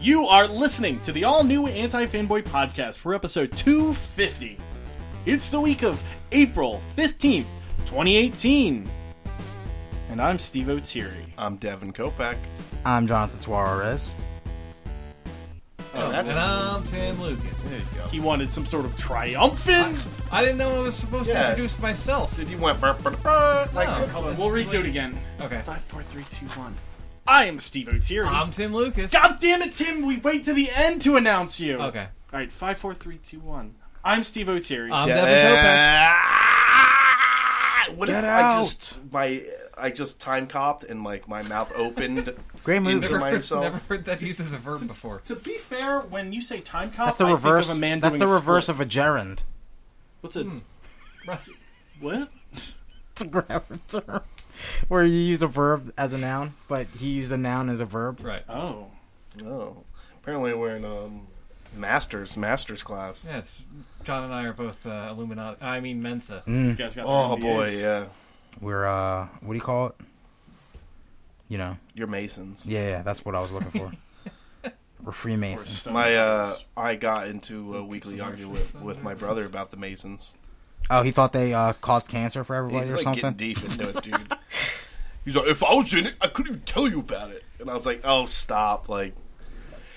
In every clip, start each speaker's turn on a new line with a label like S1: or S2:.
S1: You are listening to the all new Anti Fanboy Podcast for episode 250. It's the week of April 15th, 2018. And I'm Steve O'Teary.
S2: I'm Devin Kopeck.
S3: I'm Jonathan Suarez.
S2: Oh, that's
S4: And I'm Tim Lucas.
S2: there you go.
S1: He wanted some sort of triumphant.
S4: I didn't know I was supposed
S2: Yeah.
S4: to introduce myself.
S2: Did you went burr, burr, burr, like
S4: No.
S1: Hold on, we'll redo it again.
S4: Okay.
S1: Five, four, three, two, one. Um, I am Steve O'Teary.
S4: I'm Tim Lucas.
S1: God damn it, Tim! We wait to the end to announce you.
S4: Okay.
S1: All right, five, four, three, two, one. I'm Steve O'Teary.
S4: I'm Devin Kopeck.
S2: Yeah. What if
S3: Get
S2: I just my I just time copped and like my mouth opened?
S3: Great move.
S2: Into my- myself.
S4: Never heard that used as a verb before.
S1: to be fair, when you say time cop,
S3: That's the
S1: I think of
S3: reverse.
S1: a man
S3: That's the
S1: doing a
S3: reverse
S1: split.
S3: of a gerund.
S1: what's a
S4: Right.
S1: what?
S3: It's a grammar term where you use a verb as a noun, but he used a noun as a verb.
S4: Right.
S1: Oh,
S2: Oh, apparently we're in um masters masters class.
S4: Yes. John and I are both uh, Illuminati. I mean Mensa.
S1: these guys got
S2: Oh
S1: their
S2: boy,
S1: MBAs.
S2: yeah.
S3: Mm, We're uh, what do you call it? You know,
S2: You're Masons.
S3: yeah, yeah that's what I was looking for. We're Freemasons.
S1: We're so-
S2: My uh, I got into a weekly argument with, with my brother about the Masons.
S3: Oh, he thought they uh, caused cancer for everybody
S2: He's
S3: or
S2: like
S3: something.
S2: getting deep into it, dude. He's like, if I was in it, I couldn't even tell you about it. And I was like, oh, stop, like,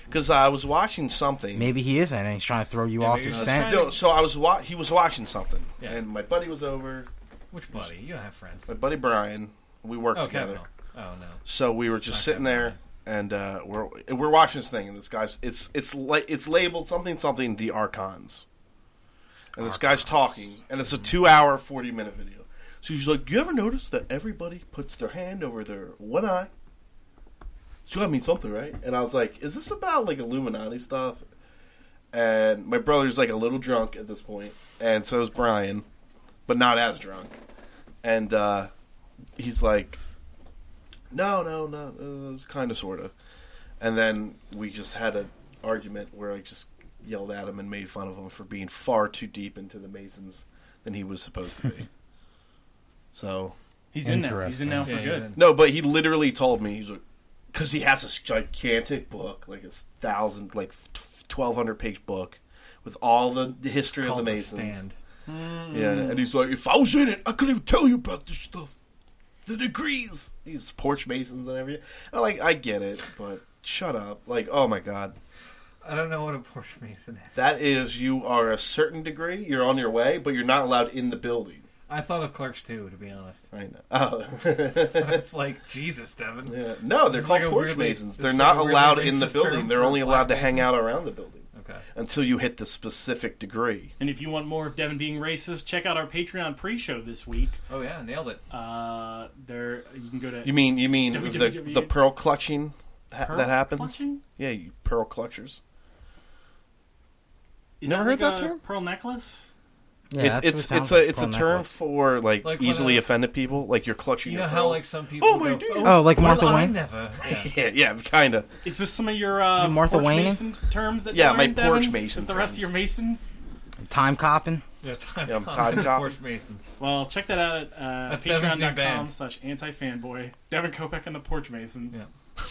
S2: because I was watching something.
S3: Maybe he isn't, and he's trying to throw you off
S4: maybe
S3: his
S4: he's
S3: scent.
S4: trying
S2: No, so I was wa- he was watching something,
S4: Yeah.
S2: and my buddy was over.
S4: Which buddy? You don't have friends.
S2: My buddy Brian, we worked
S4: Oh,
S2: together.
S4: Kavanaugh. Oh no.
S2: So we were just sitting there, and uh, we're we're watching this thing, and this guy's it's it's la- it's labeled something something the Archons, and this guy's talking, and it's a two hour forty minute video. So he's like, "Do you ever notice that everybody puts their hand over their one eye?" So that means something, right? And I was like, "Is this about like Illuminati stuff?" And my brother's like a little drunk at this point, and so is Brian, but not as drunk. And uh, he's like, no, no, no. uh, It was kind of, sort of. And then we just had an argument where I just yelled at him and made fun of him for being far too deep into the Masons than he was supposed to be. so
S1: He's in now. He's in now for
S4: Yeah, he's
S1: good.
S4: in.
S2: no, but he literally told me he's like, because he has this gigantic book, like it's thousand, like twelve hundred page book with all the, the history
S4: Call
S2: of the
S4: the
S2: Masons.
S4: stand.
S2: Yeah,
S4: Mm.
S2: and he's like, if I was in it, I couldn't even tell you about this stuff. The degrees, these porch masons and everything. And I'm like, I get it, but shut up. Like, oh my god,
S4: I don't know what a Porsche Mason is.
S2: that is you are a certain degree, you're on your way, but you're not allowed in the building.
S4: I thought of Clerks too, to be honest.
S2: I know. Oh.
S4: It's like Jesus, Devin.
S2: Yeah. No, they're
S4: It's
S2: called
S4: like a
S2: porch
S4: weirdly-
S2: masons.
S4: it's
S2: They're
S4: like
S2: not
S4: a weirdly
S2: allowed in the
S4: racist term
S2: building. They're
S4: for
S2: only allowed
S4: black
S2: to hang
S4: masons.
S2: out around the building
S4: Okay.
S2: until you hit the specific degree.
S1: And if you want more of Devin being racist, check out our Patreon pre-show this week.
S4: Oh yeah, nailed it.
S1: Uh, there you can go to
S2: You mean you mean the
S1: WWE?
S2: the pearl clutching ha-
S1: Pearl
S2: that happens?
S1: clutching?
S2: Yeah, you pearl clutchers.
S1: Is
S2: Never heard
S1: like
S2: that
S1: a
S2: term?
S1: Pearl necklace.
S3: Yeah,
S2: It's
S3: that's what
S2: it's
S3: sounds
S2: it's
S3: like
S2: a it's a
S3: pearl
S2: term
S3: necklace.
S2: for like,
S4: Like when
S2: easily
S4: I-
S2: offended people. Like you're clutching.
S4: You
S2: your
S4: know how
S2: pearls.
S4: like some people.
S2: Oh, my
S4: go,
S2: dude.
S3: Oh, like Martha
S4: well, I
S3: Wayne?
S4: never. Yeah.
S2: yeah, yeah, kind of.
S1: Is this some of your uh,
S3: You Martha
S1: porch
S3: Wayne?
S1: mason terms that
S2: Yeah,
S1: you
S2: my
S1: learned,
S2: porch
S1: Devin,
S2: mason
S1: That the rest of
S2: terms.
S1: your masons.
S3: Time copping.
S4: Yeah, time
S2: Yeah, I'm
S4: cops
S2: time
S4: and the
S2: cop.
S4: Porsche Masons.
S1: Well, check that out at uh,
S4: That's Devin's new
S1: patreon.com
S4: band.
S1: slash anti-fanboy. Devin Kopeck and the Porch Masons.
S4: Yeah.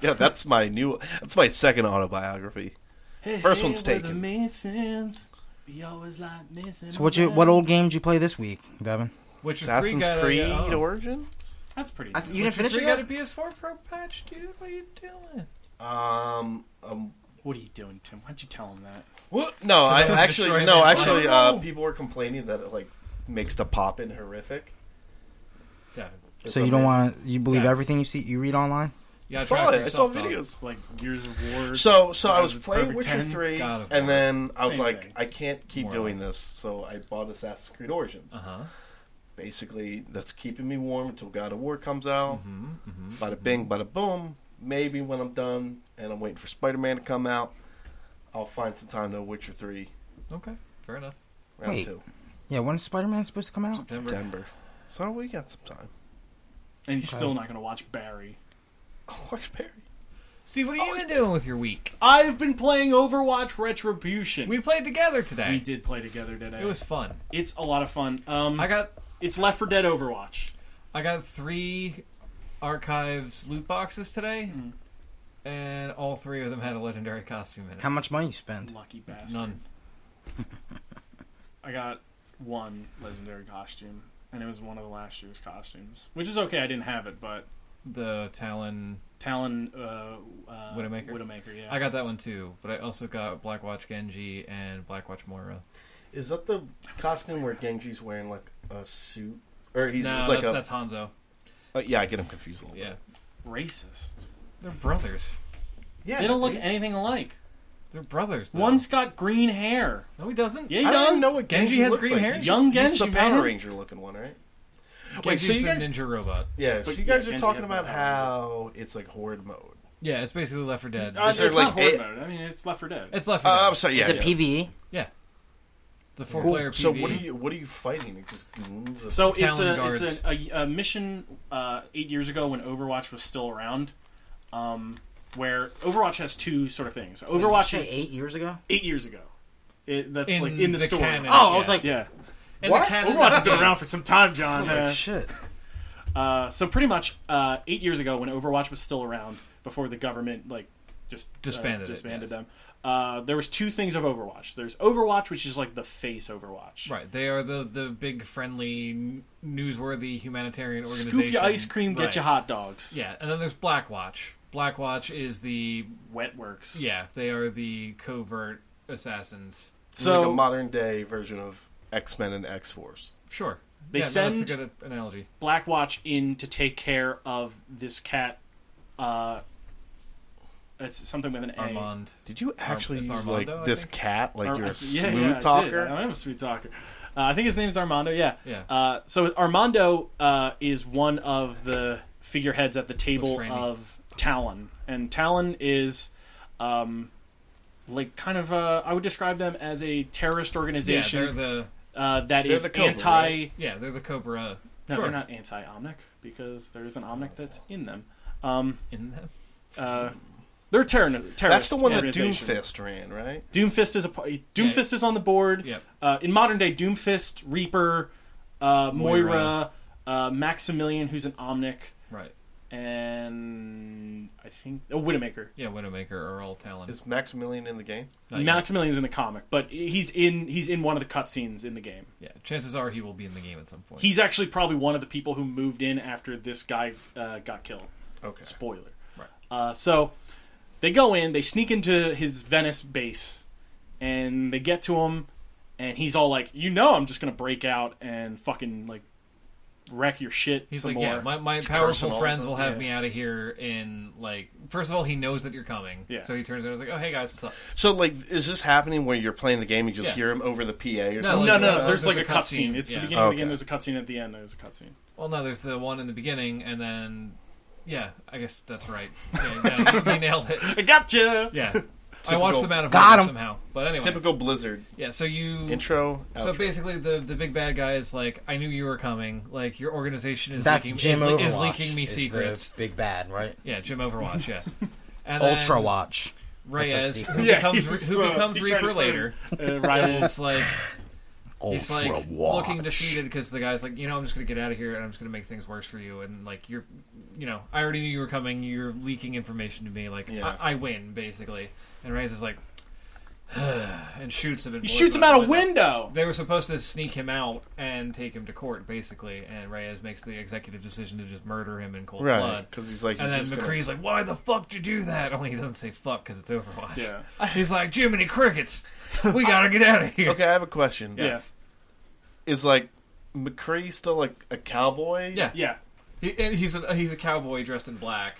S2: Yeah, that's my new. That's my second autobiography.
S1: Hey,
S2: First
S1: hey,
S2: one's
S1: we're The
S2: taken.
S1: Masons. We always like missing.
S3: So what you what old game did you play this week, Devin?
S4: Which
S2: Assassin's
S4: got
S2: Creed
S4: a, oh.
S2: Origins.
S1: That's pretty.
S3: I
S1: nice.
S3: th- you didn't
S4: Witcher
S3: finish it
S4: three got a
S3: yet.
S4: PS4 Pro patch, dude. What are you doing?
S2: Um, um,
S1: What are you doing, Tim? Why'd you tell him that?
S2: what? No, I
S4: I'm
S2: actually
S4: destroying
S2: no,
S4: it.
S2: actually,
S4: Oh,
S2: uh,
S4: no.
S2: people were complaining that it like makes the pop in horrific.
S4: Devin,
S2: for
S3: So
S2: some
S3: you don't
S2: reason.
S3: want to you believe
S4: Yeah.
S3: everything you see you read online?
S4: you
S2: I
S4: gotta
S2: saw
S4: try
S2: it. I saw
S4: yourself, dog.
S2: videos.
S1: Like Gears of War.
S2: So, so I
S1: God
S2: was
S1: of-
S2: playing
S1: Perfect
S2: Witcher
S1: 10,
S2: three,
S4: God of
S2: and
S4: War.
S2: then I was
S1: Same
S2: like,
S1: thing.
S2: I can't keep
S4: More or
S2: doing
S4: less.
S2: this, so I bought Assassin's Creed Origins.
S4: Uh-huh.
S2: basically that's keeping me warm until God of War comes out.
S4: Mm-hmm,
S2: Bada bing, bada boom. Maybe when I'm done and I'm waiting for Spider Man to come out, I'll find some time to Witcher 3,
S4: mm-hmm. Okay. Fair enough.
S2: round
S3: Wait.
S2: 2,
S3: Yeah, when is Spider Man supposed to come out?
S4: Denver.
S2: Denver. So we got some time.
S1: and he's
S3: Okay.
S1: still not going to watch Barry.
S2: I'll watch Barry.
S4: Steve, what have you been doing with your week?
S1: I've been playing Overwatch Retribution.
S4: We played together today.
S1: We did play together today.
S4: It was fun.
S1: It's a lot of fun. Um,
S4: I got
S1: it's Left for Dead Overwatch.
S4: I got three archives loot boxes today. and all three of them had a legendary costume in it.
S3: How much money you spend?
S1: Lucky bastard.
S4: None.
S1: I got one legendary costume, and it was one of the last year's costumes, which is okay. I didn't have it, but
S4: The Talon.
S1: Talon uh, uh,
S4: Widowmaker?
S1: Widowmaker, yeah.
S4: I got that one too, but I also got Blackwatch Genji and Blackwatch Moira.
S2: Is that the costume where Genji's wearing like a suit, or he's
S4: no,
S2: it's like a?
S4: that's, that's Hanzo.
S2: uh, yeah, I get him confused a little
S4: Yeah,
S2: bit.
S1: racist.
S4: they're brothers.
S2: Yeah,
S1: They don't look anything alike.
S4: They're brothers. Though.
S1: One's got green hair.
S4: no, he doesn't.
S1: Yeah, he
S2: I don't
S1: does.
S2: even know what
S4: Genji
S2: Genji,
S4: has
S2: looks
S4: green
S2: like.
S4: hair?
S2: He's
S1: Young
S2: just- he's
S1: Genji,
S2: the Power
S1: man.
S2: Ranger looking one, right?
S4: Genji's
S2: so you
S4: the
S2: guys-
S4: ninja robot.
S2: Yeah. So
S1: But
S2: you guys
S1: yeah,
S2: are
S1: Genji
S2: talking
S1: has
S2: about
S1: the
S2: how it's like horde mode.
S4: Yeah, it's basically Left 4 Dead.
S1: Uh,
S2: Is
S1: it's
S2: there,
S1: not
S2: like,
S1: horde
S2: a-
S1: mode. I mean, it's Left for Dead.
S4: it's Left 4
S2: Uh,
S4: Dead.
S2: I'm sorry. Yeah.
S3: Is it E?
S2: yeah.
S3: PVE?
S4: yeah, it's a
S2: Cool.
S4: four-player PvE.
S2: So what are you what are you fighting? Just goons?
S1: So
S2: Or something?
S1: it's
S4: Talon
S1: a
S4: guards.
S1: it's a, a, a mission uh, eight years ago when Overwatch was still around, um, where Overwatch has two sort of things. Overwatch
S3: Did you
S1: is
S3: say
S1: eight?
S3: eight years ago.
S1: years ago. It, that's
S4: in
S1: like in the,
S4: the
S1: story.
S4: canon.
S3: Oh, I was
S4: yeah.
S3: like,
S1: Yeah,
S4: And
S2: What?
S4: The canon
S1: Overwatch has been around for some time, John.
S3: I was
S1: Uh,
S3: like, shit.
S1: uh, so pretty much uh, eight years ago when Overwatch was still around, before the government like just uh,
S4: Disbanded it,
S1: disbanded
S4: yes.
S1: them. Uh, there was two things of Overwatch. There's Overwatch, which is like the face Overwatch.
S4: Right, they are the the big friendly, n- newsworthy humanitarian organization.
S1: Scoop your ice cream, get
S4: Right.
S1: your hot dogs.
S4: Yeah, and then there's Blackwatch. Blackwatch is the
S1: Wet works.
S4: yeah, they are the covert assassins.
S2: It's like
S1: So-
S2: a modern day version of X Men and X Force.
S4: Sure,
S1: They
S4: yeah, no,
S1: send-
S4: that's a good analogy.
S1: Blackwatch in to take care of this cat. Uh, it's something with an A.
S4: Armand.
S2: Did you actually
S4: it's
S2: use
S4: Armando, I
S2: like this
S4: think?
S2: cat? Like
S1: Ar-
S2: you're a
S1: yeah,
S2: smooth
S1: yeah, I did.
S2: talker?
S1: I am a smooth talker. Uh, I think his name's Armando. Yeah.
S4: Yeah.
S1: Uh, so Armando uh, is one of the figureheads at the table
S4: Looks framey.
S1: of Talon, and Talon is. Um, like kind of, uh, I would describe them as a terrorist
S4: Yeah,
S1: organization
S4: they're the
S1: uh, that
S2: They're
S1: is
S2: the Cobra,
S1: anti.
S2: right?
S4: yeah they're the Cobra.
S1: No,
S4: sure.
S1: they're not anti-omnic because there is an omnic that's in them. Um,
S4: in them.
S1: uh, they're terror- terrorists.
S2: That's the one that
S1: organization.
S2: Doomfist ran, right?
S1: Doomfist is a par- Doomfist is on the board.
S4: Yep.
S1: Uh, in modern day, Doomfist, Reaper, uh, Moira,
S4: Moira.
S1: uh, Maximilian, who's an Omnic,
S4: Right.
S1: and I think oh, Widowmaker.
S4: Yeah, Widowmaker or all Talon.
S2: Is Maximilian in the game?
S4: Not yet.
S1: Maximilian's in the comic, but he's in he's in one of the cutscenes in the game.
S4: Yeah, chances are he will be in the game at some point.
S1: He's actually probably one of the people who moved in after this guy uh, got killed.
S2: Okay.
S1: Spoiler.
S4: Right.
S1: Uh, so they go in, they sneak into his Venice base, and they get to him, and he's all like, "You know, I'm just gonna break out and fucking like wreck your shit
S4: He's
S1: some
S4: like,
S1: more."
S4: yeah, my, my
S2: cursing
S4: powerful
S2: all
S4: friends
S2: of
S4: will
S2: them,
S4: have
S1: yeah.
S4: me out of here in like. First of all, he knows that you're coming,
S1: Yeah.
S4: so he turns around and is like, "Oh, hey guys, what's up?"
S2: So, like, is this happening where you're playing the game and you just
S4: Yeah.
S2: hear him over the PA
S1: no,
S2: or something?
S4: No,
S1: no,
S2: like
S1: no,
S2: that?
S1: there's,
S4: uh, there's
S1: like
S4: a
S1: a cutscene.
S4: cutscene,
S1: It's the
S4: yeah.
S1: beginning of the game.
S2: Okay.
S1: There's a cutscene at the end. There's a cutscene.
S4: Well, no, there's the one in the beginning, and then yeah, I guess that's right. Yeah, yeah you, you nailed it.
S1: I gotcha.
S4: Yeah, I watched
S2: Typical-
S4: them out of
S3: Got
S4: order
S3: him.
S4: somehow, but anyway,
S2: typical Blizzard
S4: yeah. So you
S2: intro.
S4: Mm. So
S2: outro.
S4: basically, the the big bad guy is like, "I knew you were coming. Like your organization is
S3: That's
S4: leaking,
S3: Jim
S4: is,
S3: Overwatch.
S4: is leaking me
S3: is the
S4: secrets."
S3: big bad, right?
S4: Yeah, Jim Overwatch. Yeah, and then
S3: Ultra Watch.
S4: Reyes,
S3: That's a
S4: who
S1: Yeah,
S4: becomes
S1: he's,
S4: who
S1: uh,
S4: becomes
S1: he's trying to
S4: Reaper
S1: start
S4: later,
S1: Uh, rivals.
S4: is like
S3: Ultra
S4: he's like
S3: Watch.
S4: looking defeated because the guy's like, you know, I'm just gonna get out of here and I'm just gonna make things worse for you. And like you're, you know, I already knew you were coming. You're leaking information to me. Like
S2: Yeah.
S4: I, I win basically. And Reyes is like, and shoots him. And
S1: he
S4: blows
S1: shoots him out a
S4: window.
S1: window.
S4: They were supposed to sneak him out and take him to court, basically, and Reyes makes the executive decision to just murder him in cold
S2: right?
S4: blood.
S2: Because he's like,
S4: And
S2: he's
S4: then
S2: just gonna-
S4: McCree's like, "Why the fuck did you do that?" Only he doesn't say "fuck" because it's Overwatch.
S1: Yeah.
S4: he's like, "Jiminy crickets, we gotta get out of here."
S2: Okay, I have a question.
S1: Yeah.
S2: Is like McCree still like a cowboy?
S4: Yeah,
S1: Yeah.
S4: He, and he's a he's a cowboy dressed in black.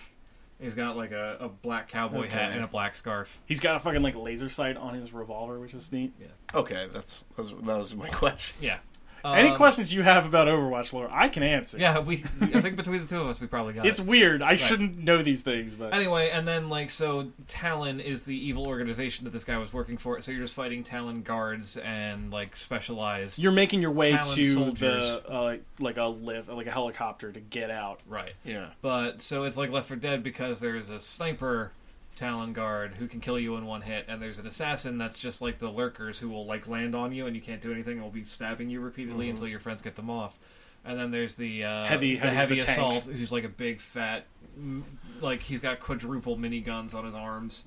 S4: He's got like a, a black cowboy hat
S2: Okay.
S4: and a black scarf.
S1: He's got a fucking like laser sight on his revolver, which is neat.
S2: Okay, that's, that's that was my question.
S4: Yeah.
S1: Any
S4: Um,
S1: questions you have about Overwatch lore, I can answer.
S4: Yeah, we. I think between the two of us, we probably got
S1: It's
S4: it.
S1: weird. I shouldn't know these things, but
S4: Anyway, and then like so, Talon is the evil organization that this guy was working for. So you're just fighting Talon guards and like specialized.
S1: you're making your way
S4: Talon
S1: to
S4: soldiers.
S1: the uh, like a lift, like a helicopter to get out.
S4: right.
S2: Yeah.
S4: But so it's like Left for Dead because there's a sniper Talon guard who can kill you in one hit, and there's an assassin that's just like the lurkers who will like land on you and you can't do anything and will be stabbing you repeatedly until your friends get them off. and then there's the uh,
S1: Mm-hmm. Heavy-
S4: the
S1: heavy's
S4: heavy
S1: the tank.
S4: assault, who's like a big fat, m- like he's got quadruple mini guns on his arms,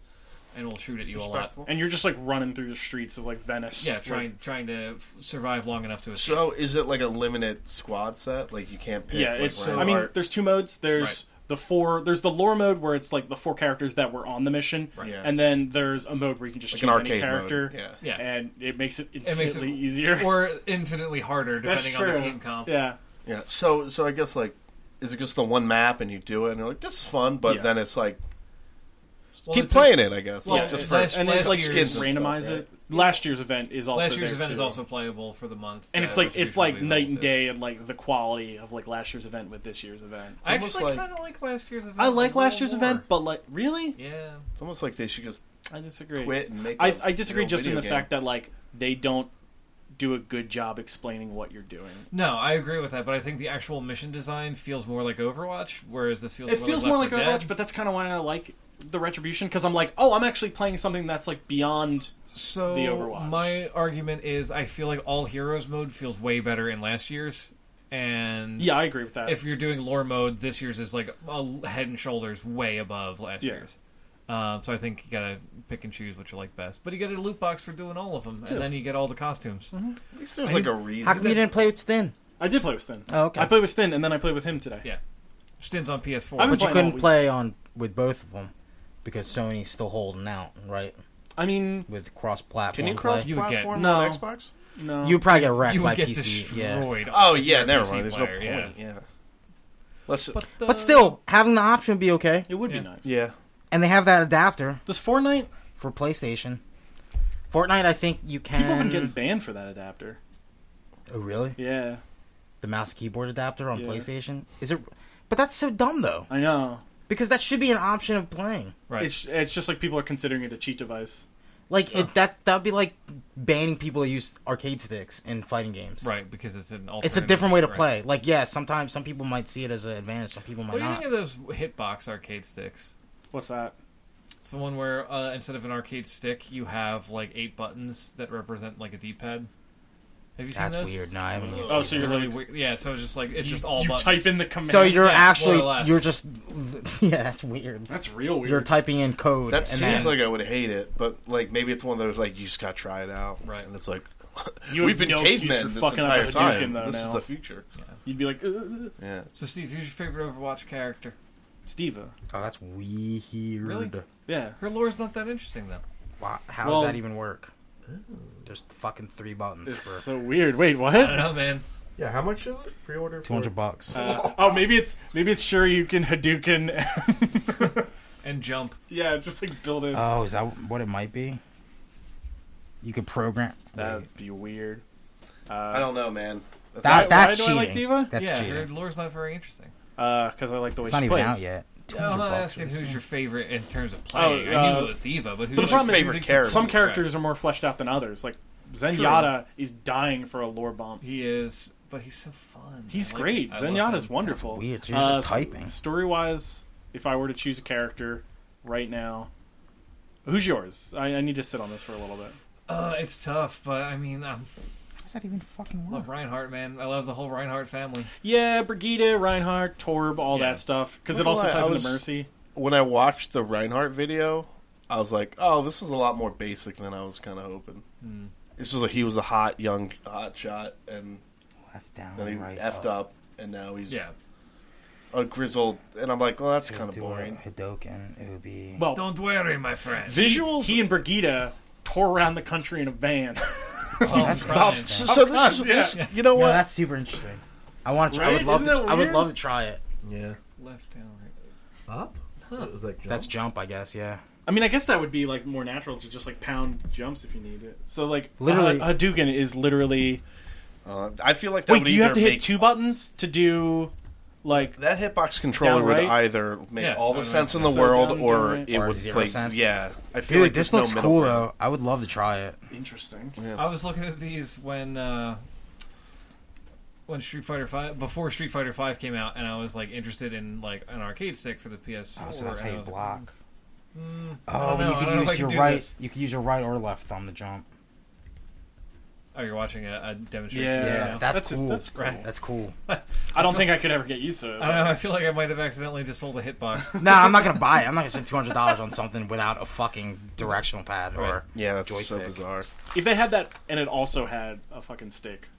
S4: and will shoot at you a lot.
S2: Respectable.
S1: And you're just like running through the streets of like Venice.
S4: Yeah,
S1: like-
S4: trying trying to f- survive long enough to escape.
S2: So is it like a limited squad set? Like you can't pick.
S1: yeah,
S2: like,
S1: it's.
S2: random
S1: I mean,
S2: art?
S1: there's two modes. There's
S4: Right.
S1: the four. There's the lore mode where it's like the four characters that were on the mission,
S4: Right.
S2: Yeah.
S1: and then there's a mode where you can just
S2: like an
S1: choose any
S2: arcade
S1: character,
S2: mode. Yeah.
S4: yeah,
S1: and it makes it
S4: it makes it
S1: infinitely easier.
S4: or infinitely harder
S1: That's
S4: depending on the
S1: true.
S4: team comp.
S1: Yeah,
S2: Yeah. So so I guess like is it just the one map and you do it and you're like this is fun, but
S1: Yeah.
S2: then it's like
S4: Well,
S2: keep
S4: it's a-
S2: playing it. I guess.
S4: well,
S2: like, just
S4: it-
S2: for
S4: last-
S1: and it's like
S4: year's-
S1: skins randomize
S2: stuff,
S1: it. Last year's event is also
S4: Last year's
S1: there,
S4: event is
S1: too.
S4: also playable for the month,
S1: and
S4: uh,
S1: it's like
S4: which we
S1: it's
S4: should
S1: like
S4: probably
S1: night
S4: level
S1: and
S4: to.
S1: day and like the quality of like last year's event with this year's event.
S4: I
S2: almost
S4: actually
S2: like-
S4: kind of like last year's event.
S1: I
S4: a
S1: like last
S4: little
S1: year's
S4: more.
S1: event, but like really,
S4: Yeah,
S2: it's almost like they should just
S1: I disagree.
S2: quit and make.
S1: I,
S2: a
S1: I disagree
S2: real
S1: just in
S2: video
S1: the
S2: game.
S1: fact that like they don't do a good job explaining what you're doing.
S4: no, I agree with that. But I think the actual mission design feels more like Overwatch, whereas this feels
S1: It
S4: more
S1: feels
S4: like
S1: more like
S4: Left 4
S1: Overwatch,
S4: Dead.
S1: but that's kind of why I like the Retribution because I'm like, oh, I'm actually playing something that's like beyond.
S4: so
S1: the Overwatch.
S4: My argument is, I feel like all heroes mode feels way better in last year's, and
S1: Yeah, I agree with
S2: Uh,
S1: that.
S4: if you're doing lore mode, this year's is like a head and shoulders way above last
S1: Yeah.
S4: year's. Um, so I think you gotta pick and choose what you like best. But you get a loot box for doing all of them,
S1: Dude.
S4: and then you get all the costumes.
S3: Mm-hmm.
S2: At least there's like a reason.
S3: How come you didn't play with Stin?
S1: I did play with Stin.
S3: Oh, okay.
S1: I played with Stin, and then I played with him today.
S4: Yeah. Stins on PS4.
S1: I'm-
S3: but you
S1: playing all
S3: couldn't
S1: week.
S3: play on with both of them because Sony's still holding out, right?
S1: I mean,
S3: With cross-platform
S2: Can you
S3: play.
S2: cross
S4: You would get-
S2: platform
S1: No.
S2: on Xbox?
S1: no,
S3: You probably get wrecked
S4: you
S3: by
S4: would get
S3: PC. Yeah.
S4: destroyed.
S2: Oh yeah,
S4: Your
S2: never
S4: PC
S2: mind. There's
S4: player,
S2: no point. Yeah. Let's.
S4: But,
S3: But still, having the option would be okay.
S1: it would
S4: Yeah.
S1: be nice.
S2: yeah.
S3: And they have that adapter
S1: Does Fortnite?
S3: for PlayStation. Fortnite, I think you can.
S1: People have been getting banned for that adapter.
S3: oh, really?
S1: Yeah,
S3: The mouse keyboard adapter on
S1: Yeah.
S3: PlayStation? Is it? But that's so dumb though,
S1: I know.
S3: because that should be an option of playing.
S4: right.
S1: It's it's just like people are considering it a cheat device.
S3: Like it, that that'd be like banning people who use arcade sticks in fighting games.
S4: right because it's an
S3: It's a
S4: alternative,
S3: different way to
S4: right.
S3: play. Like yeah, sometimes some people might see it as an advantage, some people might
S4: What do you
S3: not.
S4: think of those hitbox arcade sticks?
S1: What's that?
S4: It's the one where uh, instead of an arcade stick, you have like eight buttons that represent like a D-pad. Have you seen
S3: That's
S4: those?
S3: weird. No, I haven't. even
S1: Oh,
S3: seen
S1: so
S4: They're
S1: you're
S4: really
S1: like
S4: weird. Yeah, so it's just like it's
S1: you,
S4: just all
S1: you
S4: buttons.
S1: type in the command.
S3: that. so you're
S4: Yeah, more or
S3: actually
S4: less.
S3: you're just yeah, that's weird.
S1: That's real weird.
S3: You're typing in code.
S2: That
S3: and
S2: seems
S3: then,
S2: like I would hate it, but like maybe it's one of those like you just got to try it out,
S4: Right.
S2: And it's like
S1: You
S2: we've
S1: have
S2: been
S1: no excuse for
S2: cavemen this
S1: fucking up
S2: entire
S1: a
S2: time.
S1: Hadouken, though,
S2: this
S1: now.
S2: is the future.
S1: You'd be like, "Uh,
S2: Yeah.
S4: So Steve, who's your favorite Overwatch character?
S1: Steva.
S3: oh, that's weird.
S4: Really?
S1: Yeah.
S4: Her lore's not that interesting though.
S3: Wow, how
S1: Well-
S3: does that even work? There's fucking three buttons
S1: It's
S3: for
S1: so weird. Wait,
S4: I don't
S1: what?
S4: know, man.
S5: Yeah, how much is it? Pre-order for
S3: two hundred bucks.
S1: Uh, oh, maybe it's maybe it's sure you can Hadouken.
S4: And jump.
S1: yeah, it's just like build in.
S3: Oh, is that what it might be? You could program. Wait.
S1: That'd be weird. Uh,
S2: I don't know, man. That's
S3: That,
S1: Why- why
S3: that's
S1: do I
S3: cheating.
S1: like Diva?
S3: That's
S4: yeah, her
S3: cheating.
S4: lore's not very interesting.
S1: because uh, I like the way
S3: It's
S1: she
S3: not
S1: plays.
S3: even out yet.
S4: No, I'm
S3: 200
S4: not
S3: bucks
S4: asking
S3: for this
S4: who's
S3: thing.
S4: your favorite in terms of playing. I
S1: uh,
S4: knew it was Diva, but who's
S1: But the
S4: your
S1: problem
S2: favorite
S1: is
S2: character?
S1: some characters are more fleshed out than others. Like Zenyatta is dying for a lore bomb.
S4: He is, but he's so fun.
S1: He's
S4: I like
S1: great.
S4: it. I love
S1: Zenyatta's
S4: him.
S1: wonderful.
S3: weird. So you're just typing.
S1: Story wise, if I were to choose a character right now, who's yours? I, I need to sit on this for a little bit.
S4: Uh, it's tough, but I mean, I
S3: How does that even fucking work?
S4: love Reinhardt, man. I love the whole Reinhardt family.
S1: Yeah, Brigida, Reinhardt, Torb, all
S4: Yeah.
S1: that stuff. Because
S2: Not
S1: it
S2: gonna
S1: also
S2: lie,
S1: ties
S2: I
S1: into
S2: was-
S1: Mercy.
S2: when I watched the Reinhardt video, I was like, oh, this is a lot more basic than I was kind of hoping.
S1: Hmm.
S2: It's just like he was a hot young hot shot, and
S3: Left down,
S2: then he
S3: right
S2: effed up. and now he's
S4: Yeah.
S2: a grizzled. And I'm like, well, that's
S3: So
S2: kind of
S3: do a
S2: boring.
S3: Hadouken. It would be.
S1: Well,
S4: Don't worry, my friend.
S1: visuals. He and Brigida tore around the country in a van.
S4: Solve
S3: that's
S4: the problem.
S3: tough.
S2: So,
S1: Of
S2: Oh, so this,
S1: course,
S2: is,
S1: Oh, yeah.
S2: this, you know
S3: no,
S2: what?
S3: that's super interesting. I want to. Try, I
S1: Right?
S3: would love
S1: Isn't
S3: to.
S1: that
S3: I would
S1: weird?
S3: love to try it.
S2: yeah.
S4: Left down, right.
S5: up? It was like jump?
S3: That's jump, I guess. Yeah.
S1: I mean, I guess that would be like more natural to just like pound jumps if you need it. So like,
S3: Literally-
S1: uh, Hadouken is literally.
S2: Uh, I feel like that
S1: Wait,
S2: would
S1: do you have
S2: either
S1: to hit
S2: make-
S1: two buttons to do like?
S2: That hitbox controller
S1: Down
S2: would
S1: right?
S2: either make
S4: Yeah,
S2: all the
S4: down
S2: sense
S4: right.
S2: in the
S1: So
S2: world,
S1: down,
S2: or
S1: down right.
S2: it
S3: Or
S2: would
S3: zero
S2: like
S3: sense.
S2: Yeah, I feel
S3: Dude,
S2: like
S3: this
S2: there's
S3: looks
S2: no middle
S3: cool
S2: ground.
S3: though. I would love to try it.
S1: Interesting.
S4: I was looking at these when uh, when Street Fighter Five before Street Fighter Five came out, and I was like interested in like an arcade stick for the PS4.
S3: Oh, so that's how
S4: and I
S3: you
S4: was like,
S3: block.
S4: mm, I
S3: Oh, but
S4: don't know, I
S3: you
S4: don't
S3: can
S4: know if I
S3: use
S4: can
S3: your
S4: do
S3: right.
S4: this.
S3: You can use your right or left thumb to jump.
S4: Oh, you're watching a, a demonstration.
S1: Yeah,
S4: right
S3: Yeah,
S4: now?
S3: that's
S1: just-
S3: cool.
S1: that's cool.
S4: Right.
S3: That's cool.
S1: I don't think I could ever get used to it.
S4: I don't know. I feel like I might have accidentally just sold a hitbox.
S3: No, I'm not gonna buy it. I'm not gonna spend two hundred dollars on something without a fucking directional pad or.
S4: Right.
S2: Yeah, that's so
S3: Joystick.
S2: bizarre.
S1: If they had that and it also had a fucking stick,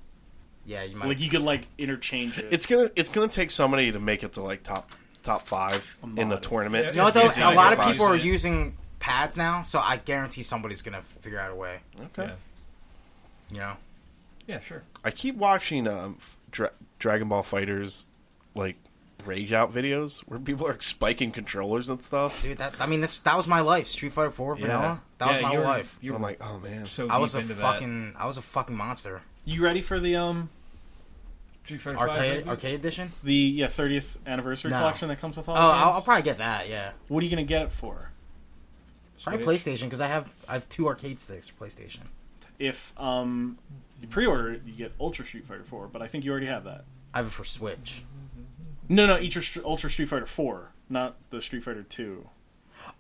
S3: Yeah, you might.
S1: like you could like interchange it.
S2: It's gonna it's gonna take somebody to make it to like top top five
S1: I'm
S2: in the
S1: not.
S2: tournament.
S4: It's-
S3: you know what though?
S4: Using
S3: A
S4: it
S3: lot
S4: for
S3: of people are
S4: boxing.
S3: using pads now, so I guarantee somebody's gonna figure out a way.
S2: Okay.
S4: Yeah.
S3: You know?
S4: yeah, sure.
S2: I keep watching um, Dra- Dragon Ball Fighters like rage out videos where people are spiking controllers and stuff.
S3: Dude, that I mean, this that was my life. Street Fighter Four,
S2: Yeah.
S3: Vanilla. That was
S4: yeah,
S3: my
S4: you were,
S3: life.
S4: You were
S2: I'm like, oh man,
S4: so
S3: I was
S4: deep
S3: a
S4: into
S3: fucking, I was a fucking monster.
S1: you ready for the um
S4: that. Street Fighter
S3: Arcade,
S4: Five.
S3: arcade edition.
S1: the yeah 30th anniversary
S3: No.
S1: collection that comes with all?
S3: Oh,
S1: the games?
S3: I'll, I'll probably get that. Yeah,
S1: What are you gonna get it for?
S3: probably
S4: Sweet.
S3: PlayStation because I have I have two arcade sticks for PlayStation.
S1: If um you pre-order it, you get Ultra Street Fighter 4, but I think you already have that.
S3: I have it for Switch.
S1: No, no, Ultra, Str- Ultra Street Fighter 4, not the Street Fighter 2.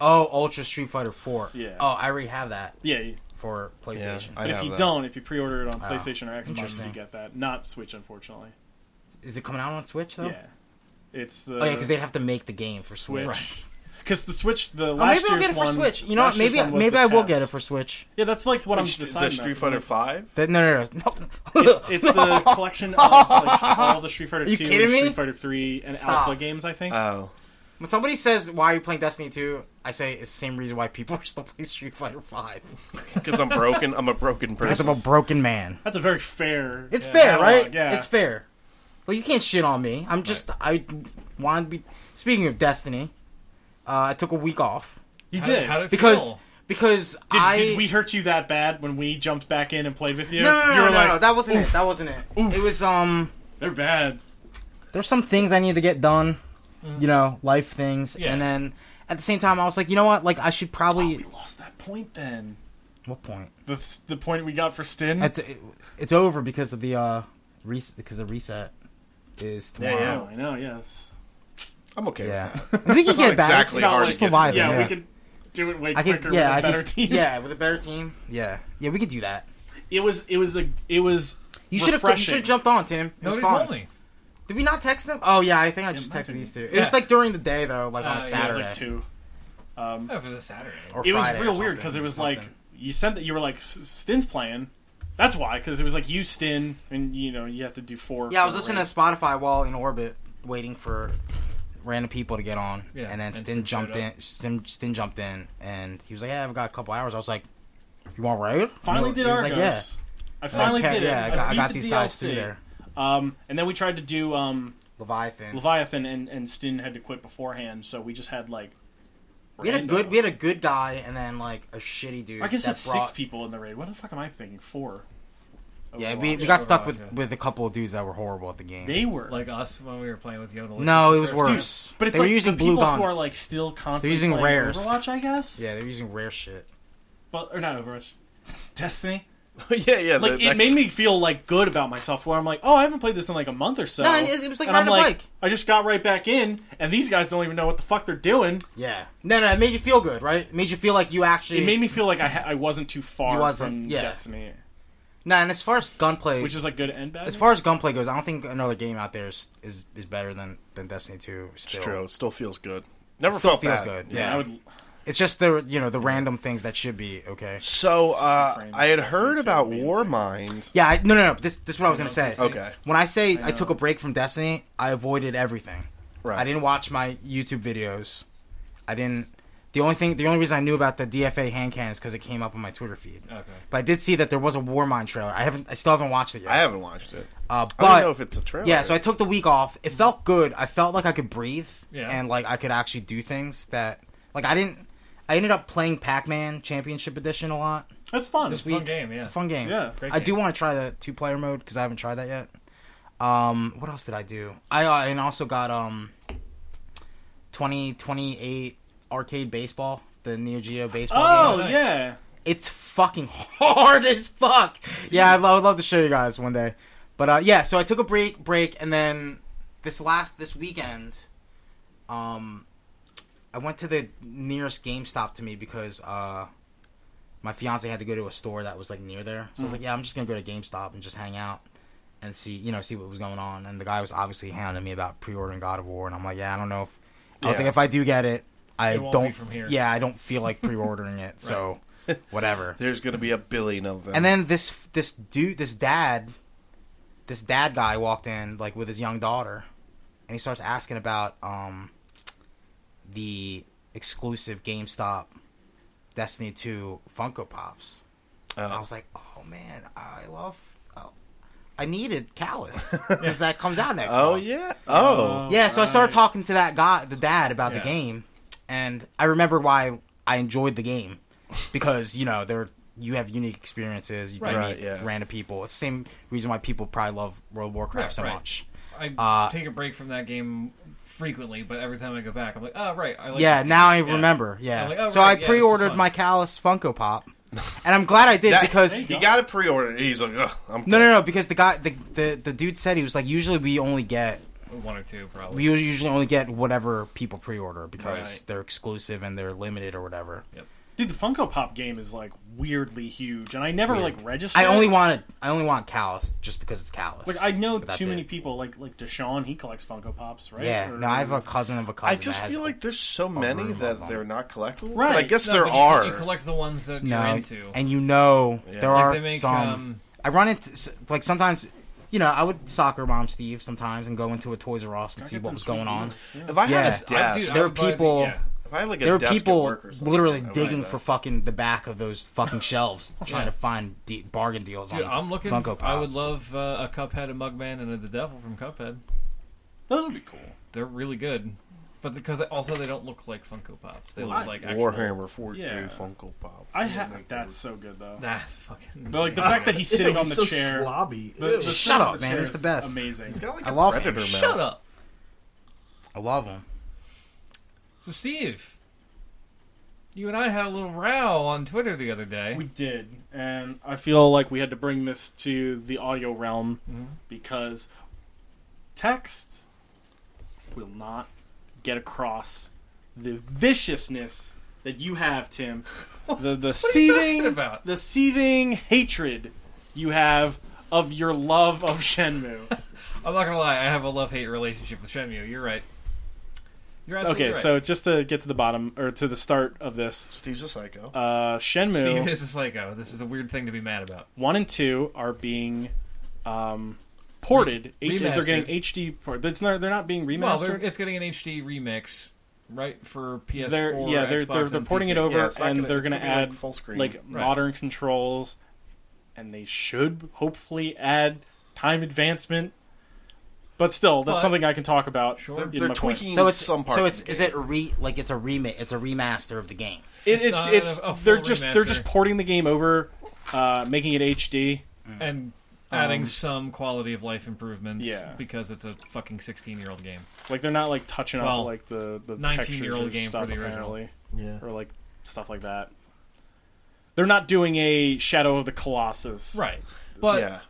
S3: Oh, Ultra Street Fighter Four.
S1: Yeah.
S3: Oh, I already have that
S1: Yeah, you-
S3: for PlayStation.
S2: I
S1: but if
S2: have
S1: you
S2: that.
S1: don't, if you pre-order it on
S3: Wow.
S1: PlayStation or Xbox,
S3: Interesting.
S1: you get that. Not Switch, unfortunately.
S3: Is it coming out on Switch though?
S1: Yeah, it's the
S3: Oh yeah, because they'd have to make the game for Switch.
S1: Because the Switch, the
S3: Oh,
S1: last
S3: maybe I'll
S1: year's
S3: get it for
S1: one,
S3: Switch. You know
S1: last
S3: what? Maybe
S1: year's one was
S3: maybe
S1: the
S3: I will get it
S1: test.
S3: for Switch.
S1: Yeah, that's like what
S2: Which-
S1: I'm
S2: the
S1: deciding.
S2: Street
S1: on.
S2: Fighter Five.
S3: That, no, no, no, no.
S1: It's, it's the collection of like, all the Street Fighter
S3: You
S1: Two,
S3: kidding
S1: and
S3: me?
S1: Street Fighter Three, and
S3: Stop.
S1: Alpha games. I think.
S2: Oh,
S3: When somebody says why are you playing Destiny two, I say it's the same reason why people are still playing Street Fighter five.
S2: because I'm broken. I'm a broken
S3: Because
S2: person.
S3: I'm a broken man.
S1: that's a very fair.
S3: It's
S1: yeah,
S3: fair,
S1: catalog,
S3: right?
S1: Yeah.
S3: It's fair. Well, you can't shit on me. I'm just I wanted to be. Speaking of Destiny, uh, I took a week off
S1: You
S4: How,
S1: did.
S4: how did it
S3: because
S4: feel?
S3: because
S1: did,
S3: I
S1: did we hurt you that bad when we jumped back in and played with you?
S3: no no no,
S1: you
S3: no,
S1: were
S3: no,
S1: like,
S3: no, that wasn't it that wasn't it it was um
S1: They're bad.
S3: there's some things I need to get done,
S1: Mm.
S3: you know life things
S4: Yeah.
S3: and then at the same time I was like you know what like I should probably
S1: We lost that point then.
S3: what point
S1: The the point we got for Stin.
S3: it's it, it's over because of the uh res- because the reset is tomorrow.
S2: yeah.
S1: Oh, I know. Yes.
S2: I'm okay
S3: Yeah.
S2: with that.
S3: We can
S2: It's not
S3: get it back.
S2: exactly
S3: it's
S2: hard
S3: just
S2: to
S3: the
S2: get
S3: vibe.
S2: to.
S1: Yeah,
S3: yeah.
S1: we could do it way
S3: I
S1: quicker
S3: could,
S1: with
S3: yeah, I
S1: a better
S3: could,
S1: team.
S3: Yeah, with a better team. Yeah, yeah, we could do that.
S1: It was. It was a. It was.
S3: You should have. You
S1: refreshing.
S3: should have jumped on, Tim. It was
S4: Nobody
S3: fun.
S4: told me.
S3: Did we not text them? Oh yeah, I think I just
S1: might
S3: texted
S1: be.
S3: these two. It
S4: Yeah.
S3: was like during the day though, like on a
S4: Uh, yeah,
S1: It was
S3: Saturday.
S1: like two. Um,
S4: Oh, it was a Saturday.
S3: or
S1: it was
S3: Friday or
S1: real weird
S3: something,
S1: because it was like
S3: something.
S1: you sent that you were like "S- Stin's playing. That's why because it was like you Stin and you know you have to do four.
S3: Yeah, I was
S1: for a
S3: listening to
S1: race.
S3: Spotify while in orbit, waiting for random people to get on.
S4: Yeah,
S3: and then
S4: and
S3: Stin
S4: Stin
S3: jumped
S4: showed
S3: in.
S4: up.
S3: Stin, Stin jumped in, and he was like, "Yeah, I've got a couple hours." I was like, "You want raid?"
S1: Finally
S3: And he
S1: did
S3: was
S1: Argos.
S3: like, "Yeah."
S1: I finally
S3: Okay,
S1: did it.
S3: Yeah, I got, I
S1: beat
S3: got
S1: the
S3: these
S1: DLC.
S3: guys through there.
S1: Um, and then we tried to do um,
S3: Leviathan.
S1: Leviathan, and, and Stin had to quit beforehand, so we just had like.
S3: We had a
S1: random-
S3: good, we had a good guy, and then like a shitty dude.
S1: I guess
S3: that
S1: it's
S3: brought-
S1: six people in the raid. What the fuck am I thinking? Four.
S3: Yeah, we, we
S1: Overwatch.
S3: got stuck with
S4: Overwatch, yeah.
S3: with a couple of dudes that were horrible at the game.
S1: Oh, They were
S4: Like us when we were playing with Yoda.
S3: No, it was
S4: Dude,
S3: worse.
S1: but it's
S3: they were
S1: like
S3: using
S1: the
S3: blue
S1: people
S3: guns.
S1: who are like still constantly
S3: using
S1: playing
S3: rares.
S1: Overwatch, I guess.
S3: yeah, they were using rare shit.
S1: but or not Overwatch, Destiny.
S2: yeah, yeah.
S1: Like
S2: that-
S1: it
S2: that-
S1: made me feel like good about myself, where I'm like, oh, I haven't played this in like a month or so.
S3: No, it- it was like
S1: and I'm
S3: riding a
S1: like,
S3: bike.
S1: I just got right back in, and these guys don't even know what the fuck they're doing.
S3: Yeah, no, no, it made you feel good, right? It made you feel like you actually.
S1: It made me feel like I ha- I wasn't too far
S3: You wasn't,
S1: from
S3: yeah.
S1: Destiny,
S3: Nah, and as far as gunplay,
S1: which is like good and bad.
S3: as far as gunplay goes, I don't think another game out there is is, is better than than Destiny Two. Still,
S2: It's true. It still feels good. Never
S3: still
S2: felt
S3: feels
S2: bad.
S3: good.
S1: yeah,
S3: Yeah.
S1: I would.
S3: it's just the you know the random things that should be okay.
S2: So
S1: 60
S2: uh,
S1: frames
S2: I had
S1: doesn't
S2: heard
S1: seem
S2: about
S1: to be
S2: Warmind.
S3: Yeah, I, no, no, no. This this is what I was gonna say.
S2: Okay,
S3: When I say I, took a break from Destiny, I avoided everything.
S2: right.
S3: I didn't watch my YouTube videos. I didn't. The only thing, the only reason I knew about the DFA hand cannon is because it came up on my Twitter feed.
S4: Okay.
S3: But I did see that there was a Warmind trailer. I haven't, I still haven't watched it yet.
S2: I haven't watched it.
S3: Uh,
S2: I don't
S3: but
S2: know if Mm-hmm. it's a trailer.
S3: yeah, so I took the week off. It felt good. I felt like I could breathe.
S4: Yeah.
S3: And like I could actually do things that, like I didn't. I ended up playing Pac-Man Championship Edition a lot.
S1: That's fun.
S3: This
S4: a fun
S3: week.
S4: game, yeah.
S3: It's a fun game.
S1: Yeah,
S4: great
S3: I do
S4: game.
S3: want to try the two-player mode because I haven't tried that yet. Um, what else did I do? I uh, and also got um, twenty twenty eight arcade baseball, the Neo Geo baseball
S1: Oh
S3: game.
S4: nice.
S1: yeah,
S3: It's fucking hard as fuck. Yeah, I'd, lo- I would love to show you guys one day. But uh, yeah, so I took a break, break, and then this last this weekend, um, I went to the nearest GameStop to me because uh, my fiance had to go to a store that was like near there. So I was
S4: Mm.
S3: like, yeah, I'm just gonna go to GameStop and just hang out and see, you know, see what was going on. And the guy was obviously hounding me about pre-ordering God of War, and I'm like, yeah, I don't know if. I was
S2: Yeah.
S3: like, if I do get it, I
S4: It won't be
S3: don't.
S4: from here.
S3: Yeah, I don't feel like pre-ordering it, so whatever.
S2: There's going to be a billion of them.
S3: And then this this dude, this dad, this dad guy walked in like with his young daughter, and he starts asking about um the exclusive GameStop Destiny Two Funko Pops. And I
S2: oh,
S3: was like, oh man, I love. Oh, I needed Callus because that comes out next.
S2: Oh,
S3: month.
S2: yeah. Oh,
S4: Oh,
S3: Yeah, so I started
S4: right.
S3: talking to that guy, the dad, about
S4: Yeah.
S3: the game, and I remembered why I enjoyed the game because you know there you have unique experiences, you can
S2: Right,
S3: meet
S2: yeah.
S3: random people. It's the same reason why people probably love World of Warcraft
S4: Right,
S3: so
S4: right.
S3: much.
S4: I
S3: Uh,
S4: take a break from that game frequently, but every time I go back, I'm like, oh right, I like
S3: yeah,
S4: this
S3: now I
S4: game. Yeah.
S3: remember. Yeah,
S4: I'm like, oh,
S3: so
S4: right, yeah,
S3: I
S4: this is
S3: pre-ordered
S4: fun.
S3: my Callus Funko Pop, and I'm glad I did
S2: That-
S3: because
S2: he got it pre-ordered. He's like, Ugh, I'm
S3: no, no, no, because the guy, the, the the dude said he was like, usually we only get
S4: one or two probably.
S3: we usually only get whatever people pre-order because
S4: Right.
S3: they're exclusive and they're limited or whatever.
S1: Dude, the Funko Pop game is like weirdly huge, and I never
S3: Weird.
S1: like registered.
S3: I only
S1: it.
S3: wanted I only want Callus just because it's Callus.
S1: like I know
S3: But that's
S1: too many
S3: it.
S1: people like like Deshaun. He collects Funko Pops, right?
S3: Yeah,
S1: Or-
S3: no, I have a cousin of a cousin.
S2: I just
S3: that has
S2: feel like there's so many
S3: room of
S2: that
S3: them.
S2: they're not collectible.
S1: Right.
S2: But I guess
S4: No,
S2: there
S4: but you-
S2: are.
S4: You collect the ones that
S3: no,
S4: you're into.
S3: and you know
S2: Yeah.
S3: there
S2: Like,
S3: are
S4: they make,
S3: some.
S4: um,
S3: I run into s- like sometimes, you know, I would soccer mom Steve sometimes and go into a Toys R Us and
S1: I
S3: see
S1: get
S3: what
S1: them
S3: was
S1: sweet
S3: going on.
S1: deals, yeah.
S2: if I
S3: Yeah.
S2: had a
S4: I-
S2: desk,
S4: dude,
S3: there
S4: I
S3: are
S4: would buy the-
S3: people-
S4: yeah.
S2: if I had like a
S3: There were
S2: desk at
S3: people
S2: work or something, I
S3: literally
S2: would
S3: digging
S2: like
S3: for
S2: that.
S3: fucking the back of those fucking shelves trying
S4: Yeah.
S3: to find de- bargain deals
S4: Dude,
S3: on
S4: I'm looking.
S3: Funko Pops.
S4: I would love uh, a Cuphead, a Mugman, and a The Devil from Cuphead.
S1: Those would be cool.
S4: They're really good, but because they, also they don't look like Funko Pops. They look
S1: I-
S4: like actual,
S2: Warhammer 4K
S1: Yeah.
S2: Funko Pop.
S1: I ha- that's so good though.
S4: That's fucking.
S1: But like the fact that he's sitting
S5: Ew,
S1: on the
S5: he's so
S1: chair.
S5: Slobby.
S1: the- the
S5: Ew.
S1: sitting on
S3: up, man,
S1: chair
S3: it's the
S1: is
S3: best.
S1: Amazing.
S2: He's got like
S3: I
S2: a
S3: love him.
S2: predator mouth.
S4: shut up.
S3: I love them.
S4: So Steve, you and I had a little row on Twitter the other day.
S1: We did, and I feel like we had to bring this to the audio realm
S5: Mm-hmm.
S1: because text will not get across the viciousness that you have, Tim. The the seething
S4: about?
S1: the seething hatred you have of your love of Shenmue.
S4: I'm not gonna lie, I have a love hate relationship with Shenmue. You're right. You're absolutely
S1: okay,
S4: right.
S1: so just to get to the bottom or to the start of this,
S2: Steve's a psycho.
S1: uh, Shenmue
S4: Steve is a psycho. This is a weird thing to be mad about.
S1: one and two are being um, ported. H- they're
S4: remastered.
S1: getting HD port. That's not, they're not being
S4: Well,
S1: remastered.
S4: they're,
S1: they're,
S4: it's getting an HD remix, right, for PS4.
S1: yeah, they're
S4: Xbox,
S1: they're, they're
S4: and
S1: porting
S4: PC.
S1: it over
S2: Yeah, it's not
S1: and
S2: gonna-
S1: they're
S2: it's
S1: going
S2: gonna
S1: to
S2: be, like,
S1: add
S2: full screen.
S1: like
S2: Right.
S1: modern controls, and they should hopefully add time advancement. But still, that's
S4: But-
S1: something I can talk about.
S4: Sure.
S2: They're,
S1: in
S2: they're
S1: my point.
S2: tweaking
S3: So it's
S2: some parts.
S3: so
S2: of
S3: it's
S2: the
S3: is
S2: game.
S3: it re like it's a remake? It's a remaster of the game.
S1: It,
S4: It's
S1: it's
S4: not
S1: it's
S4: a- a full
S1: they're just they're
S4: remaster.
S1: just porting the game over, uh, making it HD.
S4: and adding
S1: Um,
S4: some quality of life improvements.
S1: Yeah.
S4: because it's a fucking 16 year old game.
S1: Like they're not like touching
S4: Well,
S1: up like the the
S4: 19
S1: textures
S4: year old
S1: or
S4: game for
S1: stuff
S4: the original.
S1: apparently.
S5: Yeah.
S1: or like stuff like that. They're not doing a Shadow of the Colossus.
S4: Right, but
S2: yeah,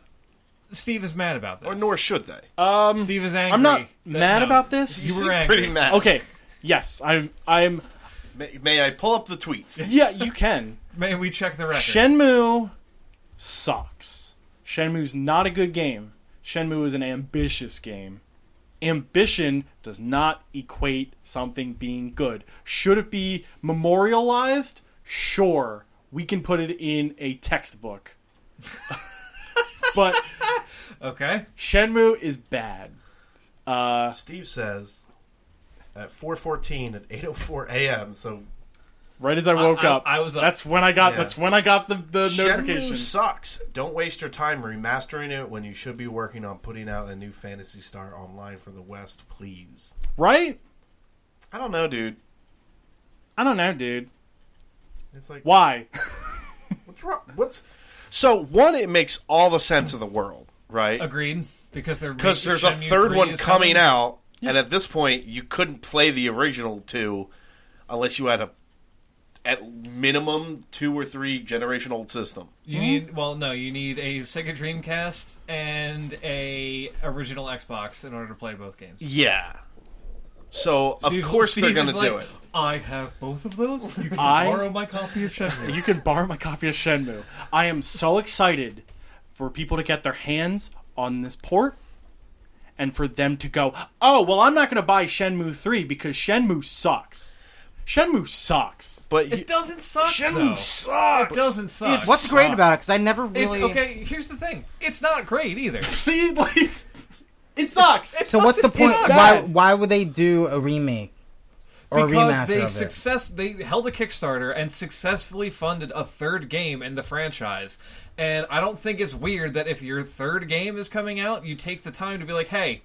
S4: Steve is mad about this.
S2: or nor should they.
S1: Um,
S4: Steve is angry.
S1: I'm not
S4: that-
S1: mad
S4: no.
S1: about this.
S4: You
S2: seem
S4: were angry.
S2: pretty mad.
S1: Okay. Yes, I'm. I'm.
S2: May, may I pull up the tweets?
S1: Yeah, you can.
S4: May we check the record?
S1: Shenmue sucks. Shenmue's not a good game. Shenmue is an ambitious game. Ambition does not equate something being good. Should it be memorialized? Sure. We can put it in a textbook. but
S4: okay,
S1: Shenmue is bad. Uh,
S5: Steve says at 4:14 at 8:04 a.m. So
S1: right as I woke
S4: I-
S1: up,
S4: I was up.
S1: That's when I got.
S5: Yeah.
S1: That's when I got the the
S5: Shenmue
S1: notification.
S5: sucks. Don't waste your time remastering it when you should be working on putting out a new Fantasy Star Online for the West, please.
S1: Right?
S2: I don't know, dude.
S1: I don't know, dude.
S5: It's like
S1: Why?
S5: what's wrong? What's
S2: So one, it makes all the sense of the world, right?
S4: agreed. Because they're
S2: Because there's a
S4: Shenmue
S2: third
S4: 3
S2: one
S4: is
S2: coming, out, and at this point, you couldn't play the original two unless you had a at minimum two or three generation old system.
S4: You need well, no, you need a Sega Dreamcast and a original Xbox in order to play both games.
S2: Yeah. So, of
S4: Steve-
S2: course they're
S4: Steve
S2: going to
S4: is
S2: do
S4: like,
S2: it.
S4: I have both of those. You can
S1: I-
S4: borrow my copy of Shenmue.
S1: You can borrow my copy of Shenmue. I am so excited for people to get their hands on this port and for them to go, oh, well, I'm not going to buy Shenmue 3 because Shenmue sucks. Shenmue sucks.
S2: But you,
S4: It doesn't suck.
S1: Shenmue
S4: though.
S1: sucks.
S4: It doesn't suck.
S1: It's-
S3: What's great
S1: Suck.
S3: about it? Because I never
S4: It's-
S3: really.
S4: okay, here's the thing. It's not great either.
S1: See, like, it sucks.
S4: It's
S3: So what's the
S4: not-
S3: point?
S4: it's not
S3: Why
S4: bad.
S3: why would they do a remake or a remaster
S4: because they
S3: of it?
S4: success they held a Kickstarter and successfully funded a third game in the franchise. And I don't think it's weird that if your third game is coming out, you take the time to be like, "Hey,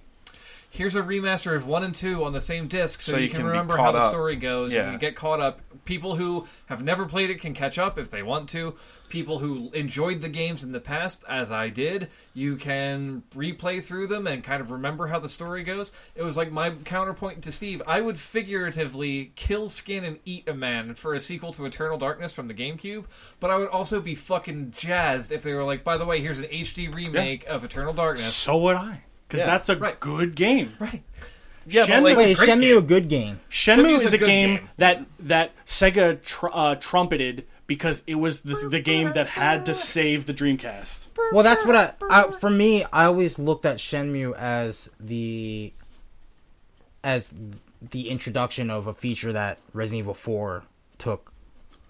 S4: here's a remaster of 1 and 2 on the same disc so,
S2: So
S4: you,
S2: you
S4: can,
S2: can be
S4: remember
S2: caught
S4: how the
S2: up.
S4: story goes. You
S2: Yeah.
S4: can get caught up. People who have never played it can catch up if they want to. People who enjoyed the games in the past as I did, you can replay through them and kind of remember how the story goes. It was like my counterpoint to Steve. I would figuratively kill skin and eat a man for a sequel to Eternal Darkness from the GameCube, but I would also be fucking jazzed if they were like, by the way, here's an HD remake of Eternal Darkness.
S1: So would I. Because
S2: Yeah,
S1: that's a
S4: right.
S1: good game.
S4: Right.
S2: yeah, but
S1: Shenmue-
S2: like,
S3: Wait,
S1: great
S3: send me
S1: game.
S3: a good game.
S1: Shenmue
S4: Shenmue's
S1: is
S4: a
S1: a
S4: good
S1: game,
S4: game.
S1: that that Sega tr- uh, trumpeted because it was the, the game that had to save the Dreamcast.
S3: Well, that's what I, I for me. I always looked at Shenmue as the as the introduction of a feature that Resident Evil Four took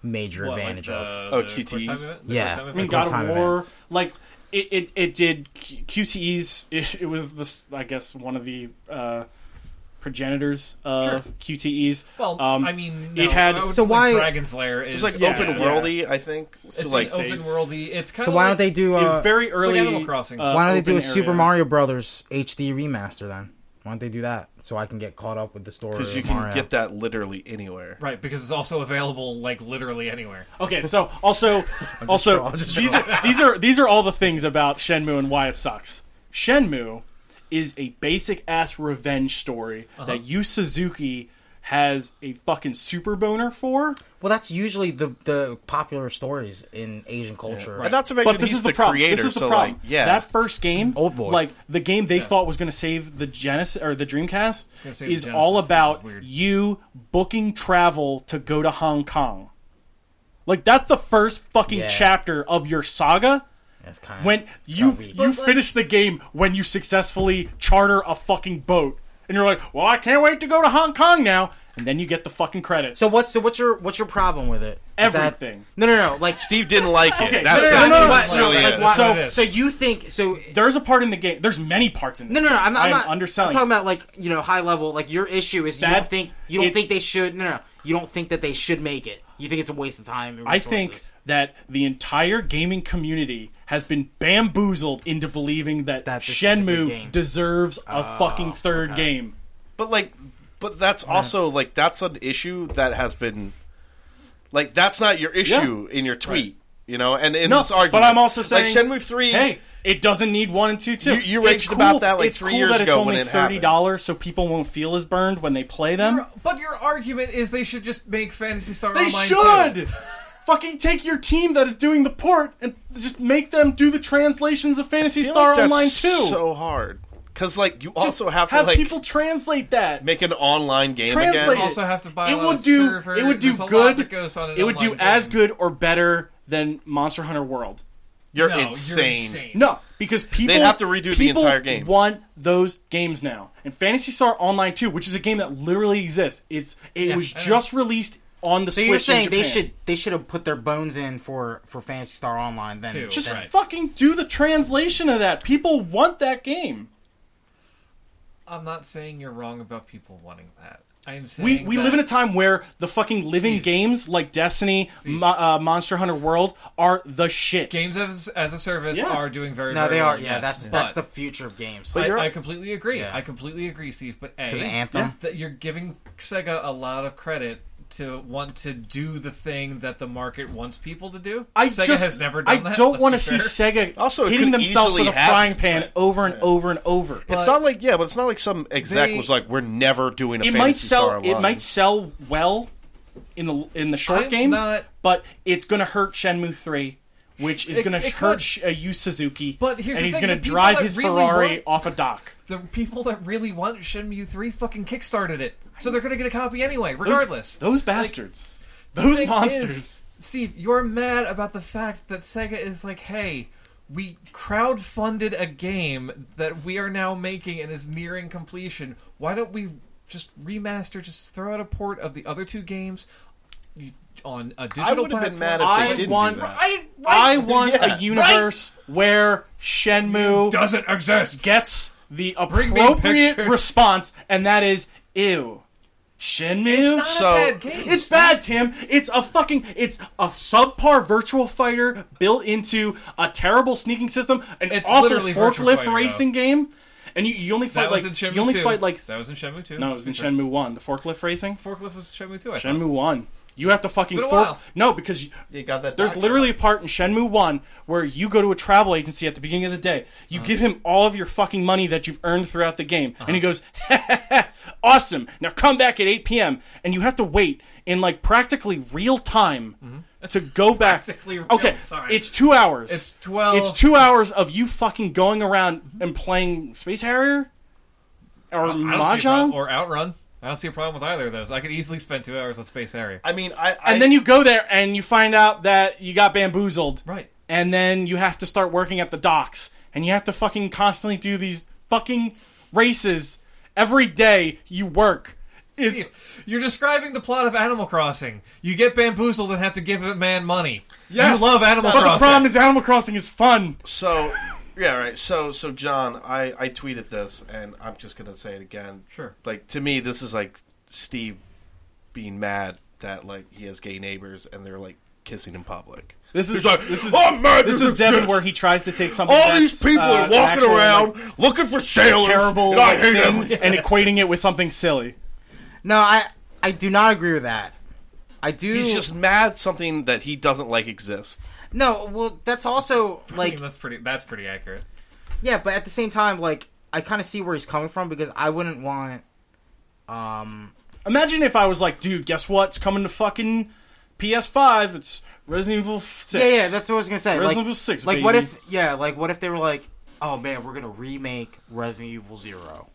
S3: major
S4: What, like
S3: advantage
S4: the-
S3: of.
S4: the
S2: Oh,
S4: quick time
S2: QTEs?
S4: event? The
S3: Yeah,
S4: quick time
S1: I mean,
S4: event?
S3: Like
S1: God of
S3: time
S1: War,
S3: events.
S1: like it, it, it did Q- QTEs. It, it was this, I guess, one of the uh, progenitors of
S4: Sure.
S1: QTEs.
S4: Well,
S1: Um,
S4: I mean,
S1: it
S4: no,
S1: had-
S4: I would
S3: So
S4: think
S3: why-
S4: Dragon's Lair
S2: it's
S4: is
S2: like
S1: Yeah,
S2: open
S1: yeah.
S2: worldy, I think. So,
S4: it's
S2: like,
S4: an open
S1: saves.
S4: worldy. It's kind
S3: So
S4: of
S3: why don't
S4: like,
S3: they do?
S1: it
S3: A,
S1: was very early.
S4: Animal Crossing.
S1: uh,
S3: Uh, why don't they do a
S1: open
S3: Super
S1: area.
S3: Mario Brothers HD remaster then? Why don't they do that so I can get caught up with the story?
S2: because you
S3: of
S2: can
S3: Mario.
S2: get that literally anywhere.
S4: right because it's also available like literally anywhere.
S1: Okay, so also, also
S3: troll- I'm just
S1: these are these are these are all the things about Shenmue and why it sucks. Shenmue is a basic ass revenge story that Yu Suzuki has a fucking super boner for.
S3: Well, that's usually the the popular stories in Asian culture.
S2: And not to mention,
S1: but this
S2: he's
S1: is the,
S2: the
S1: problem.
S2: creator,
S1: this is the
S2: so
S1: problem.
S2: like, yeah,
S1: that first game,
S3: Old boy.
S1: like the game they thought was going to save the Genesis or the Dreamcast,
S4: Gonna
S1: is
S4: save the Genesis,
S1: all
S4: which is
S1: about
S4: weird.
S1: you booking travel to go to Hong Kong. Like that's the first fucking
S3: Yeah.
S1: chapter of your saga.
S3: That's kind of
S1: When you
S3: weak.
S1: you finish the game when you successfully charter a fucking boat, and you're like, well, I can't wait to go to Hong Kong now, and then you get the fucking credits.
S3: So what's so what's your what's your problem with it? Is that-
S1: Everything.
S3: no, no, no. Like
S2: Steve didn't like it.
S1: Okay,
S2: That's
S1: no,
S2: it.
S1: no, no, no,
S4: That's
S3: no,
S4: really
S3: like,
S4: it.
S3: why-
S4: That's what it is.
S3: so you think so?
S1: There's a part in the game. There's many parts in. This
S3: No, no, no. I'm not.
S1: I
S3: I'm
S1: am
S3: not
S1: underselling.
S3: I'm talking about like you know high level. Like your issue is you
S1: That-
S3: don't think you don't
S1: it's-
S3: think they should. No, no. You don't think that they should make it. You think it's a waste of time. And
S1: I think
S3: resources.
S1: that the entire gaming community has been bamboozled into believing that,
S3: That this is a good game. Oh,
S1: Shenmue deserves a fucking third game.
S2: But like, but that's also like that's an issue that has been, like that's not your issue in your tweet, you know. And in
S1: No,
S2: this argument,
S1: but I'm also saying,
S2: like Shenmue three.
S1: Hey, it doesn't need one and two too.
S2: You- you
S1: It's
S2: raged about that, like,
S1: it's
S2: three
S1: cool
S2: years
S1: that it's
S2: ago
S1: only
S2: when it
S1: thirty dollars, so people won't feel as burned when they play them.
S4: Your- But your argument is they should just make Fantasy Star.
S1: They
S4: Online
S1: should
S4: too.
S1: fucking take your team that is doing the port and just make them do the translations of Fantasy
S2: I feel
S1: Star
S2: like that's
S1: Online too.
S2: So hard because like you
S1: Just
S2: also have to
S1: have
S2: like
S1: people translate that.
S2: make an online game
S1: translate
S2: again.
S1: it.
S4: Also have to buy
S1: it
S4: a lot
S1: would
S4: of
S1: do
S4: server.
S1: it would do
S4: There's a lot
S1: good
S4: that goes on an
S1: it would do
S4: online
S1: as
S4: game.
S1: good or better than Monster Hunter World.
S2: You're,
S4: No,
S2: insane.
S4: You're insane.
S1: No, because people
S2: They'd have to redo the
S1: people
S2: entire game.
S1: Want those games now? And Fantasy Star Online 2, which is a game that literally exists. It's it
S4: Yeah,
S1: was
S4: I know.
S1: just released on the
S3: So
S1: Switch.
S3: you're
S1: in
S3: saying they
S1: Japan.
S3: should they should have put their bones in for for Fantasy Star Online then
S4: Too.
S1: just
S4: Right.
S1: fucking do the translation of that. People want that game.
S4: I'm not saying you're wrong about people wanting that. I'm saying
S1: We, we
S4: that-
S1: live in a time where the fucking living
S4: Steve.
S1: games like Destiny, Mo- uh, Monster Hunter World are the shit.
S4: games as as a service
S1: Yeah.
S4: are doing very.
S3: No,
S4: very
S3: they are.
S4: well,
S3: Yeah,
S4: yes,
S3: that's
S4: but
S3: that's the future of games.
S4: I,
S2: you're-
S4: I completely agree.
S3: Yeah.
S4: I completely agree, Steve. But a
S3: 'Cause of Anthem?
S4: that you're giving Sega a lot of credit to want to do the thing that the market wants people to do.
S1: I
S4: Sega
S1: just
S4: has never
S1: I
S4: done that.
S1: don't
S4: let's
S1: want to
S4: be
S1: see
S4: fair.
S1: Sega
S2: Also, it
S1: hitting
S2: could
S1: themselves with
S2: easily
S1: a
S2: happen.
S1: frying pan over and over and over.
S2: It's not like yeah, but it's not like some exec
S4: They-
S2: was like, "We're never doing a
S1: it
S2: Fantasy
S1: might
S2: Star
S1: sell.
S2: Online."
S1: It might sell well in the in the short
S4: I'm
S1: game,
S4: not-
S1: but it's going to hurt Shenmue three which is
S4: It-
S1: going to
S4: it
S1: hurt
S4: could.
S1: Sh- uh, Yu Suzuki.
S4: But here's
S1: and
S4: the
S1: he's
S4: thing,
S1: gonna
S4: the people
S1: drive
S4: that
S1: his
S4: really
S1: Ferrari
S4: want-
S1: off a dock.
S4: The people that really want Shenmue 3 fucking kickstarted it. So they're going to get a copy anyway,
S1: Those-
S4: regardless.
S1: those bastards, those
S4: thing
S1: monsters.
S4: is, Steve, you're mad about the fact that Sega is like, hey, we crowdfunded a game that we are now making and is nearing completion. Why don't we just remaster, just throw out a port of the other two games on a digital
S2: I would have
S4: platform?
S2: been mad if
S1: I
S2: they didn't
S1: want-
S2: do that.
S4: I,
S1: I
S4: right?
S1: want
S2: yeah,
S1: a universe where Shenmue
S4: doesn't exist.
S1: gets the
S4: me
S1: appropriate
S4: pictures.
S1: response, and that is ew. Shenmue.
S4: It's not
S2: So-
S4: a bad game.
S1: It's bad, Tim. It's a fucking it's a subpar virtual fighter built into a terrible sneaking system, an
S4: It's
S1: awful
S4: literally Virtua
S1: forklift
S4: Fighter, though.
S1: racing game, and you, you only
S4: That
S1: fight
S4: was
S1: like
S4: in Shenmue
S1: you only
S4: 2.
S1: fight like
S4: that was in Shenmue 2.
S1: no, it was in Shenmue One, the forklift racing.
S4: Forklift was Shenmue 2, I thought.
S1: Shenmue One. You have to fucking
S4: Been a
S1: fork.
S4: while.
S1: No, because you-
S2: You got that.
S1: there's
S2: doctor.
S1: literally a part in Shenmue 1 where you go to a travel agency at the beginning of the day. You
S4: Uh-huh.
S1: give him all of your fucking money that you've earned throughout the game. And he
S4: Uh-huh.
S1: goes, awesome. Now come back at 8 p.m. And you have to wait in like practically real time to go back.
S4: Mm-hmm. Practically real
S1: okay,
S4: time.
S1: it's two hours.
S4: It's 12.
S1: It's two hours of you fucking going around and playing Space Harrier or
S4: I don't see a problem-
S1: Mahjong.
S4: or Outrun. I don't see a problem with either of those. I could easily spend two hours on Space Harrier.
S2: I mean, I, I
S1: and then you go there and you find out that you got bamboozled.
S4: Right.
S1: And then you have to start working at the docks and you have to fucking constantly do these fucking races every day you work. It's
S4: You're describing the plot of Animal Crossing. You get bamboozled and have to give a man money.
S1: Yes.
S4: You love Animal
S1: but
S4: Crossing.
S1: the problem is Animal Crossing is fun.
S2: So yeah, right. So so John, I I tweeted this, and I'm just gonna say it again.
S4: Sure.
S2: Like to me, this is like Steve being mad that like he has gay neighbors and they're like kissing in public.
S1: This is
S2: He's like,
S1: this is
S2: "I'm mad
S1: this
S2: this
S1: is Devin
S2: exists."
S1: where he tries to take something.
S2: All
S1: that's,
S2: these people
S1: uh,
S2: are
S1: an
S2: walking
S1: actual, like,
S2: around looking for sailors.
S1: terrible
S2: and I
S1: like,
S2: hate
S1: thing
S2: everything.
S1: and equating it with something silly.
S3: No, I I do not agree with that. I do.
S2: He's just mad something that he doesn't like exists.
S3: no. Well, that's also
S4: I mean,
S3: like
S4: that's pretty. That's pretty accurate.
S3: yeah, but at the same time, like I kind of see where he's coming from because I wouldn't want. Um.
S1: Imagine if I was like, dude, guess what's coming to fucking PS5? It's Resident Evil 6.
S3: Yeah, yeah. That's what I was gonna say.
S1: Resident
S3: like,
S1: Evil 6,
S3: Like, what
S1: baby.
S3: if? Yeah, like what if they were like, oh man, we're gonna remake Resident Evil Zero,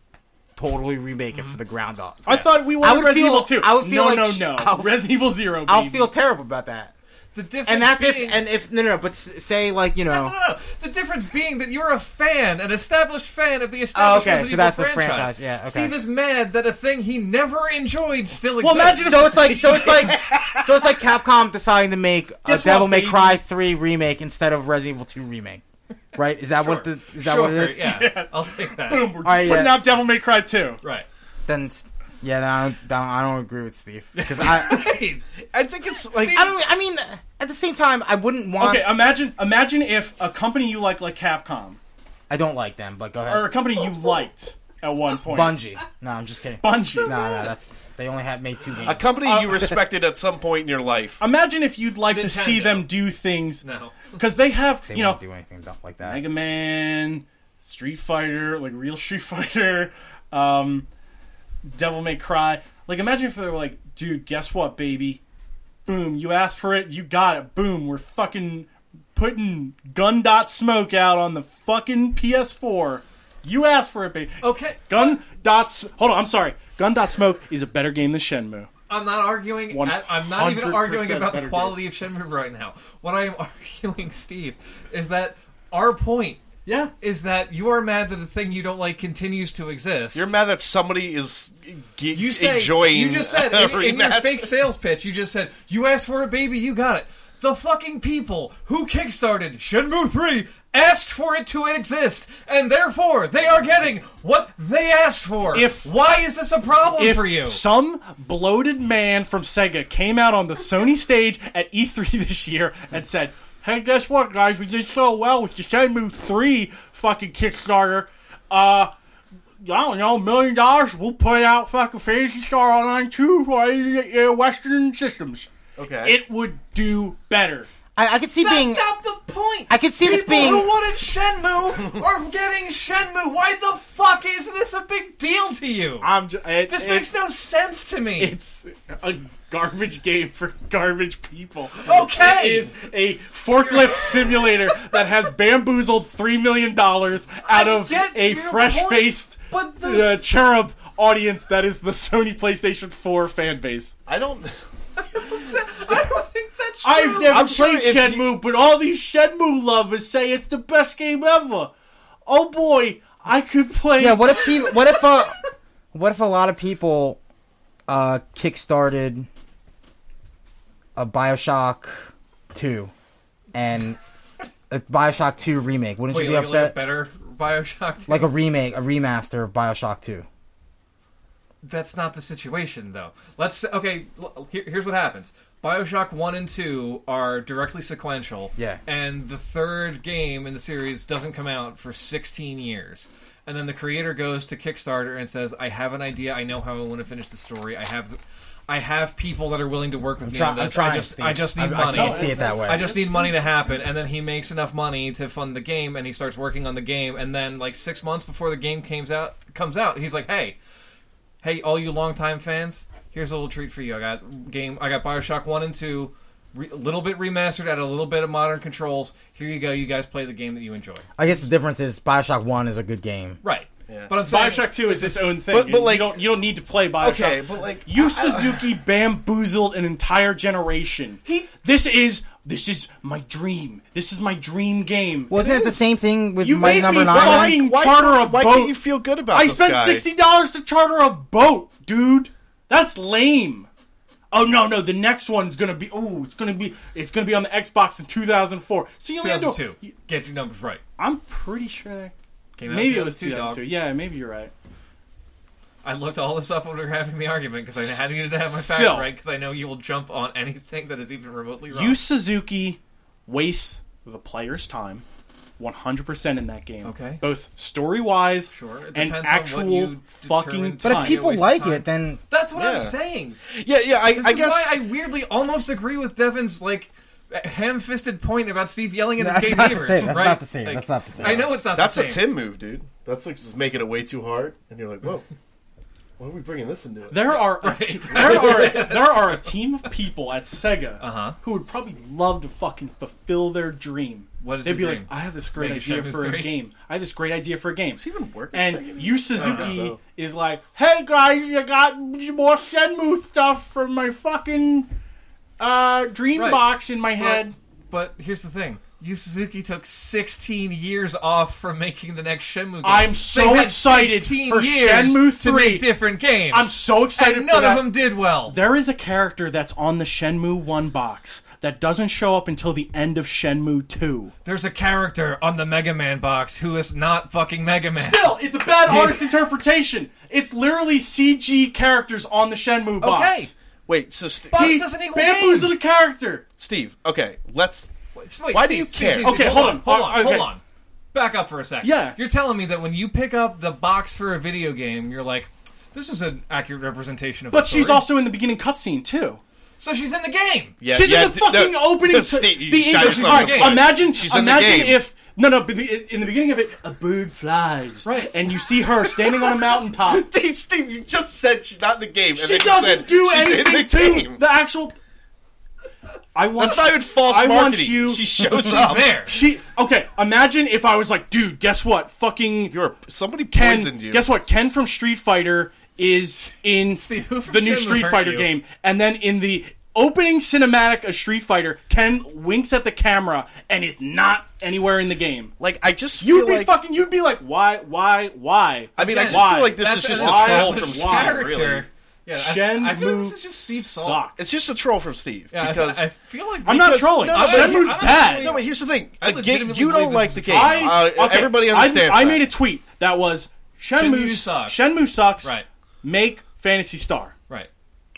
S3: totally remake it from the ground up.
S1: Mm-hmm. I thought we
S3: I
S1: wanted
S3: would
S1: Resident
S3: feel-
S1: Evil 2.
S3: I would feel
S1: no,
S3: like
S1: no,
S3: sh-
S1: no,
S3: I would-
S1: Resident Evil 0. Baby.
S3: I'll feel terrible about that.
S4: The difference.
S3: And that's if
S4: being-
S3: and if no no, but s- say like you know.
S4: No, no, the difference being that you're a fan, an established fan of the
S3: Oh,
S4: established
S3: okay,
S4: Resident
S3: so that's the
S4: Evil franchise.
S3: franchise. Yeah, okay.
S4: Steve is mad that a thing he never enjoyed still
S3: Well,
S4: exists.
S3: imagine so it's like so it's like so it's like Capcom deciding to make a
S1: Guess what,
S3: Devil May
S1: baby?
S3: Cry three remake instead of Resident Evil two remake, right? Is that what the is that
S4: sure,
S3: what it is?
S4: Yeah, I'll take that.
S1: Boom, we're just
S3: Alright,
S1: putting
S3: yeah.
S1: out Devil May Cry 2.
S4: Right.
S3: Then it's- yeah, then I don't, I don't I don't agree with Steve because I
S2: I think it's like
S3: I don't I mean at the same time I wouldn't want
S1: Okay, imagine imagine if a company you like, like Capcom,
S3: I don't like them but go ahead
S1: or a company you liked at one point,
S3: Bungie no I'm just kidding
S1: Bungie.
S3: no no that's they only have made two games
S2: a company you respected at some point in your life.
S1: Imagine if you'd like to see
S4: Nintendo.
S1: them do things
S4: No.
S1: because they have,
S3: they
S1: you know,
S3: won't do anything about- like that
S1: Mega Man, Street Fighter, like real Street Fighter, um, Devil May Cry. Like, imagine if they were like, dude, guess what, baby? Boom, you asked for it, you got it. Boom, we're fucking putting Gun Dot Smoke out on the fucking PS4. You asked for it, baby.
S4: Okay.
S1: Gun Dot. S- Hold on, I'm sorry. Gun Dot Smoke is a better game than Shenmue.
S4: I'm not arguing. I- I'm not even
S1: 100%
S4: arguing about the
S1: better
S4: quality of Shenmue right now. What I am arguing, Steve, is that our point
S1: Yeah.
S4: is that you are mad that the thing you don't like continues to exist.
S2: You're mad that somebody is ge-
S4: You say
S2: enjoying.
S4: you just said
S2: a
S4: in, in your
S2: remaster.
S4: fake sales pitch. You just said you asked for it, baby, you got it. The fucking people who kickstarted Shenmue 3 asked for it to exist, and therefore they are getting what they asked for.
S1: If-
S4: why is this a problem
S1: if
S4: for you?
S1: some bloated man from Sega came out on the Sony stage at E3 this year and said, "Hey, guess what, guys? We did so well with the Shenmue Three fucking Kickstarter. Uh, I don't know, million dollars. We'll put out fucking Fantasy Star Online Two for uh, Western systems.
S2: Okay.
S1: It would do better."
S3: I, I could see being
S4: That's not the point.
S3: I could see this
S4: People
S3: being-
S4: who wanted Shenmue are getting Shenmue. Why the fuck is this a big deal to you?
S1: I'm just, it,
S4: This makes no
S1: it's-
S4: sense to me.
S1: It's a garbage game for garbage people.
S4: Okay.
S1: It is a forklift simulator that has bamboozled $3 million out
S4: I
S1: of
S4: get
S1: a
S4: your
S1: fresh faced
S4: point, but there's-
S1: uh, cherub audience that is the Sony PlayStation 4 fan base.
S2: I don't.
S4: I don't think that's true.
S1: I've never
S2: I'm sure
S1: played
S2: if
S1: Shenmue, but all these Shenmue lovers say it's the best game ever. Oh boy, I could play.
S6: Yeah, what if people? What if uh, what if a lot of people uh kickstarted a Bioshock two and a Bioshock two remake? Wouldn't
S4: Wait,
S6: you be
S4: like, like a
S6: upset?
S4: better Bioshock.
S6: Like a remake, a remaster of Bioshock two.
S4: that's not the situation though. Let's okay. l- Here, here's what happens: Bioshock One and Two are directly sequential.
S3: Yeah.
S4: And the third game in the series doesn't come out for 16 years. And then the creator goes to Kickstarter and says, "I have an idea. I know how I want to finish the story. I have, the, I have people that are willing to work with me
S3: try-
S4: on
S3: I'm
S4: this.
S3: trying,
S4: I just,
S3: Steve.
S4: I just need
S3: I- I
S4: money.
S3: can't see it that way.
S4: I just need money to happen, and then he makes enough money to fund the game, and he starts working on the game, and then like six months before the game comes out, comes out, he's like, "Hey, hey, all you longtime fans, here's a little treat for you. I got game, I got Bioshock One and Two, re- a little bit remastered, add a little bit of modern controls. Here you go. You guys play the game that you enjoy.
S6: I guess the difference is Bioshock one is a good game.
S4: Right. But I'm saying,
S1: Bioshock Two is its own thing.
S2: But-
S1: and
S2: but, like-
S1: you don't you don't need to play Bioshock.
S2: Okay, but, like,
S1: you Suzuki bamboozled an entire generation. this is this is my dream. This is my dream game.
S6: Wasn't it, the same thing with
S1: You
S6: my
S1: made
S6: number
S1: me
S6: nine?
S1: fucking
S2: Why-
S1: charter a
S2: why
S1: boat.
S2: can't you feel good about
S1: I
S2: this
S1: spent
S2: guy?
S1: sixty dollars to charter a boat, dude. That's lame. Oh no, no, the next one's gonna be. Oh, it's gonna be. It's gonna be on the Xbox in two thousand four. So you only had to.
S4: 2002. Get your numbers right.
S1: I'm pretty sure that
S4: Came out
S1: maybe
S4: the
S1: it was
S4: other
S1: two
S4: dog.
S1: thousand two. Yeah, maybe you're right.
S4: I looked all this up when we were having the argument because I had needed to have my facts
S1: Still.
S4: right because I know you will jump on anything that is even remotely wrong.
S1: You Suzuki wastes the player's time 100% in that game.
S4: Okay.
S1: Both story wise
S4: Sure, it
S1: and
S4: depends on what
S1: actual
S4: you determine
S1: fucking
S4: to
S6: But
S1: time.
S6: if people
S4: waste of
S6: like
S4: time.
S6: it, then
S4: That's what
S2: Yeah.
S4: I'm saying.
S2: Yeah, yeah. I,
S4: This
S2: I
S4: is
S2: guess.
S4: why I weirdly almost agree with Devin's like ham-fisted point about Steve yelling at
S6: No,
S4: his
S6: that's
S4: gay
S6: not the
S4: neighbors.
S6: same. That's
S4: right?
S6: not the same.
S4: Like,
S6: That's not the same.
S4: I know it's not.
S2: that's
S4: the
S2: a
S4: same.
S2: Tim move, dude. That's like just making it way too hard, and you're like, whoa. Why are we bringing this into it?
S1: There are a te- there are there are a team of people at Sega
S4: Uh-huh.
S1: who would probably love to fucking fulfill their dream.
S4: What is
S1: They'd
S4: the
S1: be
S4: dream?
S1: like, I have this great
S4: Make
S1: idea
S4: Shenmue
S1: for a
S4: 3?
S1: game. I have this great idea for a game.
S2: Does he even work at Sega?
S1: and Yu Suzuki
S2: so.
S1: is like, "Hey guys, I got more Shenmue stuff from my fucking uh, dream
S4: Right.
S1: box in my
S4: But-
S1: head."
S4: But here's the thing: Yu Suzuki took 16 years off from making the next Shenmue game.
S1: I'm so
S4: They had
S1: excited
S4: 16
S1: for
S4: years
S1: Shenmue 3.
S4: to make different games.
S1: I'm so excited
S4: and none
S1: for that.
S4: of them did well.
S1: There is a character that's on the Shenmue 1 box that doesn't show up until the end of Shenmue 2.
S4: There's a character on the Mega Man box who is not fucking Mega Man.
S1: Still, it's a bad artist interpretation. It's literally CG characters on the Shenmue
S4: okay,
S1: box.
S2: Wait, so St-
S4: But
S1: He
S4: it doesn't equal
S1: bamboozled a character.
S2: Steve, okay, let's.
S4: So wait,
S2: Why
S4: Steve,
S2: do you
S4: Steve,
S2: care?
S4: Steve,
S1: Okay,
S4: Steve,
S1: hold on,
S4: hold
S1: hold
S4: on,
S1: on,
S4: hold
S1: okay.
S4: on. Back up for a second.
S1: Yeah.
S4: you're telling me that when you pick up the box for a video game, you're like, "This is an accurate representation of."
S1: But
S4: the
S1: she's
S4: story."
S1: also in the beginning cutscene, too.
S4: so she's in the game.
S2: Yeah,
S1: she's
S2: yeah,
S1: in the fucking opening. to- the
S2: intro.
S1: intro. All right, imagine,
S2: She's in the
S1: imagine
S2: game.
S1: if no, no. but the- In the beginning of it, a bird flies,
S4: Right.
S1: and you see her standing on a mountaintop,
S2: Steve, you just said she's not in the game. and
S1: She
S2: then you
S1: doesn't
S2: said
S1: do
S2: she's in
S1: anything
S2: the
S1: to
S2: game.
S1: the actual. I want.
S2: That's not even false
S1: I
S2: marketing.
S1: want you.
S2: She shows
S4: She's
S2: up
S4: there.
S1: she okay. Imagine if I was like, dude, guess what? Fucking
S2: You're somebody
S1: Ken.
S2: poisoned you.
S1: Guess what? Ken from Street Fighter is in
S4: Steve, who from
S1: the new
S4: Shenmue
S1: Street
S4: hurt
S1: Fighter
S4: you?
S1: game, and then in the opening cinematic of Street Fighter, Ken winks at the camera and is not anywhere in the game.
S2: Like I just
S1: You'd
S2: feel
S1: be
S2: like,
S1: fucking. You'd be like, why, why, why?
S2: I mean, I
S4: Yeah,
S2: just
S1: why?
S2: feel like this
S4: That's
S2: is just a
S4: why-
S2: troll
S4: that's
S2: from
S4: the
S2: Steve.
S1: why?
S4: character.
S2: Really,
S4: Yeah, I-
S1: Shenmue
S4: I, feel like this is just Steve Salt.
S1: sucks.
S2: it's just a troll from Steve
S4: Yeah, I-
S2: because
S4: I, feel like
S1: I'm not
S2: because-
S1: trolling.
S2: no,
S1: No,
S2: but-
S1: Shenmue's
S4: I'm
S1: bad.
S4: actually-
S2: No, but here's the thing.
S4: I
S2: Again,
S4: legitimately
S2: you don't
S4: believe
S2: like
S4: this
S2: the
S4: is a
S2: game.
S1: I
S2: Uh,
S1: okay,
S2: everybody
S1: I-
S2: understands.
S1: I,
S2: that.
S1: made a tweet that was Shenmue
S4: Shenmue sucks.
S1: Shenmue sucks.
S4: Right.
S1: Make Fantasy Star.
S4: right.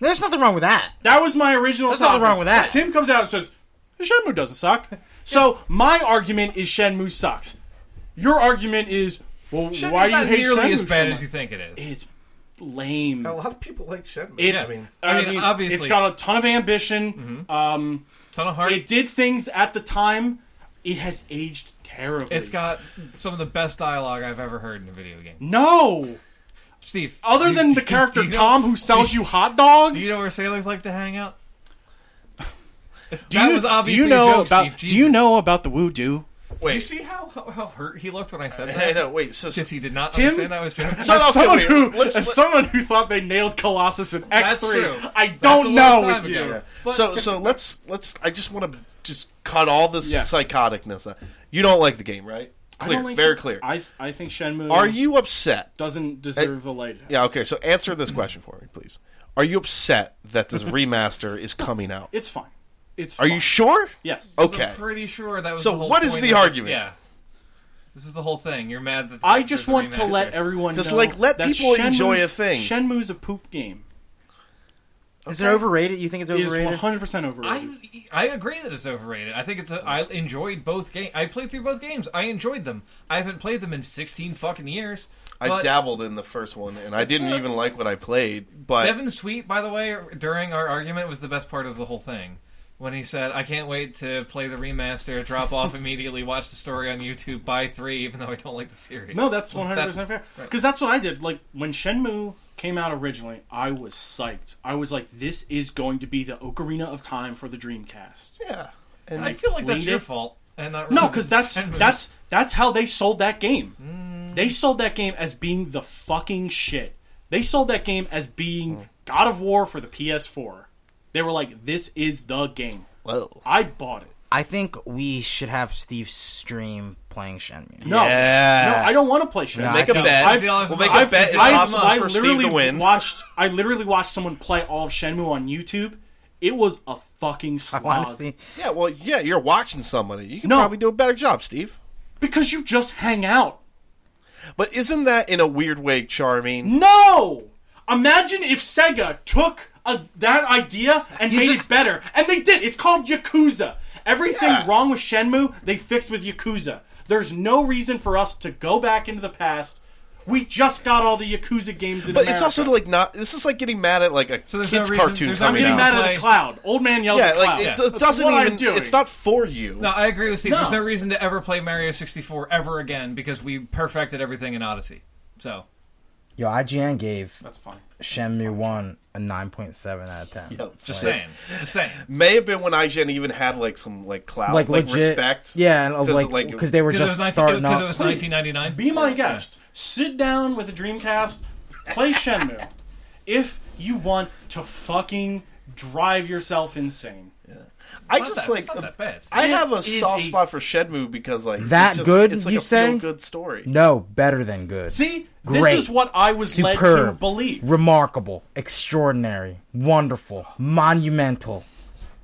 S6: there's nothing wrong with that.
S1: That was my original.
S6: There's nothing
S1: topic.
S6: wrong with that.
S1: Tim comes out and says Shenmue doesn't suck. So my argument is Shenmue sucks. Your argument is well,
S4: Shenmue's
S1: why do you
S4: not
S1: hate
S4: nearly
S1: Shenmue
S4: as bad
S1: so
S4: as you
S1: much?
S4: think it is.
S1: It's lame.
S5: A lot of people like Shenmue.
S1: It's
S4: I mean-
S1: I
S4: I mean,
S1: mean,
S4: obviously.
S1: it's got a ton of ambition. Um,
S4: Ton of heart.
S1: it did things at the time It has aged terribly.
S4: It's got some of the best dialogue I've ever heard in a video game.
S1: no.
S4: Steve,
S1: Other
S4: do-
S1: than the
S4: do-
S1: character
S4: do you know-
S1: Tom who sells
S4: do
S1: you hot dogs.
S4: Do you know where sailors like to hang out? It's-
S1: Do
S4: that
S1: you-
S4: was
S1: do you
S4: obviously
S1: know
S4: a joke,
S1: about?
S4: Steve.
S1: Do you
S4: Jesus.
S1: know about the woo doo?
S4: Do you see how, how how hurt he looked when I said
S2: I
S4: that?
S2: know. Wait. So
S4: Because he did not
S1: Tim?
S4: understand I was joking.
S2: Shut up,
S1: someone
S2: Kevin.
S1: who,
S2: Let's-
S1: as someone who thought they nailed Colossus in X
S4: That's
S1: three,
S4: true.
S1: I
S4: That's a
S1: don't
S4: long
S1: know
S4: time
S1: with you.
S4: ago. But-
S2: so so let's let's. I just want to just cut all this
S1: Yeah.
S2: psychoticness. out. You don't like the game, right?
S1: I
S2: Clear,
S1: don't like
S2: very
S1: Shen-
S2: clear.
S1: I I think Shenmue
S2: Are you upset?
S1: doesn't deserve the light.
S2: Yeah. Okay. So answer this question for me, please. Are you upset that this remaster is coming out?
S1: It's fine. It's.
S2: Are
S1: fine.
S2: you sure?
S1: Yes.
S2: Okay.
S4: I'm pretty sure that was.
S2: So
S4: the whole
S2: what is
S4: point
S2: the
S4: of this-
S2: argument?
S4: Yeah, this is the whole thing. You're mad that
S1: I just
S4: there's a
S1: want to let
S4: remaster.
S1: everyone
S2: Just,
S1: know
S2: like, let
S1: that
S2: people enjoy
S1: Shenmue's-
S2: a thing.
S1: Shenmue's a poop game.
S3: Is it overrated? You think it's
S1: It is one
S3: overrated?
S1: hundred percent overrated.
S4: I I agree that it's overrated. I think it's a, I enjoyed both games. I played through both games. I enjoyed them. I haven't played them in 16 fucking years.
S2: I
S4: but-
S2: dabbled in the first one, and I didn't
S4: uh,
S2: even like what I played. But
S4: Devin's tweet, by the way, during our argument was the best part of the whole thing. When he said, I can't wait to play the remaster, drop off immediately, watch the story on YouTube, buy three, even though I don't like the series.
S1: No, that's
S4: Well,
S1: one hundred percent fair. Because that's what I did. Like when Shenmue came out originally, I was psyched. I was like, "This is going to be the Ocarina of Time for the Dreamcast."
S2: yeah, and
S4: I feel like that's
S1: Cleaned
S4: your
S1: it.
S4: fault. And not
S1: No,
S4: really
S1: because that's
S4: Shenmue's.
S1: that's that's how they sold that game. They sold that game as being the fucking shit. They sold that game as being God of War for the PS4. They were like, "This is the game."
S2: whoa.
S1: I bought it.
S7: I
S3: I think we should have Steve stream playing Shenmue.
S1: No,
S2: Yeah.
S1: no, I don't want to play Shenmue.
S3: No,
S2: Make a
S3: No,
S2: bet.
S1: I've-
S2: we'll make a
S4: I've-
S2: bet. It's
S4: I've-
S2: possible
S1: I
S2: for
S1: literally
S2: Steve to win.
S1: watched. I literally watched someone play all of Shenmue on YouTube. It was a fucking
S3: I
S1: slog.
S3: want to see.
S2: Yeah, well, yeah, you're watching somebody. You can
S1: No.
S2: probably do a better job, Steve.
S1: because you just hang out.
S2: But isn't that in a weird way charming?
S1: No, imagine if Sega took a, that idea and made
S3: just-
S1: it better, and they did. It's called Yakuza. Everything
S2: Yeah.
S1: wrong with Shenmue, they fixed with Yakuza. There's no reason for us to go back into the past. We just got all the Yakuza games in
S2: But
S1: America.
S2: it's also like not. This is like getting mad at like a
S4: So there's no
S2: kids
S4: reason-
S2: cartoon
S4: there's no
S1: I'm
S2: coming
S1: getting
S4: reason
S2: out.
S1: mad at
S4: Play-
S1: the cloud. Old man yells
S2: yeah,
S1: at cloud.
S2: like it,
S1: That's
S2: it doesn't
S1: what I'm
S2: even.
S1: doing.
S2: It's not for you.
S4: No, I agree with Steve. There's
S1: No.
S4: no reason to ever play Mario 64 ever again because we perfected everything in Odyssey. So,
S3: Yo, IGN gave
S1: That's fine.
S3: Shenmue One a nine point seven out of ten.
S2: Yeah, it's
S3: Like-
S2: just
S4: saying. Just saying.
S2: May have been when IGN even had like some like cloud
S3: like,
S2: like,
S3: legit
S2: respect.
S3: Yeah, and of,
S2: 'Cause,
S3: like
S2: like,
S3: because they were
S4: Because
S3: just
S4: it was,
S3: starting
S4: 19 because
S3: up.
S4: it was
S1: Please.
S4: 1999.
S1: Be my guest. Sit down with a Dreamcast, play Shenmue. If you want to fucking drive yourself insane.
S2: I
S4: Not
S2: just
S4: that-
S2: like
S4: it's not that fast.
S2: I have a
S1: It is
S2: soft
S1: a-
S2: spot for Shenmue because like
S3: That
S2: it just,
S3: good,
S2: It's like
S3: you
S2: a
S3: say?
S2: feel good story.
S3: no, better than good.
S1: See,
S3: Great.
S1: this is what I was led to
S3: Superb.
S1: believe.
S3: Remarkable, extraordinary, wonderful, monumental.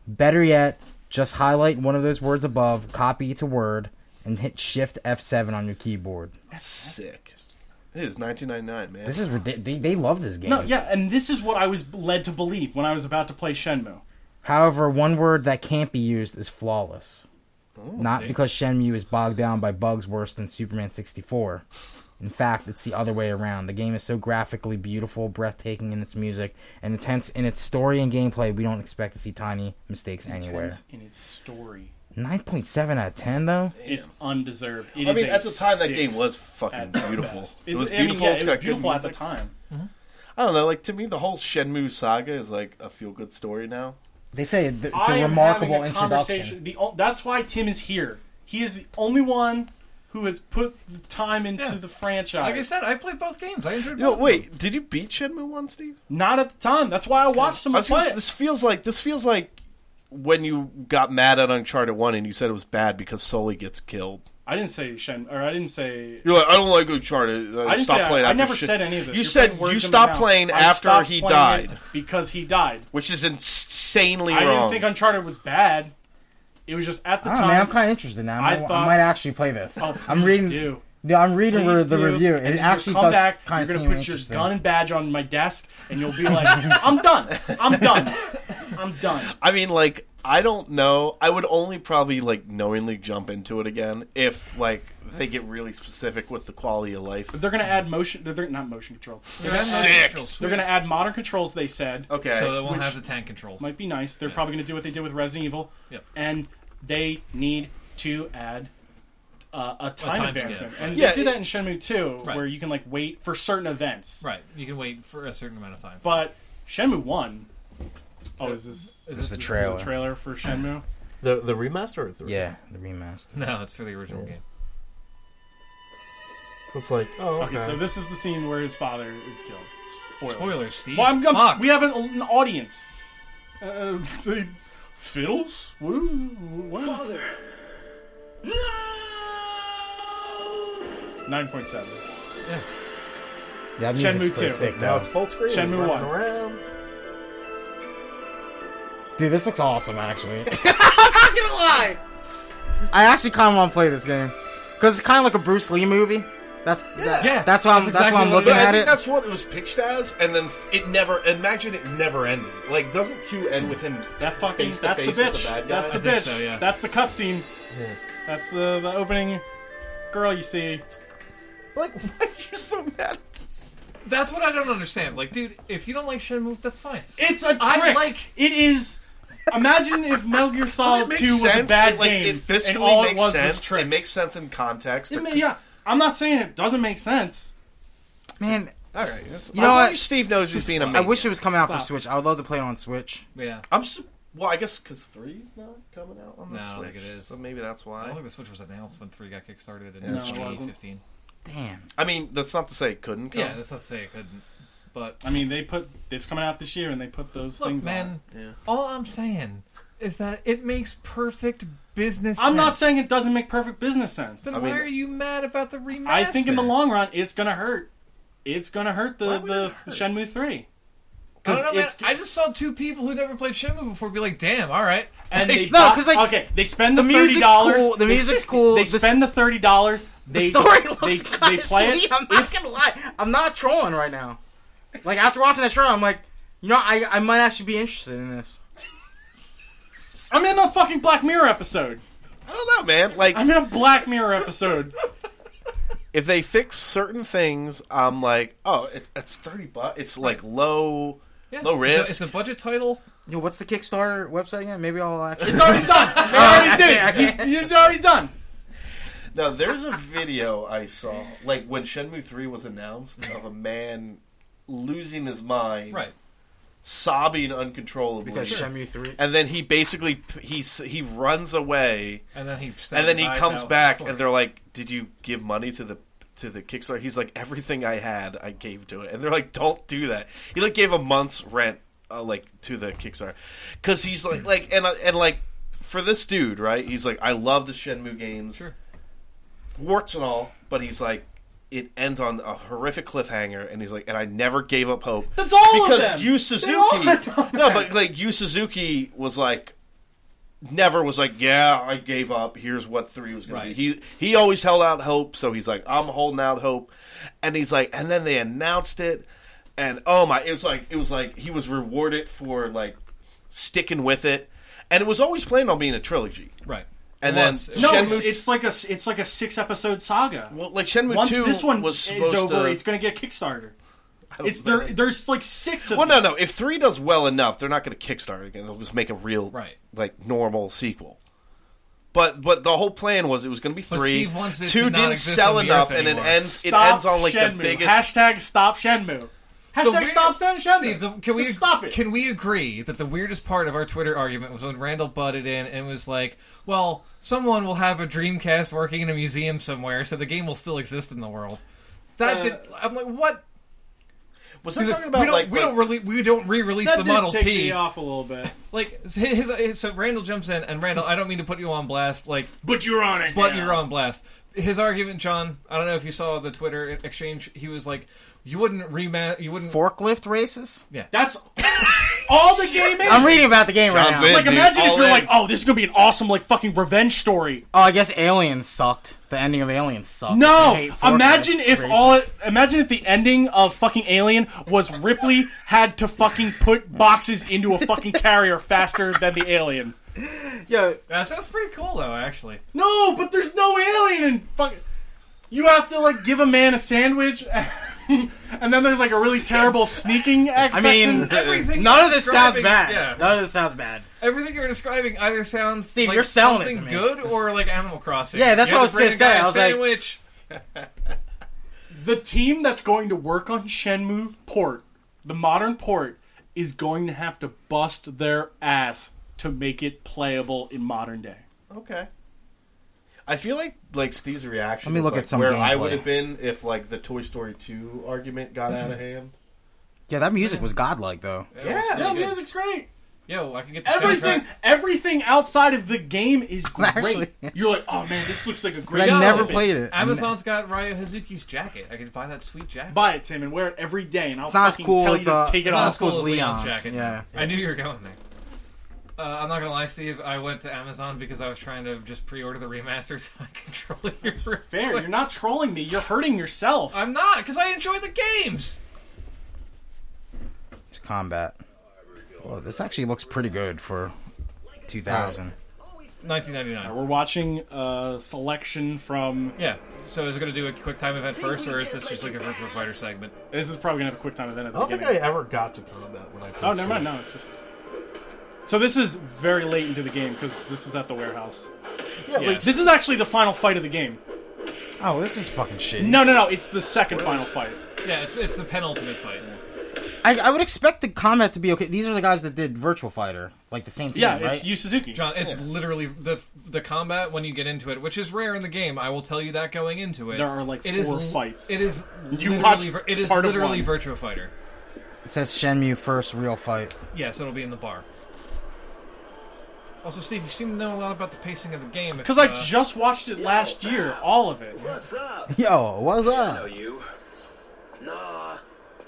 S3: Better yet, just highlight one of those words above, copy to word, and hit Shift F7 on your keyboard.
S2: Sick. It is 1999, man.
S3: This is ridiculous. They, they love this game.
S1: no, yeah, and this is what I was led to believe when I was about to play Shenmue.
S3: However, one word that can't be used is flawless.
S1: Oh,
S3: Not because Shenmue is bogged down by bugs worse than Superman 64. In fact, it's the other way around. The game is so graphically beautiful, breathtaking in its music, and intense in its story and gameplay, we don't expect to see tiny mistakes anywhere.
S1: Tense in its story.
S3: 9.7 out of 10, though?
S1: It's undeserved. It
S2: I
S1: is
S2: mean,
S1: a
S2: at the time, that
S1: six
S2: game was
S1: at
S2: fucking
S1: the
S2: beautiful.
S1: best.
S2: It
S1: It's-
S2: was
S1: I mean,
S2: beautiful.
S1: yeah,
S2: it's
S1: it
S2: got
S1: was
S2: good
S1: beautiful at the
S2: music.
S1: time.
S2: I don't know. Like to me, the whole Shenmue saga is like a feel-good story now.
S3: They say it- it's
S1: I
S3: a
S1: am
S3: remarkable
S1: having a
S3: introduction.
S1: conversation. The, o- that's why Tim is here. He is the only one who has put the time into
S4: Yeah.
S1: the franchise.
S4: Like I said, I played both games. I enjoyed
S2: No,
S4: both.
S2: wait. Did you beat Shenmue One, Steve?
S1: Not at the time. That's why I watched
S2: I
S1: someone
S2: was gonna
S1: play
S2: say,
S1: it.
S2: this feels like this feels like when you got mad at Uncharted One and you said it was bad because Sully gets killed.
S1: I didn't say Shen, or I didn't say.
S2: You're like, I don't like Uncharted. I,
S1: I didn't
S2: stopped
S1: say. I-
S2: playing.
S1: I,
S2: after
S1: never
S2: shit.
S1: said any of this.
S2: You
S1: You're
S2: said
S1: putting words
S2: you
S1: in my
S2: stopped
S1: mouth.
S2: playing
S1: I
S2: after
S1: stopped
S2: he
S1: playing
S2: died,
S1: it because he died.
S2: which is insanely
S1: I
S2: wrong.
S1: didn't think Uncharted was bad. It was just at the
S3: I don't know,
S1: time.
S3: Oh, man. I'm kind of interested now. I,
S1: I
S3: might, I
S1: thought-
S3: might actually play this.
S1: Oh,
S3: I'm
S1: please
S3: reading.
S1: Do.
S3: Yeah, I'm reading
S1: Please
S3: the
S1: do.
S3: review.
S1: And
S3: It
S1: then
S3: actually
S1: you'll come
S3: does
S1: back.
S3: kind
S1: You're
S3: of
S1: gonna
S3: seem
S1: put your
S3: interesting.
S1: gun and badge on my desk, and you'll be like, "I'm done. I'm done. I'm done."
S2: I mean, like, I don't know. I would only probably like knowingly jump into it again if like they get really specific with the quality of life.
S1: They're gonna add motion. They're not motion controls. They're,
S4: They're
S2: Sick.
S1: they're gonna add modern controls. They said
S2: Okay.
S4: So they won't
S1: Which-
S4: have the tank controls.
S1: might be nice. They're probably gonna do what they did with Resident Evil,
S4: Yep.
S1: and they need to add uh, a time,
S4: time
S1: advancement,
S4: skip,
S1: and
S2: Yeah,
S1: they did
S2: it-
S1: that in Shenmue 2,
S4: Right.
S1: where you can like wait for certain events.
S4: Right. You can wait for a certain amount of time.
S1: But Shenmue 1. Oh, is this
S4: Is
S6: This is the
S4: this-
S1: the
S6: trailer.
S1: trailer for Shenmue?
S5: The the remaster or the
S6: yeah, the remaster.
S4: No, it's for the original game.
S5: So it's like oh
S1: Okay, so this is the scene where his father is killed. Spoilers.
S4: Spoilers, Steve.
S1: Well, I'm, I'm-
S4: Fuck.
S1: we have an, an audience. Uh, they, fiddles? Woo, what? Father. No! 9.7.
S6: Yeah, that
S1: Shenmue
S6: music's pretty
S1: 2.
S6: sick,
S5: now
S6: though.
S5: it's full screen.
S1: Shenmue
S5: running
S1: one.
S5: around.
S6: Dude, this looks awesome, actually. I'm not gonna lie. I actually kind of want to play this game because it's kind of like a Bruce Lee movie. That's that-
S4: Yeah,
S6: that's why I'm
S4: that's
S6: that's, why I'm
S4: exactly what
S6: looking
S4: it
S5: But I
S6: at
S5: think
S6: it.
S5: that's what it was pitched as, and then it never. Imagine it never ended. Like, doesn't two end with him?
S1: That fucking.
S5: Face to
S1: That's the
S5: face with the
S1: bitch.
S5: bad guy?
S1: that's the
S4: I think
S1: bitch.
S4: so, yeah.
S1: That's the cutscene. That's the, the opening girl you see.
S5: Like, why are you so mad?
S4: That's what I don't understand. Like, dude, if you don't like Shenmue, that's fine.
S1: It's a trick.
S4: I like-
S1: It is. Imagine if Metal Gear Solid
S2: makes
S1: 2 was a
S2: sense.
S1: bad
S2: It, like,
S1: game.
S2: It fiscally
S1: and all
S2: makes
S1: it was Was
S2: sense. It
S1: tricks.
S2: makes sense in context.
S1: It ma- yeah, I'm not saying it doesn't make sense.
S6: Man, You know
S2: All right. as long
S6: what?
S2: as Steve knows he's being a
S6: I wish it was coming out for
S1: Stop.
S6: Switch. I would love to play it on Switch.
S4: Yeah.
S2: I'm su- well, I guess because three's not coming out on the
S4: No,
S2: Switch,
S4: I don't think it is.
S2: so maybe that's
S4: I don't
S2: why.
S4: think the Switch was announced when 3 got kickstarted in
S2: Yeah, that's
S1: true.
S4: 2015.
S6: Damn.
S2: I mean, that's not to say it couldn't come.
S4: Yeah, that's not to say it couldn't. But,
S1: I mean, they put it's coming out this year, and they put those
S4: look,
S1: things.
S4: man,
S1: on.
S2: Yeah.
S4: all I'm saying is that it makes perfect business
S1: I'm not
S4: sense.
S1: saying it doesn't make perfect business sense.
S4: Then
S2: I
S4: why
S2: mean-
S4: are you mad about the remaster?
S1: I think in the long run, it's gonna hurt. It's gonna hurt the
S2: Why would
S1: the
S2: it hurt?
S1: Shenmue three.
S4: I don't know, man.
S1: it's
S4: I just saw two people who never played Shenmue before be like, "Damn, all right."
S1: and they
S6: No,
S1: bought-
S6: 'cause, like,
S1: okay, they spend the,
S6: the music's
S1: thirty dollars.
S6: cool, the music's cool,
S1: They
S6: the
S1: spend the thirty dollars. They
S6: the story
S1: they,
S6: looks
S1: they
S6: kind of
S1: play
S6: sweet.
S1: it.
S6: I'm not gonna lie. I'm not trolling right now. Like after watching that show, I'm like, you know, I I might actually be interested in this.
S1: I'm in a fucking Black Mirror episode.
S2: I don't know, man. Like,
S1: I'm in a Black Mirror episode.
S2: if they fix certain things, I'm like, oh, it, it's thirty bucks. It's like low,
S4: Yeah.
S2: low
S4: It's a-
S2: risk.
S4: It's a budget title.
S6: Yo, what's the Kickstarter website again? Maybe I'll actually.
S1: It's already done. They already did it. You, it's already done.
S2: Now, there's a video I saw, like when Shenmue 3 was announced, of a man losing his mind,
S4: Right.
S2: sobbing uncontrollably.
S6: Because Shenmue three.
S2: and then he basically he s- he runs away,
S4: And then he
S2: and then he
S4: stands
S2: comes
S4: out
S2: back,
S4: before.
S2: and they're like, "Did you give money to the to the Kickstarter?" He's like, "Everything I had, I gave to it." And they're like, "Don't do that." He like gave a month's rent, uh, like to the Kickstarter, because he's like, like, and uh, and like for this dude, right? He's like, "I love the Shenmue games,
S4: Sure.
S2: warts and all," but he's like. It ends on a horrific cliffhanger, and he's like, "And I never gave up hope."
S1: That's all of
S2: because
S1: them.
S2: Yu Suzuki. No, but like Yu Suzuki was like, never was like, yeah, I gave up. Here's what three was going
S4: Right.
S2: to be. He he always held out hope, so he's like, I'm holding out hope, and he's like, and then they announced it, and oh my, it was like it was like he was rewarded for like sticking with it, and it was always planned on being a trilogy,
S4: right.
S2: and
S4: Once-
S2: then
S1: No, it's,
S2: Shenmue,
S1: it's like a s- it's like a six episode saga.
S2: well, like Shenmue
S1: Once
S2: two
S1: this one
S2: was
S1: is
S2: supposed
S1: over,
S2: to.
S1: it's going to get a Kickstarter. It's there. There's like six of
S2: well, no,
S1: them.
S2: no. If three does well enough, they're not going to kickstart it again. They'll just make a real,
S4: Right.
S2: like normal sequel. But but the whole plan was it was going to be
S4: But
S2: three.
S4: Steve wants it to
S2: Two
S4: not
S2: didn't
S4: exist
S2: sell
S4: on the
S2: enough,
S4: Earth
S2: and it
S4: anymore.
S2: ends. It
S1: Stop
S2: ends on like
S1: Shenmue.
S2: the biggest.
S1: hashtag. Stop Shenmue. Hashtag
S4: The
S1: stop Shen-
S4: weirdest-
S1: Shenmue.
S4: Steve, the- can we
S1: Just stop it?
S4: Can we agree that the weirdest part of our Twitter argument was when Randall butted in and was like, "Well, someone will have a Dreamcast working in a museum somewhere, so the game will still exist in the world."
S1: Uh,
S4: That did, I'm like, what?
S2: was
S4: We
S2: that talking
S4: don't,
S2: about like
S4: we don't
S2: like-
S4: really we don't re-release
S1: that
S4: the
S1: did
S4: Model
S1: take
S4: T.
S1: me off a little bit,
S4: Like his, his, his- so Randall jumps in and Randall, I don't mean to put you on blast. Like
S1: but you're on it.
S4: But
S1: now.
S4: you're on blast. His argument, John. I don't know if you saw the Twitter exchange. He was like, "You wouldn't rematch. You wouldn't."
S6: Forklift races?
S1: That's all the game is.
S6: I'm reading about the game right now.
S2: John's in.
S1: like,
S2: dude,
S1: imagine if
S2: all
S1: you're
S2: in.
S1: like, oh, this is gonna be an awesome, like, fucking revenge story.
S6: Oh, I guess Aliens sucked. The ending of Aliens sucked. I
S1: No,
S6: hate forklift
S1: imagine if all it,
S6: races.
S1: imagine if the ending of fucking Alien was Ripley had to fucking put boxes into a fucking carrier faster than the alien.
S6: Yo,
S4: That sounds pretty cool, though. Actually,
S1: No, but there's no alien in fucking. You have to like give a man a sandwich. and then there's like a really terrible sneaking
S3: I
S1: act
S3: mean,
S1: section.
S4: Everything
S3: none
S4: you're
S3: of this sounds
S4: describing-
S3: bad.
S4: yeah.
S3: None of this sounds bad.
S4: Everything you're describing either sounds
S3: Steve,
S4: like
S3: you're selling it to
S4: something
S3: me.
S4: good or like Animal Crossing.
S3: Yeah, that's
S4: You're
S3: what I
S4: the
S3: was gonna
S4: bringing guy
S3: say. I
S4: a
S3: was like-
S4: sandwich.
S1: the team that's going to work on Shenmue port, the modern port, is going to have to bust their ass to make it playable in modern day.
S2: Okay.
S5: I feel like like Steve's reaction.
S6: Let me
S5: is,
S6: look
S5: like,
S6: at some
S5: where I
S6: gameplay.
S5: would have been if like the Toy Story two argument got out of hand.
S6: Yeah, that music was godlike though.
S4: it was
S5: Yeah,
S1: Yeah,
S4: pretty good.
S1: music's great.
S4: Yo, I can get the
S1: Everything,
S4: soundtrack.
S1: everything outside of the game is great.
S6: Actually-
S1: You're like, oh man, this looks like a
S6: I
S1: great.
S6: never
S1: exhibit."
S6: played it.
S4: Amazon's got Ryo Hazuki's jacket. I can buy that sweet jacket.
S1: Buy it, Tim, and wear it every day, and I'll
S6: It's not as
S1: fucking
S6: cool
S1: tell
S6: as,
S1: you to
S6: uh,
S1: take it
S6: it's not as
S1: off.
S6: cool. as Leon's, yeah.
S4: I knew you were going there. Uh, I'm not gonna lie, Steve. I went to Amazon because I was trying to just pre-order the remaster so I could control your
S1: Fair, you're not trolling me. You're hurting yourself.
S4: I'm not because I enjoy the games.
S6: It's combat. Well, this actually looks pretty good for 2000.
S4: 1999.
S1: We're watching a selection from.
S4: Yeah. So is it gonna do a quick time event first, or is this just like a virtual fighter segment?
S1: This is probably gonna have a quick time event at the
S5: I don't think
S1: beginning.
S5: I ever got to combat when I. Played
S1: Oh, never mind.
S5: Street.
S1: No, it's just. So this is very late into the game because this is at the warehouse.
S5: Yeah,
S4: Yeah.
S5: like
S1: This is actually the final fight of the game.
S6: Oh, this is fucking shit.
S1: No, no, no. It's the second final fight.
S4: Yeah, it's, it's the penultimate fight.
S6: I, I would expect the combat to be okay. These are the guys that did Virtual Fighter, like the same team,
S1: Yeah,
S6: right?
S1: it's Yu Suzuki.
S4: John, it's literally the the combat when you get into it, which is rare in the game. I will tell you that going into it.
S1: There are, like,
S4: It
S1: four
S4: li-
S1: fights.
S4: It is
S1: You
S4: literally
S1: watched
S4: vir- it is
S1: part of
S4: literally
S1: one.
S4: Virtua Fighter.
S6: it says Shenmue first real fight.
S4: Yeah, so it'll be in the bar. Also, Steve, you seem to know a lot about the pacing of the game. uh,
S1: Because I just watched it last year, all of it.
S8: What's up?
S6: Yo, what's
S8: Know
S6: up?
S8: you? Nah,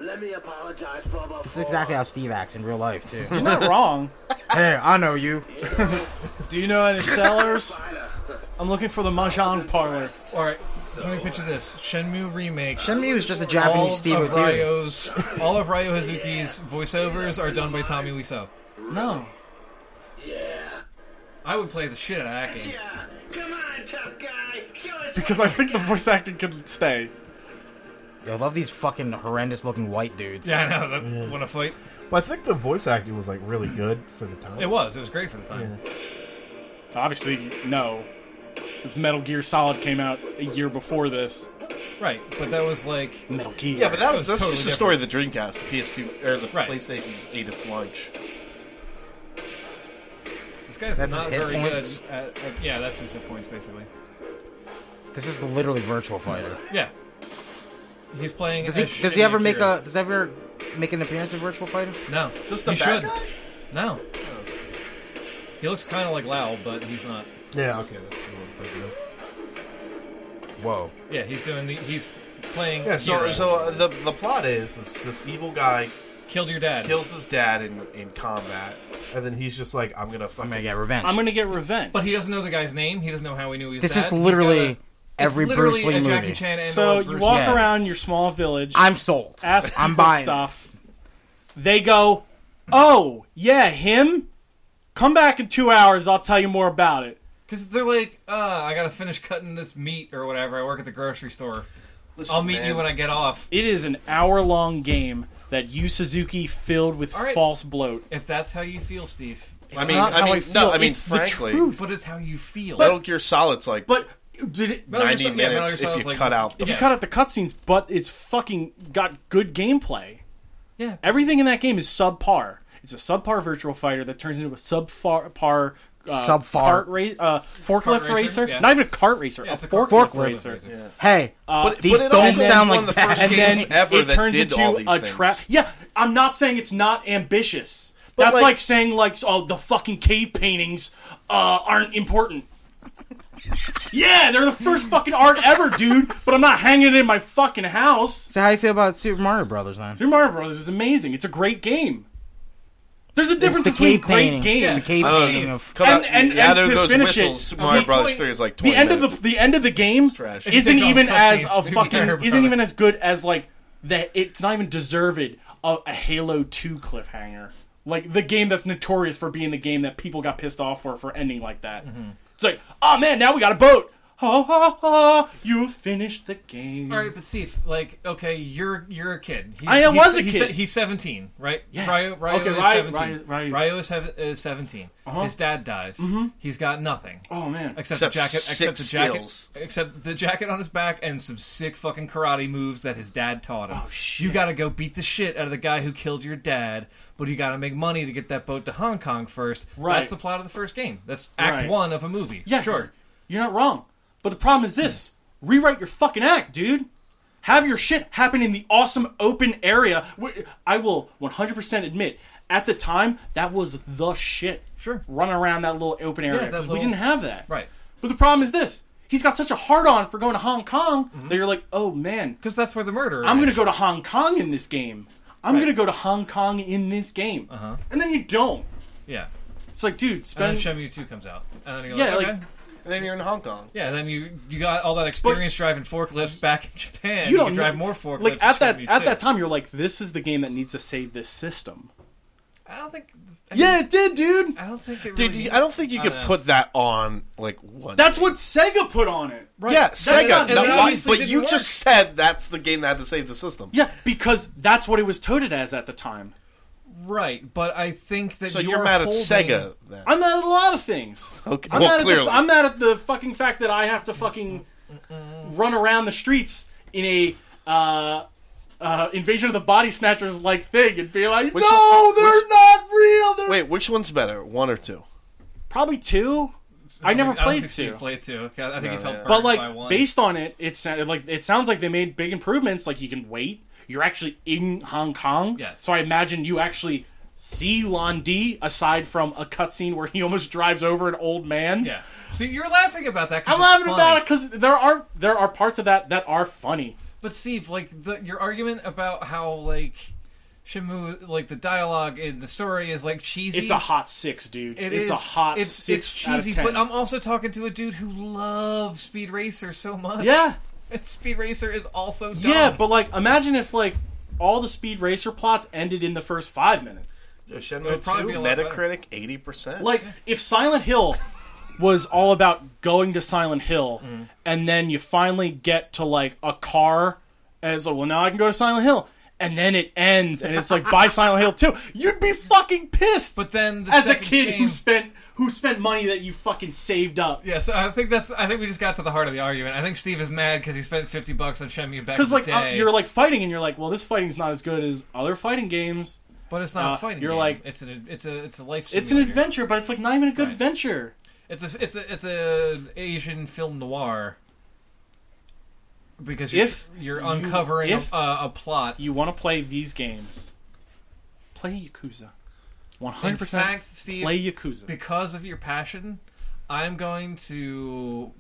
S8: let me apologize for before.
S6: This is exactly how Steve acts in real life too.
S1: You're not wrong.
S6: hey, I know you.
S1: Do you know any sellers?
S8: Spider.
S1: I'm looking for the mahjong parlor.
S4: all right. Let me picture this: Shenmue remake.
S6: Shenmue is just a
S4: all
S6: Japanese Steve
S4: of
S6: Materi.
S4: Ryo's, all of Ryo Hazuki's voiceovers are done by Tommy Wiseau.
S1: No.
S8: Yeah.
S4: I would play the shit out of that game.
S8: Yeah. Come on, tough guy. Show us.
S1: Because I think the voice acting could stay.
S6: Yo, I love these fucking horrendous looking white dudes.
S4: Yeah, I know. That, Want to fight?
S5: Well, I think the voice acting was like really good for the time.
S4: It was. It was great for the time.
S1: Obviously, no. Because Metal Gear Solid came out a year before this.
S4: Right, but that was like
S1: Metal Gear.
S2: Yeah, but that
S4: That
S2: was,
S4: was
S2: that's
S4: totally
S2: just the story of the Dreamcast, the PS2 or the
S4: Right.
S2: PlayStation's ate its lunch.
S4: this guy's
S6: That's
S4: not
S6: his hit
S4: very
S6: points.
S4: good. At, at- yeah, that's his hit points basically.
S6: This is literally Virtual Fighter.
S4: Yeah, he's playing.
S6: Does he
S4: as
S6: does he
S4: Shin
S6: ever make
S4: Akira.
S6: a does he ever make an appearance in Virtual Fighter?
S4: no?
S2: Just the
S4: he
S2: bad
S4: should.
S2: guy?
S4: No. He looks kind of like Lao, but he's not.
S5: Yeah, okay, that's what I'm thinking of.
S6: Whoa.
S4: Yeah, he's doing the. He's playing.
S5: Yeah, so
S4: Hero.
S5: so uh, the the plot is, is this evil guy
S4: killed your dad.
S5: kills his dad in in combat, and then he's just like, I'm gonna fucking
S6: I'm gonna get revenge.
S1: I'm gonna get revenge.
S4: But he doesn't know the guy's name. He doesn't know how he knew he was.
S6: this
S4: dad.
S6: is
S4: He's
S6: literally
S4: got a-
S6: every
S4: it's literally
S6: Bruce Lee
S4: a
S6: movie.
S4: Jackie Chan and
S1: So
S4: or
S1: you
S4: Bruce
S1: walk
S6: Yeah.
S1: around your small village,
S6: I'm sold.
S1: ask
S6: I'm
S1: people
S6: buying.
S1: stuff. They go, "Oh yeah, him. Come back in two hours. I'll tell you more about it."
S4: because they're like, uh, I gotta finish cutting this meat or whatever. I work at the grocery store. I'll meet you when I get off.
S1: It is an hour-long game that Yu Suzuki filled with
S4: All right.
S1: false bloat.
S4: If that's how you feel, Steve.
S2: I mean,
S1: not how
S2: I mean,
S1: I
S2: no,
S1: feel.
S2: I mean,
S1: It's the
S2: frankly,
S1: truth.
S4: But it's how you feel.
S2: Metal Gear Solid's like
S1: But did it,
S4: Metal Gear
S2: 90
S4: Sol- yeah, Metal Gear
S2: minutes
S4: Solid's
S2: if you
S4: like-
S2: cut out. The,
S1: you
S4: Yeah.
S1: cut out the cutscenes, but it's fucking got good gameplay.
S4: yeah.
S1: Everything in that game is subpar. It's a subpar virtual fighter that turns into a subpar. Uh,
S6: Subpar.
S1: cart ra- uh, forklift
S4: Cart racer,
S1: racer,
S4: yeah.
S1: not even a cart racer,
S4: Yeah,
S1: a
S4: it's a cart-
S1: forklift,
S6: Forklift.
S1: racer.
S6: Hey,
S2: but,
S6: these
S2: but it
S6: don't
S2: also was
S6: sound like
S2: one of the first
S6: bad.
S2: games
S1: and
S2: ever
S1: it
S2: that
S1: turns
S2: did all
S1: into
S2: these
S1: a
S2: things.
S1: trap. Yeah, I'm not saying it's not ambitious. That's like,
S2: like-
S1: saying like oh the fucking cave paintings uh, aren't important. yeah, they're the first fucking art ever, dude. But I'm not hanging it in my fucking house.
S6: so how you feel about Super Mario Brothers then?
S1: Super Mario Brothers is amazing. It's a great game. There's a difference
S6: the
S1: between
S6: cave
S1: great
S6: painting.
S1: game
S6: It's a cave
S2: I don't know.
S6: painting of
S2: Cut
S1: And-
S2: out,
S1: and-
S2: yeah,
S1: and
S2: there-
S1: to
S2: those
S1: finish it,
S2: whistles. Super Mario
S1: the
S2: Brothers
S1: point-
S2: Three is like 20
S1: the end
S2: minutes.
S1: of the the end of the game
S2: trash.
S1: isn't
S4: They don't
S1: even
S4: cut
S1: as
S4: scenes
S1: a
S4: to
S1: fucking
S4: Mario
S1: isn't even
S4: Brothers.
S1: as good as like that. It's not even deserved of a Halo Two cliffhanger, like the game that's notorious for being the game that people got pissed off for for ending like that. It's like, oh man, now we got a boat. ha ha ha, you finished the game.
S4: All right, but Steve, like, okay, you're you're a kid. He's,
S1: Mm. I
S4: he's-
S1: was a
S4: he's,
S1: kid.
S4: He's seventeen, right?
S1: Yeah.
S4: Ryo, Ryo
S1: Okay,
S4: is
S1: Ryo-
S4: seventeen.
S1: Ryo- Ryo-
S4: is, hev- is 17
S1: Uh-huh.
S4: His dad dies. He's got nothing
S1: Oh man.
S4: except,
S2: Except
S4: the jacket,
S2: six
S4: except the jacket,
S2: skills.
S4: except the jacket on his back, and some sick fucking karate moves that his dad taught him.
S1: Oh, shit.
S4: You got to go beat the shit out of the guy who killed your dad, but you got to make money to get that boat to Hong Kong first.
S1: Right.
S4: That's the plot of the first game. That's Act
S1: Right.
S4: One of a movie.
S1: Yeah,
S4: sure.
S1: You're not wrong. But the problem is this rewrite your fucking act, dude. Have your shit happen in the awesome open area. wh- I will 100% admit, at the time, that was the shit.
S4: Sure.
S1: Run around that little open area.
S4: that
S1: 'cause We
S4: little-
S1: didn't have that.
S4: Right.
S1: But the problem is this he's got such a hard on for going to Hong Kong
S4: Mm-hmm.
S1: that you're like, oh man,
S4: Because that's where the murder.
S1: I'm going
S4: is.
S1: to go to Hong Kong in this game. I'm going to go to Hong Kong in this game. Uh-huh. And then you don't.
S4: Yeah.
S1: It's like, dude,
S4: And then
S1: spend.
S4: Shenmue Two comes out, and then you're
S1: Yeah,
S4: like,
S1: like-
S4: okay.
S2: And then you're in Hong Kong.
S4: Yeah, then you you got all that experience driving forklifts back in Japan.
S1: you don't
S4: can drive
S1: know-
S4: more forklifts.
S1: Like at that
S4: Shenmue
S1: at
S4: II.
S1: that time, you're like, this is the game that needs to save this system.
S4: I don't think. I
S1: Yeah,
S4: mean,
S1: it did, dude.
S4: I don't think they really.
S2: Dude, you- I don't think you
S4: I
S2: could
S4: don't know.
S2: put that on like one.
S1: That's what Sega put on it.
S4: Right.
S2: yeah, Sega.
S1: not-
S2: no,
S1: it
S2: why-
S4: obviously
S2: but
S4: didn't
S2: you
S4: work.
S2: just said that's the game that had to save the system.
S1: Yeah, because that's what it was toted as at the time.
S4: Right, but I think that
S2: So
S4: you're,
S2: you're, mad
S4: holding-
S2: at Sega then?
S1: I'm mad at a lot of things.
S2: Okay.
S1: I'm,
S2: Well,
S1: mad at
S2: clearly.
S1: the, I'm mad at the fucking fact that I have to fucking run around the streets in a uh, uh, invasion of the body snatchers like thing and be like,
S2: Which
S1: no,
S2: one-
S1: they're
S2: which-
S1: not real. They're
S2: Wait, which one's better, one or two?
S1: probably two. I never
S4: don't
S1: played
S4: think Steve
S1: two.
S4: Played two. Okay, I think he felt
S2: yeah.
S4: burned
S1: but
S4: by
S1: like
S4: one.
S1: based on it, it sounded like it sounds like they made big improvements. Like you can wait. You're actually in Hong Kong.
S4: Yes.
S1: So I imagine you actually see Lon D aside from a cutscene where he almost drives over an old man.
S4: yeah. See, you're laughing about that. 'cause
S1: I'm
S4: it's
S1: laughing
S4: funny.
S1: about it because there are there are parts of that that are funny.
S4: But Steve, like the, your argument about how like Shimu, like the dialogue in the story is like cheesy.
S1: It's a hot six, dude.
S4: It
S1: it's
S4: is.
S1: a hot
S4: It's,
S1: six.
S4: it's cheesy,
S1: out of 10.
S4: but I'm also talking to a dude who loves Speed Racer so much.
S1: yeah,
S4: and Speed Racer is also dumb.
S1: yeah. But like, imagine if like all the Speed Racer plots ended in the first five minutes.
S4: would
S2: Shenmue
S4: probably be a lot better.
S2: Metacritic eighty percent.
S1: Like if Silent Hill was all about going to Silent Hill,
S4: Mm.
S1: and then you finally get to like a car, as like, well now I can go to Silent Hill, and then it ends, and it's like by Silent Hill too. You'd be fucking pissed.
S4: But then the
S1: as a
S4: second
S1: kid
S4: game,
S1: who spent who spent money that you fucking saved up,
S4: Yeah, so I think that's. I think we just got to the heart of the argument. I think Steve is mad because he spent fifty bucks on Shenmue back
S1: because
S4: in the
S1: like uh,
S4: day.
S1: you're like fighting, and you're like, well this fighting's not as good as other fighting games.
S4: but it's not
S1: uh,
S4: a fighting.
S1: you're
S4: game.
S1: like-
S4: it's an it's a it's a life.
S1: It's an
S4: simulator.
S1: adventure, but it's like not even a good
S4: Right.
S1: adventure.
S4: It's a it's a it's a Asian film noir. Because you're,
S1: If
S4: you're uncovering
S1: if-
S4: a, a, a plot.
S1: You want to play these games? Play Yakuza. One
S4: In
S1: hundred percent.
S4: fact, Steve,
S1: Play Yakuza.
S4: because of your passion, I'm going to.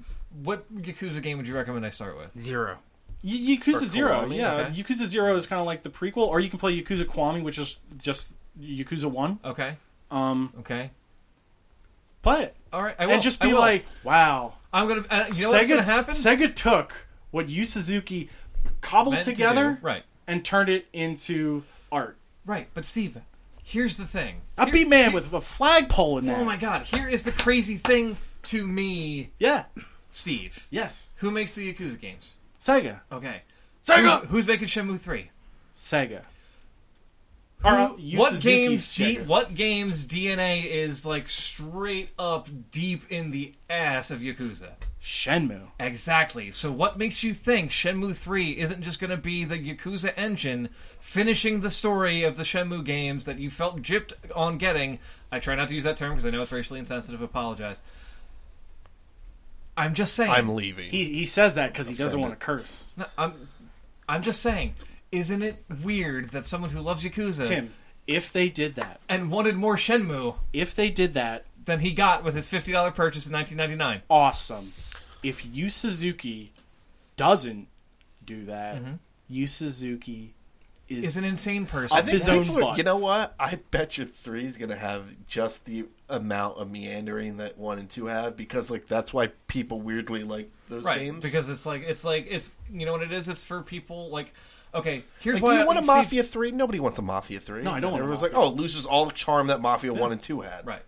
S4: What Yakuza game would you recommend I start with?
S3: Zero.
S1: Y- Yakuza
S2: Or
S1: Zero,
S2: Kiwami,
S1: yeah.
S4: okay.
S1: Yakuza Zero is kind of like the prequel, or you can play Yakuza Kiwami, which is just Yakuza One.
S4: Okay,
S1: Um,
S4: okay,
S1: play it
S4: all right. I will.
S1: and just
S4: I
S1: be
S4: will.
S1: like, wow,
S4: I'm gonna. Uh, you know
S1: Sega,
S4: what's gonna happen?
S1: Sega took what Yu Suzuki cobbled
S4: Meant to
S1: together
S4: do- Right.
S1: and turned it into art.
S4: Right, but Steve, here's the thing.
S1: I
S4: Here-
S1: beat man
S4: here-
S1: with a flagpole in there.
S4: Oh my god, here is the crazy thing to me,
S1: Yeah.
S4: Steve.
S1: Yes.
S4: Who makes the Yakuza games?
S1: Sega.
S4: Okay.
S1: Sega.
S4: Who's, who's making Shenmue 3?
S1: Sega. Or, uh,
S4: Who-
S1: Yu
S4: what
S1: Suzuki's
S4: games D,
S1: Sega.
S4: what games DNA is like straight up deep in the ass of Yakuza?
S1: Shenmue.
S4: Exactly. So what makes you think Shenmue 3 isn't just going to be the Yakuza engine finishing the story of the Shenmue games that you felt gypped on getting? I try not to use that term because I know it's racially insensitive. Apologize. I'm just saying.
S2: I'm leaving.
S1: He he says that because he doesn't want to curse.
S4: No, I'm, I'm just saying. Isn't it weird that someone who loves Yakuza
S1: Tim, if they did that,
S4: and wanted more Shenmue
S1: if they did that,
S4: than he got with his $50 purchase in 1999?
S1: awesome. If Yu Suzuki doesn't do that,
S4: Mm-hmm.
S1: Yu Suzuki is
S4: Is an insane person.
S2: I think
S1: his own
S2: people are-
S1: butt.
S2: you know what? I bet you three is gonna have just the amount of meandering that one and two have because like that's why people weirdly like those
S4: right
S2: games.
S4: because it's like it's like it's you know what it is it's for people like okay here's
S2: Like,
S4: why
S2: do you
S4: I-
S2: want a
S4: see-
S2: Mafia Three? Nobody wants a Mafia Three.
S1: No, I don't want a
S2: Everyone's
S1: Mafia
S2: like, oh, it loses all the charm that Mafia One and Two had.
S4: right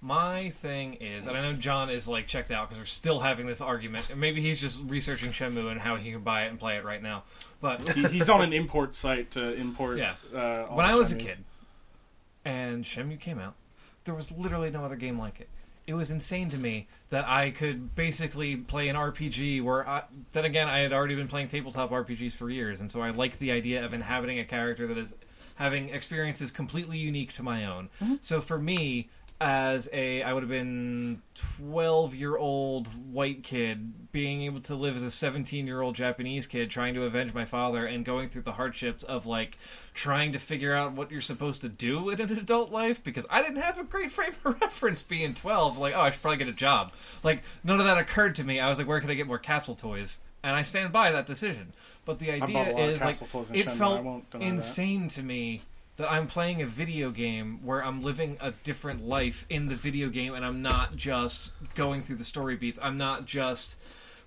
S4: My thing is, and I know John is like checked out because we're still having this argument. And maybe he's just researching Shenmue and how he can buy it and play it right now. But
S1: He- he's on an import site to import.
S4: Yeah.
S1: Uh, all
S4: when
S1: the
S4: I was a
S1: Chinese.
S4: kid, and Shenmue came out, there was literally no other game like it. It was insane to me that I could basically play an RPG where, I, then again, I had already been playing tabletop RPGs for years, and so I liked the idea of inhabiting a character that is having experiences completely unique to my own. So for me, as a I would have been 12 year old white kid being able to live as a 17 year old Japanese kid trying to avenge my father and going through the hardships of like trying to figure out what you're supposed to do in an adult life because I didn't have a great frame of reference being 12 like oh I should probably get a job like none of that occurred to me I was like where can I get more capsule toys and I stand by that decision but the idea
S1: bought a lot of
S4: is like
S1: capsule toys in
S4: it
S1: Shenmue, I
S4: felt
S1: won't deny that.
S4: insane insane to me that I'm playing a video game where I'm living a different life in the video game and I'm not just going through the story beats. I'm not just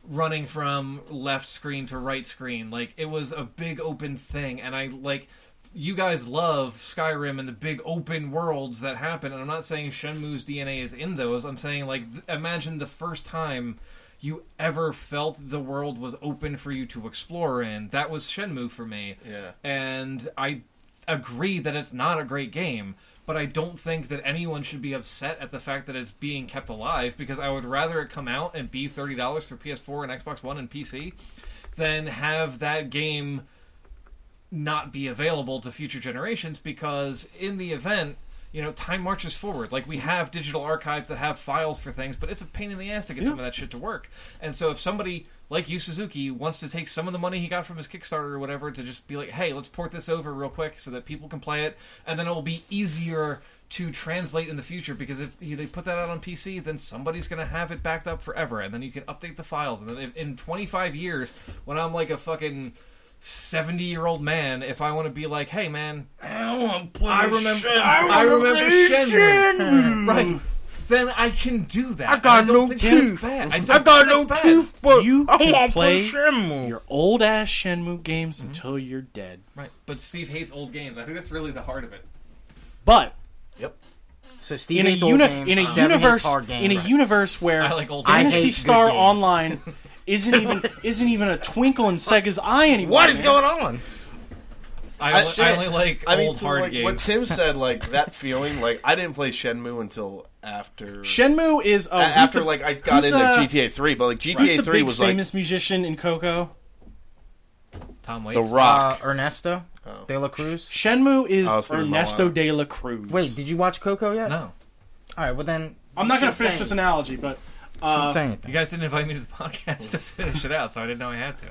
S4: running from left screen to right screen. Like it was a big open thing and I like you guys love Skyrim and the big open worlds that happen and I'm not saying Shenmue's DNA is in those. I'm saying like th- imagine the first time you ever felt the world was open for you to explore in. That was Shenmue for me.
S2: Yeah.
S4: And I agree that it's not a great game, but I don't think that anyone should be upset at the fact that it's being kept alive because I would rather it come out and be $30 for PS4 and Xbox One and PC than have that game not be available to future generations because in the event you know time marches forward like we have digital archives that have files for things but it's a pain in the ass to get some of that shit to work and so if somebody like Yu Suzuki wants to take some of the money he got from his Kickstarter or whatever to just be like hey let's port this over real quick so that people can play it and then it will be easier to translate in the future because if he- they put that out on PC, then somebody's going to have it backed up forever, and then you can update the files. And then if, in 25 years, when I'm like a fucking 70 year old man, if I want to be like, hey man, I remember, I remember Shenmue, right? Then I can do that. I got no tooth. I, got no tooth.
S1: You can play your old ass Shenmue games
S4: Mm-hmm.
S1: until you're dead.
S4: Right, but Steve hates old games. I think that's really the heart of it.
S1: But
S3: So Steve
S1: in a,
S3: hates old
S1: uni-
S3: games,
S1: in a
S3: Devin hates
S1: universe
S3: hard
S1: in a
S3: games.
S1: universe where
S4: I like old games.
S3: I hate
S1: Fantasy
S3: good
S1: Star
S3: games.
S1: Online isn't even isn't even a twinkle in Sega's eye anymore.
S3: What is
S1: man.
S3: going on?
S4: I,
S2: Uh,
S4: only- I only like
S2: I mean,
S4: old
S2: so,
S4: hard
S2: like,
S4: games.
S2: What Tim said, like that feeling, like I didn't play Shenmue until after
S1: Shenmue is uh,
S2: a-
S1: who's
S2: after
S1: the-
S2: like I got
S1: who's,
S2: into
S1: uh,
S2: GTA three, but like
S1: who's
S2: GTA
S1: the
S2: three
S1: big
S2: was like
S1: famous musician in Coco.
S4: Tom Waits.
S2: the
S3: Uh,
S2: Rock.
S3: Ernesto
S1: Oh.
S3: De La Cruz.
S1: Shenmue
S2: I was
S1: is
S2: thinking
S1: Ernesto
S2: Moana.
S1: de la Cruz.
S3: Wait, did you watch Coco yet?
S4: No,
S3: All right, well then.
S1: I'm not going to
S3: shouldn't
S1: finish
S3: say
S1: this
S3: anything.
S1: analogy, but
S3: Shouldn't
S1: uh,
S3: say
S4: you
S3: anything.
S4: guys didn't invite me to the podcast to finish it out, so I didn't know I had to.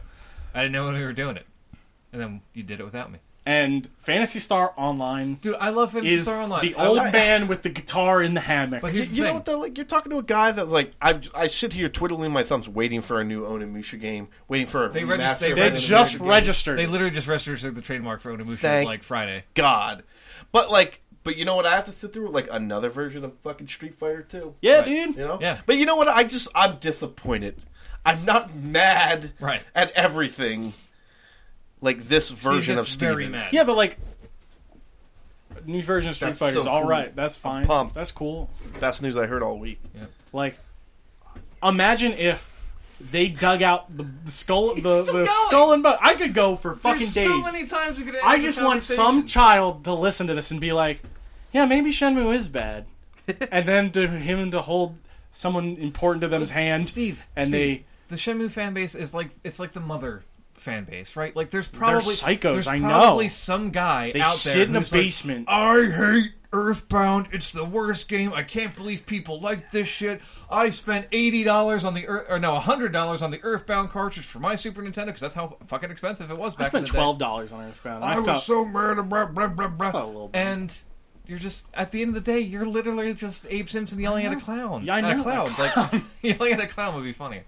S4: I didn't know when we were doing it, and then you did it without me,
S1: and Fantasy Star Online
S4: dude. I love Fantasy
S1: is
S4: Star Online.
S1: the
S4: I
S1: old
S4: love-
S1: man with the guitar in the hammock.
S4: but here's the
S2: you know
S4: thing.
S2: what though? Like you're talking to a guy that like I I sit here twiddling my thumbs, waiting for a new Onimusha game, waiting for a
S4: They
S2: remaster.
S4: regis- they
S2: of
S1: they
S4: Right,
S2: Onimusha
S1: just
S2: game.
S1: registered.
S4: they literally just registered the trademark for Onimusha
S2: Thank-
S4: like Friday.
S2: God, but like, but you know what? I have to sit through like another version of fucking Street Fighter two.
S1: yeah,
S4: Right.
S1: dude.
S2: You know?
S4: Yeah.
S2: But you know what? I just I'm disappointed. I'm not mad
S4: Right.
S2: at everything like this version
S4: Steve
S2: of
S4: gets
S2: Steven.
S4: very mad.
S1: Yeah, but like new version of Street
S2: That's
S1: Fighter is
S2: so
S1: all
S2: cool.
S1: right. That's fine.
S2: pumped.
S1: That's cool.
S2: Best news I heard all week.
S1: Like, imagine if they dug out the, the skull, the,
S4: still
S1: the
S4: going.
S1: skull and bone. I could go for fucking
S4: There's
S1: days.
S4: so many times we could. end
S1: I
S4: the
S1: just want some
S4: conversation.
S1: child to listen to this and be like, "Yeah, maybe Shenmue is bad," and then to him to hold someone important to them's hand.
S4: Steve
S1: and
S4: Steve, the Shenmue fan base is like it's like the mother fan base, right? Like there's probably
S1: psychos,
S4: There's
S1: I know.
S4: probably some guy
S1: they they
S4: out there
S1: sit in a
S4: who's like,
S1: basement.
S4: I hate Earthbound. It's the worst game. I can't believe people like this shit. I spent eighty dollars on the Earth, or no, hundred dollars on the Earthbound cartridge for my Super Nintendo because that's how fucking expensive it was back
S1: I spent
S4: in the day.
S1: twelve dollars on Earthbound.
S4: I,
S1: I, felt
S4: was so mad. at Blah, blah, blah, blah.
S1: felt a little bit.
S4: And you're just at the end of the day, you're literally just Abe Simpson yelling at a clown.
S1: Yeah, I
S4: At
S1: know.
S4: a cloud. Like yelling at a clown would be funny.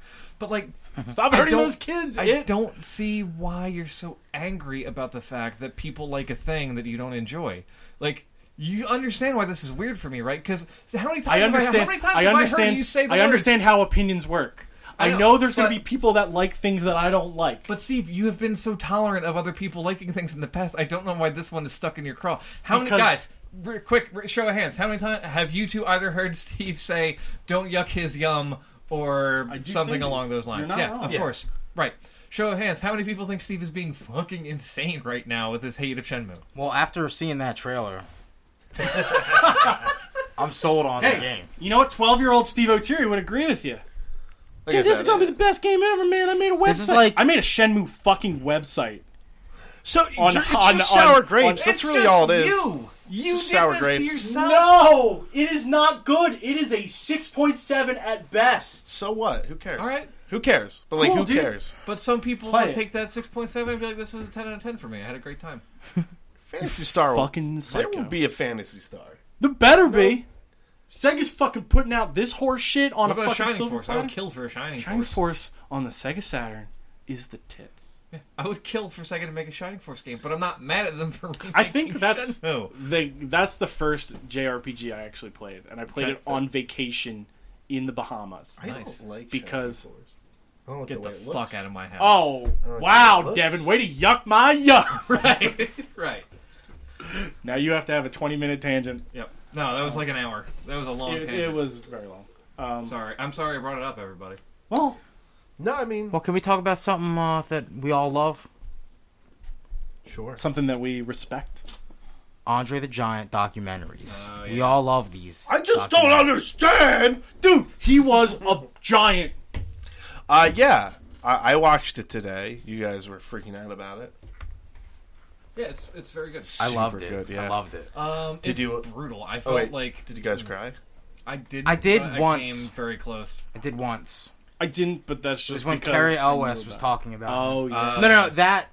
S4: But like,
S1: stop
S4: I
S1: hurting
S4: don't-
S1: those kids.
S4: I
S1: it.
S4: don't see why you're so angry about the fact that people like a thing that you don't enjoy. Like. You understand why this is weird for me, right? Because how many times
S1: I
S4: have
S1: understand.
S4: how many times
S1: I
S4: have
S1: understand.
S4: I heard you say the
S1: I
S4: words,
S1: understand how opinions work. I
S4: I
S1: know,
S4: know,
S1: there's going to
S4: but-
S1: be people that like things that I don't like.
S4: But Steve, you have been so tolerant of other people liking things in the past. I don't know why this one is stuck in your craw. How
S1: Because-
S4: many guys? re- quick re- show of hands. How many times have you two either heard Steve say "Don't yuck his yum" or
S1: I do say
S4: something
S1: this.
S4: along those
S1: You're
S4: lines?
S1: not
S4: yeah,
S1: wrong.
S4: of
S1: Yeah.
S4: course. Right. Show of hands. How many people think Steve is being fucking insane right now with his hate of Shenmue?
S3: Well, after seeing that trailer, I'm sold on the
S1: Hey,
S3: game.
S1: you know what? Twelve-year-old Steve O'Terry would agree with you.
S2: Like I
S1: Dude, this is
S2: said, uh,
S1: gonna be the best game ever, man. I made a website.
S6: This is like-
S1: I made a Shenmue fucking website.
S2: So
S1: On-
S2: you're- it's
S1: on-
S2: just
S1: on-
S2: sour
S1: on-
S2: grapes.
S1: It's
S2: That's really all it is.
S4: You, you
S2: Just
S4: did
S2: sour
S4: this to
S2: grapes.
S4: yourself.
S1: No, it is not good. It is a six point seven at best.
S2: So what? Who cares?
S4: All right.
S2: Who cares? But like,
S1: Cool,
S2: who
S1: dude.
S2: cares?
S4: But some people
S1: Play
S4: will
S1: it.
S4: take that 6.7 and be like, this was a 10 out of 10 for me. I had a great time.
S2: Fantasy Star. will-
S1: fucking
S2: There
S1: psycho.
S2: will be a Fantasy Star.
S1: The better be. Sega's fucking putting out this horse shit on
S4: What
S1: a
S4: about a
S1: fucking
S4: Shining
S1: silver
S4: Force? I would
S1: platter.
S4: kill for a Shining
S1: Shining
S4: Force.
S1: Force on the Sega Saturn is the tits.
S4: I would kill for Sega to make a Shining Force game, but I'm not mad at them for remaking
S1: I think that's
S4: Shenmue.
S1: the that's the first JRPG I actually played, and I played
S4: Okay.
S1: it on vacation in the Bahamas.
S2: I
S4: Nice.
S2: don't like
S1: Because-
S2: Shining Force. I don't like
S1: Get
S2: the, way
S1: the
S2: it looks.
S4: Fuck out of my house.
S1: Oh
S2: like how
S1: wow,
S2: it
S1: Devin,
S2: looks.
S1: way to yuck my yuck!
S4: Right. right.
S1: now you have to have a twenty minute tangent.
S4: Yep. No, that was like an hour. That was a long
S1: It,
S4: tangent.
S1: it was very long. Um,
S4: Sorry. I'm sorry I brought it up, everybody.
S1: well,
S2: No, I mean,
S6: Well, can we talk about something uh, that we all love?
S2: sure.
S1: something that we respect.
S3: Andre the Giant documentaries.
S4: Oh,
S3: We
S4: yeah.
S3: all love these.
S2: I just don't understand.
S1: Dude, he was a giant.
S2: Uh, yeah, I, I watched it today. You guys were freaking out about it. Oh,
S4: Yeah, it's it's very good.
S3: I
S2: Super
S3: loved it.
S2: good, yeah.
S3: I loved it.
S4: Um,
S2: Did
S4: it's
S2: you-
S4: brutal. I
S2: Oh,
S4: felt
S2: wait.
S4: like Mm.
S2: Did you guys cry?
S4: I did.
S3: I did
S4: but
S3: once.
S4: came very close.
S3: I did once.
S1: I didn't, but that's
S3: It was
S1: just
S3: when
S1: because
S3: Carrie
S1: I knew
S3: Elwes
S1: about
S3: was
S1: it.
S3: talking about. it.
S1: Oh yeah,
S4: Uh,
S3: no, no, no, that.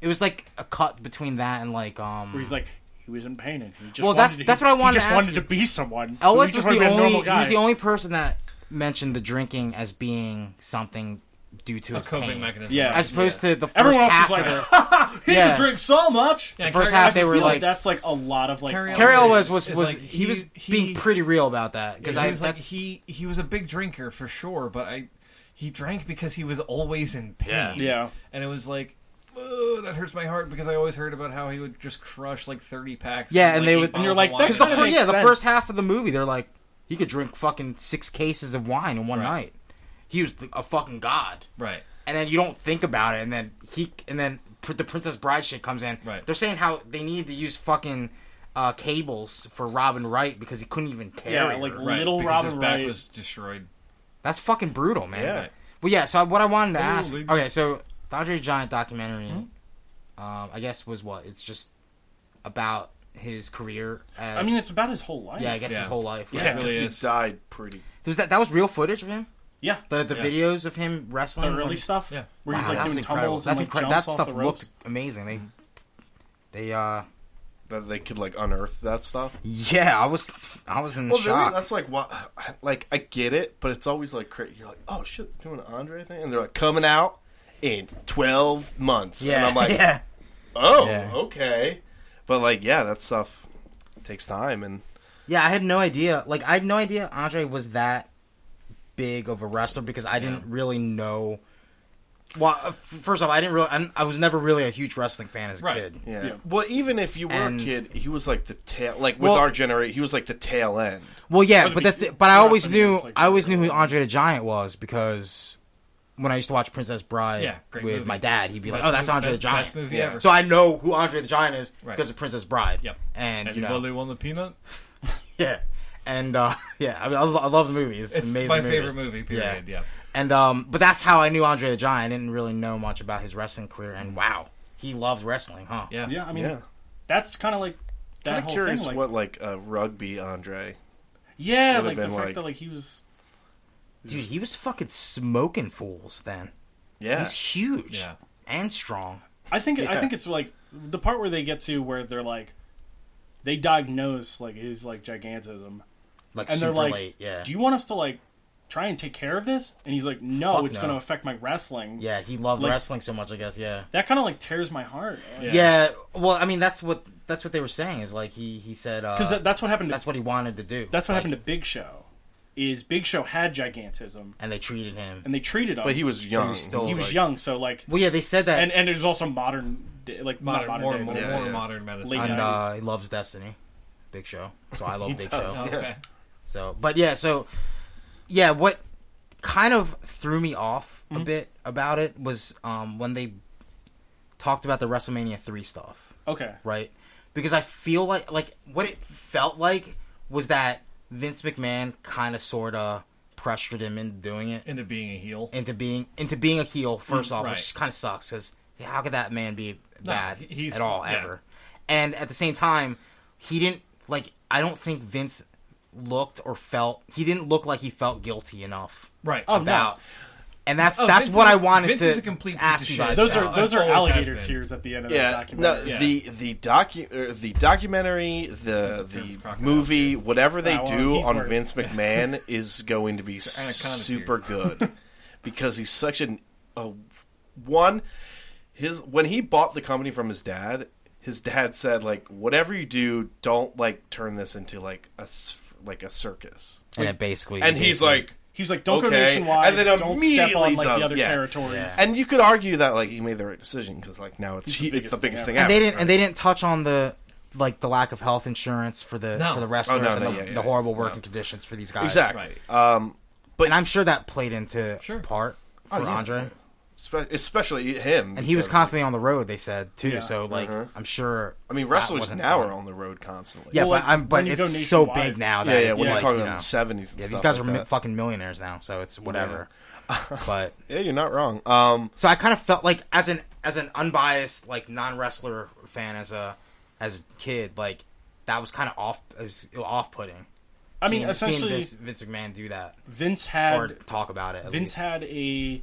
S3: It was like a cut between that and like um.
S1: where he's like he was in pain and he just
S3: Well,
S1: wanted
S3: that's-
S1: to,
S3: that's what I wanted
S1: He just
S3: to ask
S1: wanted
S3: you.
S1: to be someone.
S3: Elwes
S1: He
S3: was
S1: just wanted
S3: the
S1: to be a normal
S3: only. He
S1: guy.
S3: was the only person that mentioned the drinking as being something due to
S4: A
S3: his
S4: coping
S3: pain.
S4: mechanism.
S1: Yeah.
S3: As opposed to the first
S1: Everyone else
S3: half
S1: was like,
S3: of it.
S1: he
S3: Yeah.
S1: can drink so much.
S4: Yeah,
S3: first
S4: Carrie
S3: half
S1: I
S3: they were
S1: feel
S3: like-
S1: that's like a lot of like.
S4: Carrie
S3: Carrie Elwes
S4: Elwes
S3: was
S4: is
S3: was
S4: like,
S3: he, was
S4: he-
S3: being
S4: he-
S3: pretty real about that because
S4: he
S3: I
S4: was like
S3: that's-
S4: he he was a big drinker for sure, but I he drank because he was always in pain.
S3: Yeah.
S1: Yeah.
S4: and it was like. "Ugh, that hurts my heart because I always heard about how he would just crush like thirty packs.
S3: Yeah,
S4: of,
S3: and
S4: like,
S3: they
S4: eight
S3: would- And
S1: you're
S4: bottles
S1: like,
S4: of
S1: that
S4: wine.
S1: kinda
S3: the fir-
S1: makes
S3: yeah, the
S1: sense.
S3: first half of the movie, they're like, he could drink fucking six cases of wine in one
S4: Right.
S3: night. He was th- a fucking god.
S4: right?
S3: And then you don't think about it, and then he, and then pr- the Princess Bride shit comes in.
S4: Right.
S3: They're saying how they needed to use fucking uh, cables for Robin Wright because he couldn't even carry.
S1: Yeah,
S3: her.
S1: like
S4: Right,
S1: little
S4: because
S1: Robin
S4: his back
S1: Wright.
S4: was destroyed.
S3: That's fucking brutal, man.
S2: Yeah.
S3: Well, yeah. So what I wanted to ask,
S4: Holy-
S3: okay, so the Andre the Giant documentary,
S1: Hmm?
S3: um, I guess was what it's just about his career. As,
S1: I mean, it's about his whole life.
S3: yeah, I guess
S4: Yeah.
S3: his whole life.
S4: Yeah,
S2: Yeah,
S4: it
S2: 'cause
S4: really
S2: he
S4: is.
S2: died pretty.
S3: There's that. That was real footage of him.
S1: Yeah.
S3: The the
S4: Yeah.
S3: videos of him wrestling.
S1: the early
S3: when-
S1: stuff.
S4: Yeah.
S1: where he's
S3: Wow,
S1: like
S3: that's
S1: doing
S3: incredible.
S1: tumbles
S3: That's
S1: and like
S3: incredible.
S1: jumps
S3: That
S1: off
S3: stuff
S1: the
S3: looked
S1: ropes. Hmm.
S3: amazing. They they uh
S2: That they could like unearth that stuff.
S3: yeah. I was I was in
S2: Well, really,
S3: shock.
S2: that's like what, like I get it, but it's always like cra You're like, oh shit, doing an Andre thing, and they're like coming out in twelve months,
S3: yeah.
S2: and I'm like,
S3: yeah.
S2: oh,
S3: Yeah.
S2: okay, but like, yeah, that stuff takes time, and
S3: Yeah, I had no idea. Like, I had no idea Andre was that big of a wrestler because I didn't really know. Well, uh, f- first off, I didn't really. I'm, I was never really a huge wrestling fan as a
S4: Right.
S3: kid.
S2: yeah.
S1: Yeah.
S2: Well, even if you were
S3: And-
S2: a kid, he was like the tail, like with
S3: Well-
S2: our generation, he was like the tail end.
S3: Well, yeah,
S1: Well,
S3: but
S1: to
S3: the
S1: be-
S3: th- but I always
S1: wrestling
S3: knew
S1: is like-
S3: I always knew who Andre the Giant was because when I used to watch Princess Bride
S4: Yeah, great
S3: with
S4: movie.
S3: my dad, he'd be like,
S4: Best
S3: "Oh, that's
S4: movie-
S3: Andre the
S4: best-
S3: Giant."
S4: Best movie
S2: Yeah.
S4: ever.
S3: So I know who Andre the Giant is
S4: Right.
S3: because of Princess Bride.
S4: Yep.
S3: and you know,
S4: Anybody want the peanut?
S3: yeah, and uh, yeah, I, mean, I, lo- I love the movie. It's,
S4: It's
S3: an amazing.
S4: my
S3: movie.
S4: favorite movie. Period. Yeah.
S3: And um, but that's how I knew Andre the Giant. I didn't really know much about his wrestling career, and wow, he loved wrestling, huh?
S4: Yeah.
S1: Yeah, I mean,
S2: Yeah,
S1: that's kind of like that
S2: kind of
S1: whole
S2: curious
S1: thing. Like,
S2: what like a rugby Andre.
S1: yeah,
S2: would've
S1: like the
S2: been
S1: fact
S2: like-
S1: that like he was.
S3: dude, he was fucking smoking fools then.
S2: Yeah,
S3: He's huge
S4: Yeah.
S3: and strong.
S1: I think I
S2: Yeah.
S1: think it's like the part where they get to where they're like, they diagnose like his like gigantism,
S3: Like
S1: and they're
S3: super
S1: like,
S3: late, yeah,
S1: "Do you want us to like try and take care of this?" And he's like, "No,
S3: Fuck
S1: it's
S3: no.
S1: going to affect my wrestling."
S3: yeah. He loved
S1: like-
S3: wrestling so much, I guess. Yeah.
S1: That kind of like tears my heart.
S3: yeah, Well, I mean, that's what that's what they were saying is like he he said uh,
S1: Cuz that's what happened to
S3: that's what he wanted to do.
S1: that's what
S3: Like,
S1: happened to Big Show. Is Big Show had gigantism
S3: and they treated him.
S1: and they treated him
S2: but he was young.
S3: was still-
S1: he was
S2: like-
S1: young, so like
S3: Well, yeah, they said that,
S1: and
S3: and,
S1: and there's also modern day, like
S4: Modern,
S1: not modern
S4: more,
S1: day,
S4: more,
S1: but
S2: yeah,
S4: more
S2: yeah.
S4: modern medicine.
S1: Late
S4: Yeah.
S3: uh, he loves Destiny. Big Show. So I love Big Show.
S4: Okay.
S3: So, but yeah, so yeah, what kind of threw me off a bit about it was um, when they talked about the WrestleMania three stuff,
S1: Okay.
S3: right? Because I feel like like what it felt like was that Vince McMahon kind of sort of pressured him into doing it
S4: Into being a heel.
S3: into being into being a heel first off,
S4: Mm, right.
S3: which kind of sucks because how could that man be bad
S4: he- he's-
S3: at all
S4: yeah.
S3: ever? And at the same time, he didn't like. I don't think Vince looked or felt. He didn't look like he felt guilty enough
S4: Right.
S1: Oh, no.
S3: about. And that's
S4: Oh,
S3: that's
S4: Vince
S3: what
S4: is a-
S3: I wanted
S4: Vince
S3: to
S4: is a complete piece
S3: ask
S4: of
S3: you
S4: shit.
S3: guys
S1: Those
S4: Yeah,
S1: are those are
S4: always has
S1: alligator
S4: been.
S1: tears at the end of that
S2: Yeah, no,
S1: documentary.
S4: Yeah.
S2: the the docu er, the documentary, the the
S4: crocodile
S2: movie, whatever they
S1: Wow,
S2: do
S1: he's
S2: on
S1: worse.
S2: Vince McMahon is going to be
S4: anaconda
S2: super good because he's such an a one. His when he bought the company from his dad, his dad said like, whatever you do, don't like turn this into like a s- like a circus.
S3: and it basically
S2: And he's like.
S1: He was like, "Don't go
S2: Okay,
S1: nationwide,
S2: and then
S1: don't step on
S2: immediately
S1: like
S2: does-
S1: the other
S2: yeah.
S1: territories."
S2: And you could argue that like he made the right decision because like now it's
S1: the
S2: he- it's
S1: biggest
S2: the
S1: thing
S2: biggest
S1: ever.
S2: thing
S3: and
S2: ever.
S3: they didn't and they didn't touch on the like the lack of health insurance for the
S4: No.
S3: for the wrestlers
S2: Oh, no,
S3: and
S2: no,
S3: the,
S2: yeah, yeah,
S3: the horrible
S2: yeah.
S3: working conditions for these guys.
S2: exactly. Um, but
S3: And I'm sure that played into
S4: Sure. Oh,
S3: part for
S2: yeah.
S3: Andre.
S2: Spe- especially him.
S3: and he was
S2: because,
S3: constantly on the road. They said too,
S1: Yeah.
S3: so like I'm sure.
S2: Uh-huh. I mean,
S3: that
S2: wrestlers
S3: wasn't
S2: now
S3: fun.
S2: are on the road constantly.
S3: Yeah,
S1: Well,
S3: but
S1: like,
S3: I'm, but
S1: when you go
S3: it's so
S1: nationwide-
S3: big now that
S2: yeah, yeah.
S3: it's
S2: When you're
S3: like,
S2: talking
S3: you
S2: about
S3: know,
S2: the seventies,
S3: yeah, these guys are mi- fucking millionaires now, so it's whatever. but
S2: Yeah, you're not wrong. Um,
S3: so I kind of felt like as an as an unbiased like non wrestler fan as a as a kid like that was kind of off it was off putting.
S1: I mean,
S3: seeing
S1: essentially,
S3: Vince, Vince McMahon do that
S1: Vince
S3: or
S1: had
S3: talk about it. at
S1: Vince
S3: least.
S1: had a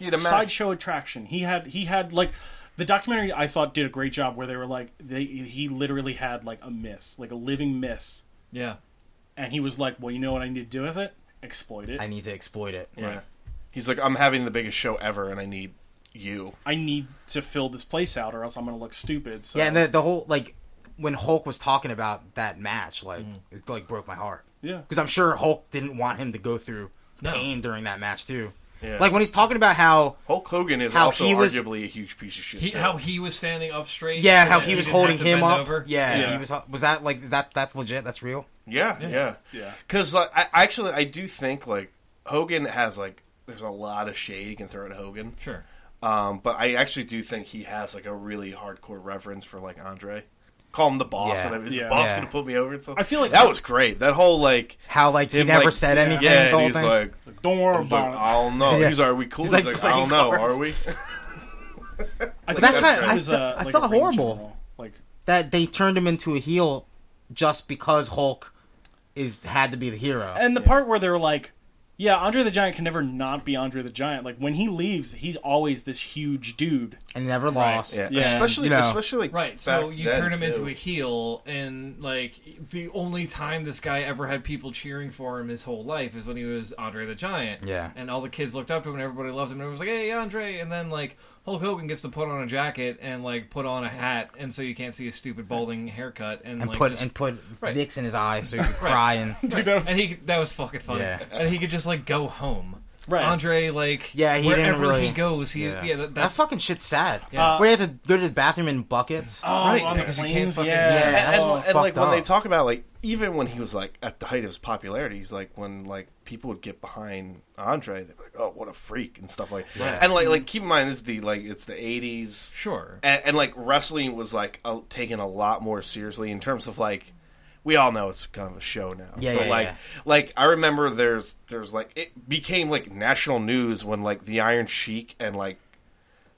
S2: you know,
S1: sideshow attraction. He had he had like the documentary I thought did a great job where they were like they he literally had like a myth, like a living myth,
S4: Yeah.
S1: and he was like, "Well, you know what I need to do with it? Exploit it.
S3: I
S1: I,
S3: need to exploit it.
S2: yeah. He's like, I'm having the biggest show ever, and I need you.
S1: need to fill this place out, or else I'm going to look stupid." So
S3: Yeah, and the, the whole like when Hulk was talking about that match, like
S4: Mm.
S3: it like broke my heart.
S1: Yeah.
S3: because I'm sure Hulk didn't want him to go through
S4: No.
S3: pain during that match too.
S2: Yeah.
S3: Like when he's talking about how
S2: Hulk Hogan is
S3: How
S2: also
S3: he was-
S2: arguably a huge piece of shit.
S4: He,
S2: too.
S4: how he was standing up straight.
S3: yeah, how
S4: and
S3: he was
S4: didn't have
S3: holding
S4: to
S3: him
S4: bend
S3: up.
S4: Over.
S3: Yeah,
S1: Yeah.
S3: he was. Was that like is that that's legit? That's real.
S2: Yeah, yeah,
S1: Yeah.
S2: Because like, I actually, I do think like Hogan has like there's a lot of shade you can throw at Hogan.
S4: Sure.
S2: Um, but I actually do think he has like a really hardcore reverence for like Andre. Call him the boss,
S3: Yeah.
S2: and I'm, is
S1: Yeah.
S2: the boss
S3: Yeah.
S2: gonna put me over? And stuff?
S1: I feel like-
S2: that was great. That whole like
S3: How like he
S2: him,
S3: never
S2: like-
S3: said anything.
S2: Yeah,
S3: the
S2: and
S3: whole
S2: he's
S3: thing.
S2: like,
S1: don't worry
S2: he's like,
S1: about
S2: I don't know.
S3: Yeah.
S2: He's like, are we cool?
S3: He's
S2: He's,
S3: like
S2: like, I
S3: playing
S2: don't know.
S3: cards.
S2: Are we?
S1: it. I think
S3: that
S1: that's
S3: kinda-
S1: right.
S3: I
S1: It was
S3: fe-
S1: a-
S3: I
S1: like a
S3: felt
S1: ring
S3: horrible.
S1: general. Like
S3: that they turned him into a heel just because Hulk is had to be the hero.
S1: and the part where they were like. Yeah, Andre the Giant can never not be Andre the Giant. Like when he leaves, he's always this huge dude.
S3: and never lost.
S2: Yeah,
S1: Yeah.
S2: especially,
S3: You know.
S2: especially like
S4: Right. So
S2: back
S4: you
S2: then,
S4: turn him
S2: too.
S4: into a heel, and like the only time this guy ever had people cheering for him his whole life is when he was Andre the Giant.
S3: Yeah.
S4: And all the kids looked up to him, and everybody loved him, and everyone was like, "Hey, Andre!" And then like Hulk Hogan gets to put on a jacket and like put on a hat, and so you can't see his stupid balding haircut, and,
S3: And
S4: like
S3: put
S4: just-
S3: and put
S4: Right.
S3: Vicks in his eye so he could cry and
S1: Dude, that was-
S4: and he that was fucking fun.
S3: Yeah.
S4: And he could just like go home.
S1: Right.
S4: Andre, like
S3: Yeah, he
S4: wherever
S3: didn't really.
S4: he goes, he yeah, that, that's
S3: that fucking shit's sad.
S4: Yeah.
S1: Uh,
S3: Where you have to go to the bathroom in buckets.
S1: oh,
S4: Right,
S1: on the
S4: because you can't
S1: planes,
S4: fucking-
S1: yeah.
S3: Yeah.
S2: and,
S3: all
S2: and, and, like
S3: fucked
S2: when they
S3: up.
S2: talk about like even when he was like at the height of his popularity, he's like when like people would get behind Andre, they'd be like, "Oh, what a freak" and stuff like.
S3: Yeah.
S2: And like like keep in mind this is the like it's the eighties,
S4: sure.
S2: and, and like wrestling was like a, taken a lot more seriously in terms of like we all know it's kind of a show now.
S3: Yeah,
S2: but
S3: yeah,
S2: like
S3: yeah.
S2: like I remember there's there's like it became like national news when like the Iron Sheik and like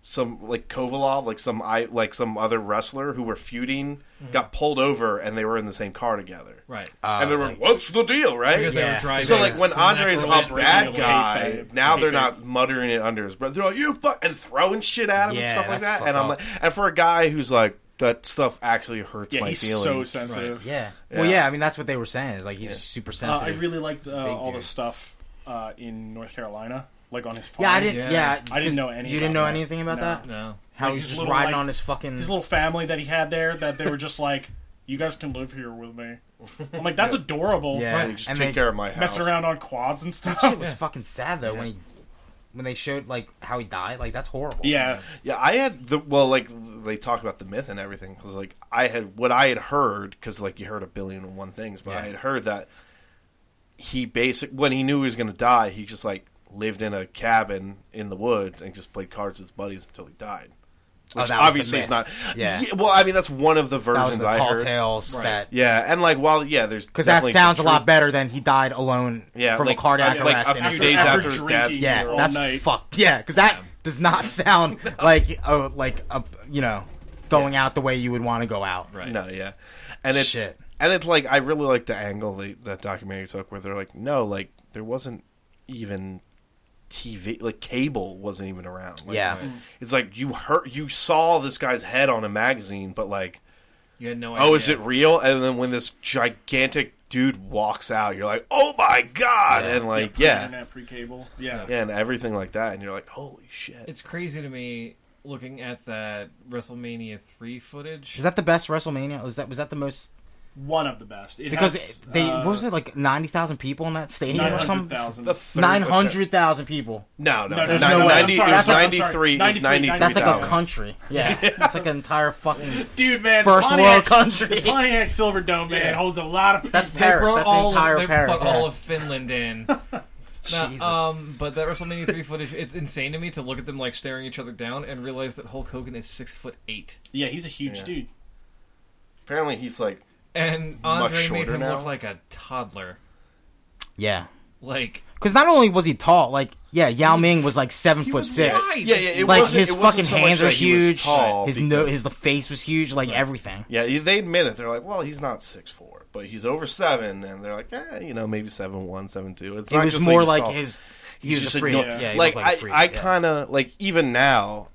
S2: some like Kovalov, like some I like some other wrestler who were feuding got pulled over and they were in the same car together.
S4: Right.
S2: and they were what's the deal, right?
S4: Because they were
S3: Uh, yeah.
S4: driving.
S2: So like when
S4: from the
S2: Andre's
S4: next
S2: a
S4: land to the
S1: brand
S2: bad
S1: new
S4: next.
S2: guy,
S1: kayfabe.
S2: now they're
S1: Kayfabe.
S2: not muttering it under his breath. They're like you fuck and throwing shit at him and
S3: Yeah,
S2: stuff like
S3: that's
S2: that.
S3: fucked
S2: And I'm
S3: up.
S2: like, and for a guy who's like that stuff actually hurts
S1: Yeah,
S2: my
S1: he's
S2: feelings.
S1: so sensitive.
S3: yeah. Well, yeah. I mean, that's what they were saying. Is like he's super
S1: Uh, I
S3: sensitive.
S1: really liked uh, all
S3: dude.
S1: the stuff uh, in North Carolina, like on his farm.
S3: yeah, I didn't.
S4: Yeah.
S3: Yeah,
S1: I didn't know
S3: any.
S1: any
S3: You didn't
S1: about
S3: know
S1: that.
S3: anything about
S1: No.
S3: that?
S4: No.
S3: How
S1: Like,
S3: he's
S1: his
S3: just
S1: little,
S3: riding
S1: like-
S3: on his fucking.
S1: His little family that he had there, that they were just like, "You guys can live here with me." I'm like, that's adorable.
S3: yeah,
S2: Yeah, you just
S3: and
S2: take
S3: they,
S2: care of my house.
S1: messing around on quads and stuff.
S3: It was fucking sad though when he when they showed like how he died, like that's horrible.
S1: Yeah.
S2: Yeah, I had the well, like they talk about the myth and everything because like I had what I had heard because like you heard a billion and one things, but I had heard that he basic when he knew he was going to die, he just like lived in a cabin in the woods and just played cards with his buddies until he died.
S3: Oh,
S2: Which
S3: that was the
S2: obviously is not.
S3: myth. Yeah.
S2: Well, I mean that's one of the
S3: that was
S2: versions
S3: the
S2: I
S3: tall
S2: heard.
S3: tales that
S2: Yeah, and like while yeah, there's
S3: because that
S2: definitely some
S3: sounds a lot
S2: truth-
S3: better than he died alone
S2: Yeah,
S3: from
S2: like-
S3: a cardiac
S2: like, a
S3: arrest. in
S2: few
S1: After-
S2: days
S1: after
S2: after his dad's
S1: drinking
S3: Yeah,
S1: or all
S3: that's
S1: night.
S3: fuck. Yeah, because that does not sound like oh, like a you know going out the way you would want to go out.
S4: Right.
S2: No, yeah, and it's
S3: Shit.
S2: and it's like I really like the angle they, that documentary took, where they're like, no, like there wasn't even TV, like cable wasn't even around. Like,
S3: Yeah. Mm.
S2: it's like you heard, you saw this guy's head on a magazine, but like,
S4: You had no idea.
S2: oh, is it real? And then when this gigantic dude walks out, you're like, oh my god,
S3: Yeah.
S2: and like, yeah, yeah.
S1: Internet pre cable. Yeah.
S2: and everything like that, and you're like, holy shit,
S4: It's crazy to me looking at that WrestleMania three footage.
S3: Is that the best WrestleMania? Was that was that the most
S1: One of the best. It
S3: because
S1: has,
S3: they
S1: uh,
S3: what was it like ninety thousand people in that stadium or something?
S1: 900,000.
S2: The third-
S3: Nine hundred thousand people.
S2: No,
S1: No,
S2: no, no,
S1: there's no way. I'm
S2: 90,
S1: sorry,
S2: it
S1: I'm
S2: was
S1: sorry, I'm sorry.
S2: 93, it was
S1: 93,
S2: 93,
S3: That's like a
S1: 3,000.
S3: country. Yeah, it's like an entire fucking.
S1: Dude, man.
S3: First
S1: Pontiac's-
S3: world country.
S1: The Pontiac Silverdome, man,
S2: Yeah.
S1: holds a lot of people.
S3: That's Paris.
S4: brought
S3: That's
S4: all
S3: the
S4: of-
S3: entire
S4: they
S3: Paris.
S4: put
S3: yeah.
S4: all of Finland in. Now,
S3: Jesus.
S4: um, but that WrestleMania three footage—it's insane to me to look at them like staring each other down and realize that Hulk Hogan is six foot eight,
S1: Yeah, he's a huge
S2: Yeah.
S1: dude.
S2: Apparently, he's like Much
S4: and Andre made
S2: shorter
S4: him
S2: now.
S4: look like a toddler.
S3: yeah.
S4: Like
S3: Because not only was he tall, like yeah, Yao Ming was like seven foot
S4: was
S3: six.
S4: wide.
S2: Yeah, yeah. It
S3: like
S2: wasn't,
S3: his
S2: it wasn't
S3: fucking
S2: so much
S3: hands are
S2: that he was
S3: huge.
S2: tall
S3: his
S2: because-
S3: nose, his the face was huge. Like everything.
S2: Yeah, they admit it. They're like, well, he's not six four, but he's over seven, and they're like, eh, you know, maybe seven one, seven two. It's
S3: It
S2: not
S3: was
S2: just that
S3: more
S2: he's
S3: like
S2: tall.
S3: his. He
S2: He's
S3: was
S2: just
S3: a freak.
S2: igno-
S3: yeah, he
S2: like
S3: looked like
S2: I,
S3: a freak,
S2: I
S3: yeah.
S2: kind of like even now,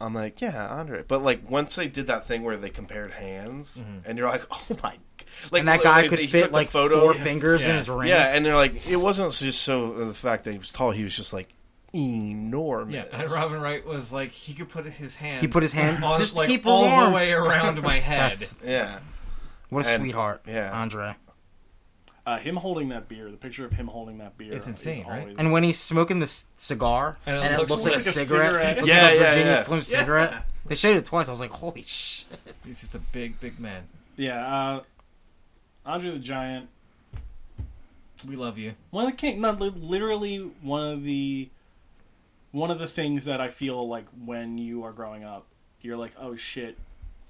S2: I'm like, yeah, Andre. But like once they did that thing where they compared hands, and you're like, oh my, g-" like
S3: Mm-hmm. and that
S2: like,
S3: guy
S2: they-
S3: could
S2: he took
S3: fit
S2: the
S3: like
S2: photo.
S3: four
S2: Yeah.
S3: fingers in
S4: Yeah.
S3: his ring.
S2: Yeah, and they're like, it wasn't just so uh, the fact that he was tall; he was just like enormous.
S4: Yeah, and Robin Wright was like he could put his hand.
S3: He put his hand-
S4: on,
S3: just
S4: like,
S3: keep her
S4: all
S3: warm.
S4: the way around my head.
S3: That's-
S2: Yeah,
S3: what a
S2: And-
S3: sweetheart.
S2: yeah.
S3: Andre.
S1: Uh, him holding that beer, the picture of him holding that beer.
S4: It's insane,
S1: is
S4: right?
S1: always-
S3: And when he's smoking the c- cigar, and it, looks, like, a cigarette,
S1: cigarette.
S3: Looks
S2: Yeah,
S3: like a
S2: yeah,
S3: Virginia
S2: yeah.
S3: Slim cigarette. They showed it twice. I was like, holy shit.
S4: He's just a big, big man.
S1: yeah, uh, Andre the Giant,
S4: We love you.
S1: one of the king, no, li- literally one of the one of the things that I feel like when you are growing up, you're like, oh shit,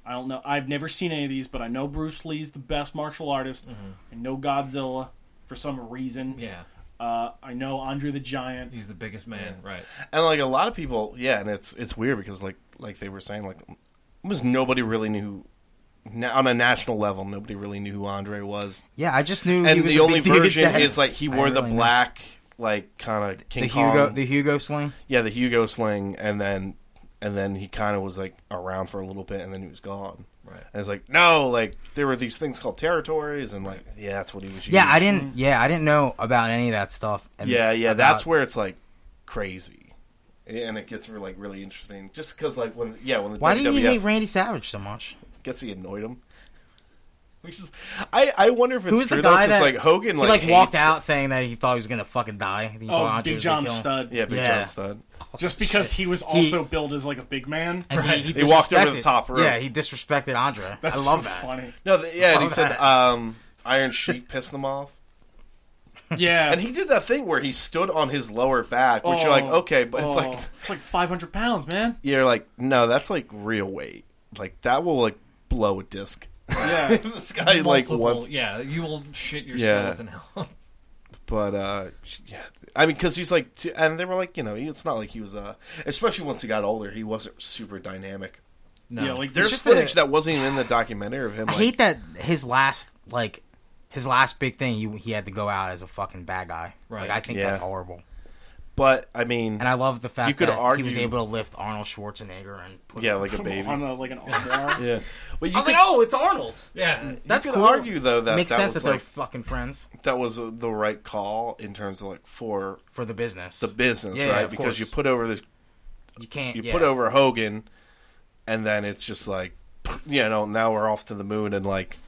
S1: I don't know, I've never seen any of these, but I know Bruce Lee's the best martial artist, I know Godzilla for some reason,
S4: Yeah,
S1: uh, I know Andre the Giant,
S4: he's the biggest man. Right.
S2: and like a lot of people, yeah, and it's it's weird because like like they were saying, like almost nobody really knew na- on a national level, nobody really knew who Andre was,
S3: Yeah, I just knew. he
S2: and
S3: was
S2: the
S3: a
S2: only
S3: big dude
S2: version
S3: that-
S2: is like he
S3: I
S2: wore the
S3: really know.
S2: black like kind of King
S3: the
S2: Kong,
S3: Hugo, the Hugo sling.
S2: yeah, the Hugo sling, and then and then he kind of was like around for a little bit, and then he was gone.
S4: Right.
S2: And it's like no, like there were these things called territories, and like yeah, that's what he was.
S3: Yeah,
S2: using.
S3: I didn't. Yeah, I didn't know about any of that stuff. And
S2: Mm-hmm. Yeah, yeah,
S3: about-
S2: that's where it's like crazy, and it gets like really interesting. Just because like when yeah when the
S3: Why
S2: WWF
S3: did you hate Randy Savage so much?
S2: guess he annoyed him. Which is, I, I wonder if it's
S3: Who's
S2: true
S3: the
S2: though,
S3: guy
S2: 'cause,
S3: that
S2: like Hogan
S3: he,
S2: like,
S3: like, walked
S2: hates-
S3: out saying that he thought he was gonna fucking die? He thought
S1: oh,
S3: Andre
S1: Big
S3: was
S1: John
S3: gonna kill him.
S1: Stud,
S2: Yeah, Big
S3: Yeah.
S2: John Stud.
S1: just because he was also billed as like a big man.
S3: And he,
S2: He walked over the
S3: disrespected-
S2: top rope.
S3: Yeah, he disrespected Andre.
S1: That's
S3: I love
S1: so
S3: that.
S1: funny.
S2: No, the, yeah, and he
S3: Love
S2: said
S3: that.
S2: um, Iron Sheik pissed him off,
S1: Yeah,
S2: and he did that thing where he stood on his lower back, which you're like
S1: Oh,
S2: okay, but
S1: oh,
S2: it's like
S1: it's like 500 pounds, man.
S2: you're like no, that's like real weight, like that will like blow a disc.
S1: Yeah,
S2: this guy
S4: Multiple-
S2: like once
S4: Yeah, you will shit
S2: Yeah.
S4: yourself in hell.
S2: but uh yeah i mean because he's like t- and they were like you know he- it's not like he was uh especially once he got older he wasn't super dynamic
S4: no.
S1: yeah, like
S2: there's
S1: there's
S3: just
S2: footage
S3: a-
S2: that wasn't even in the documentary of him
S3: I
S2: like,
S3: hate that his last like his last big thing. He he had to go out as a fucking bad guy.
S4: Right.
S3: Like I think
S2: Yeah.
S3: that's horrible.
S2: but i mean
S3: And I love the fact
S2: You could
S3: that
S2: argue-
S3: he was able to lift Arnold Schwarzenegger and put
S2: yeah like a baby
S1: on a, like an armoire.
S2: yeah but you
S3: I was
S2: could,
S3: like, oh, it's Arnold.
S4: yeah.
S3: That's
S2: you could
S3: cool.
S2: argue though that
S3: Makes
S2: that
S3: sense
S2: was
S3: that they're
S2: like
S3: fucking friends
S2: that was uh, the right call in terms of like for
S3: for the business.
S2: the business
S3: Yeah,
S2: right
S3: of
S2: because you
S3: course.
S2: put over this
S3: you can't.
S2: you
S3: yeah.
S2: put over hogan and then it's just like you know now we're off to the moon and like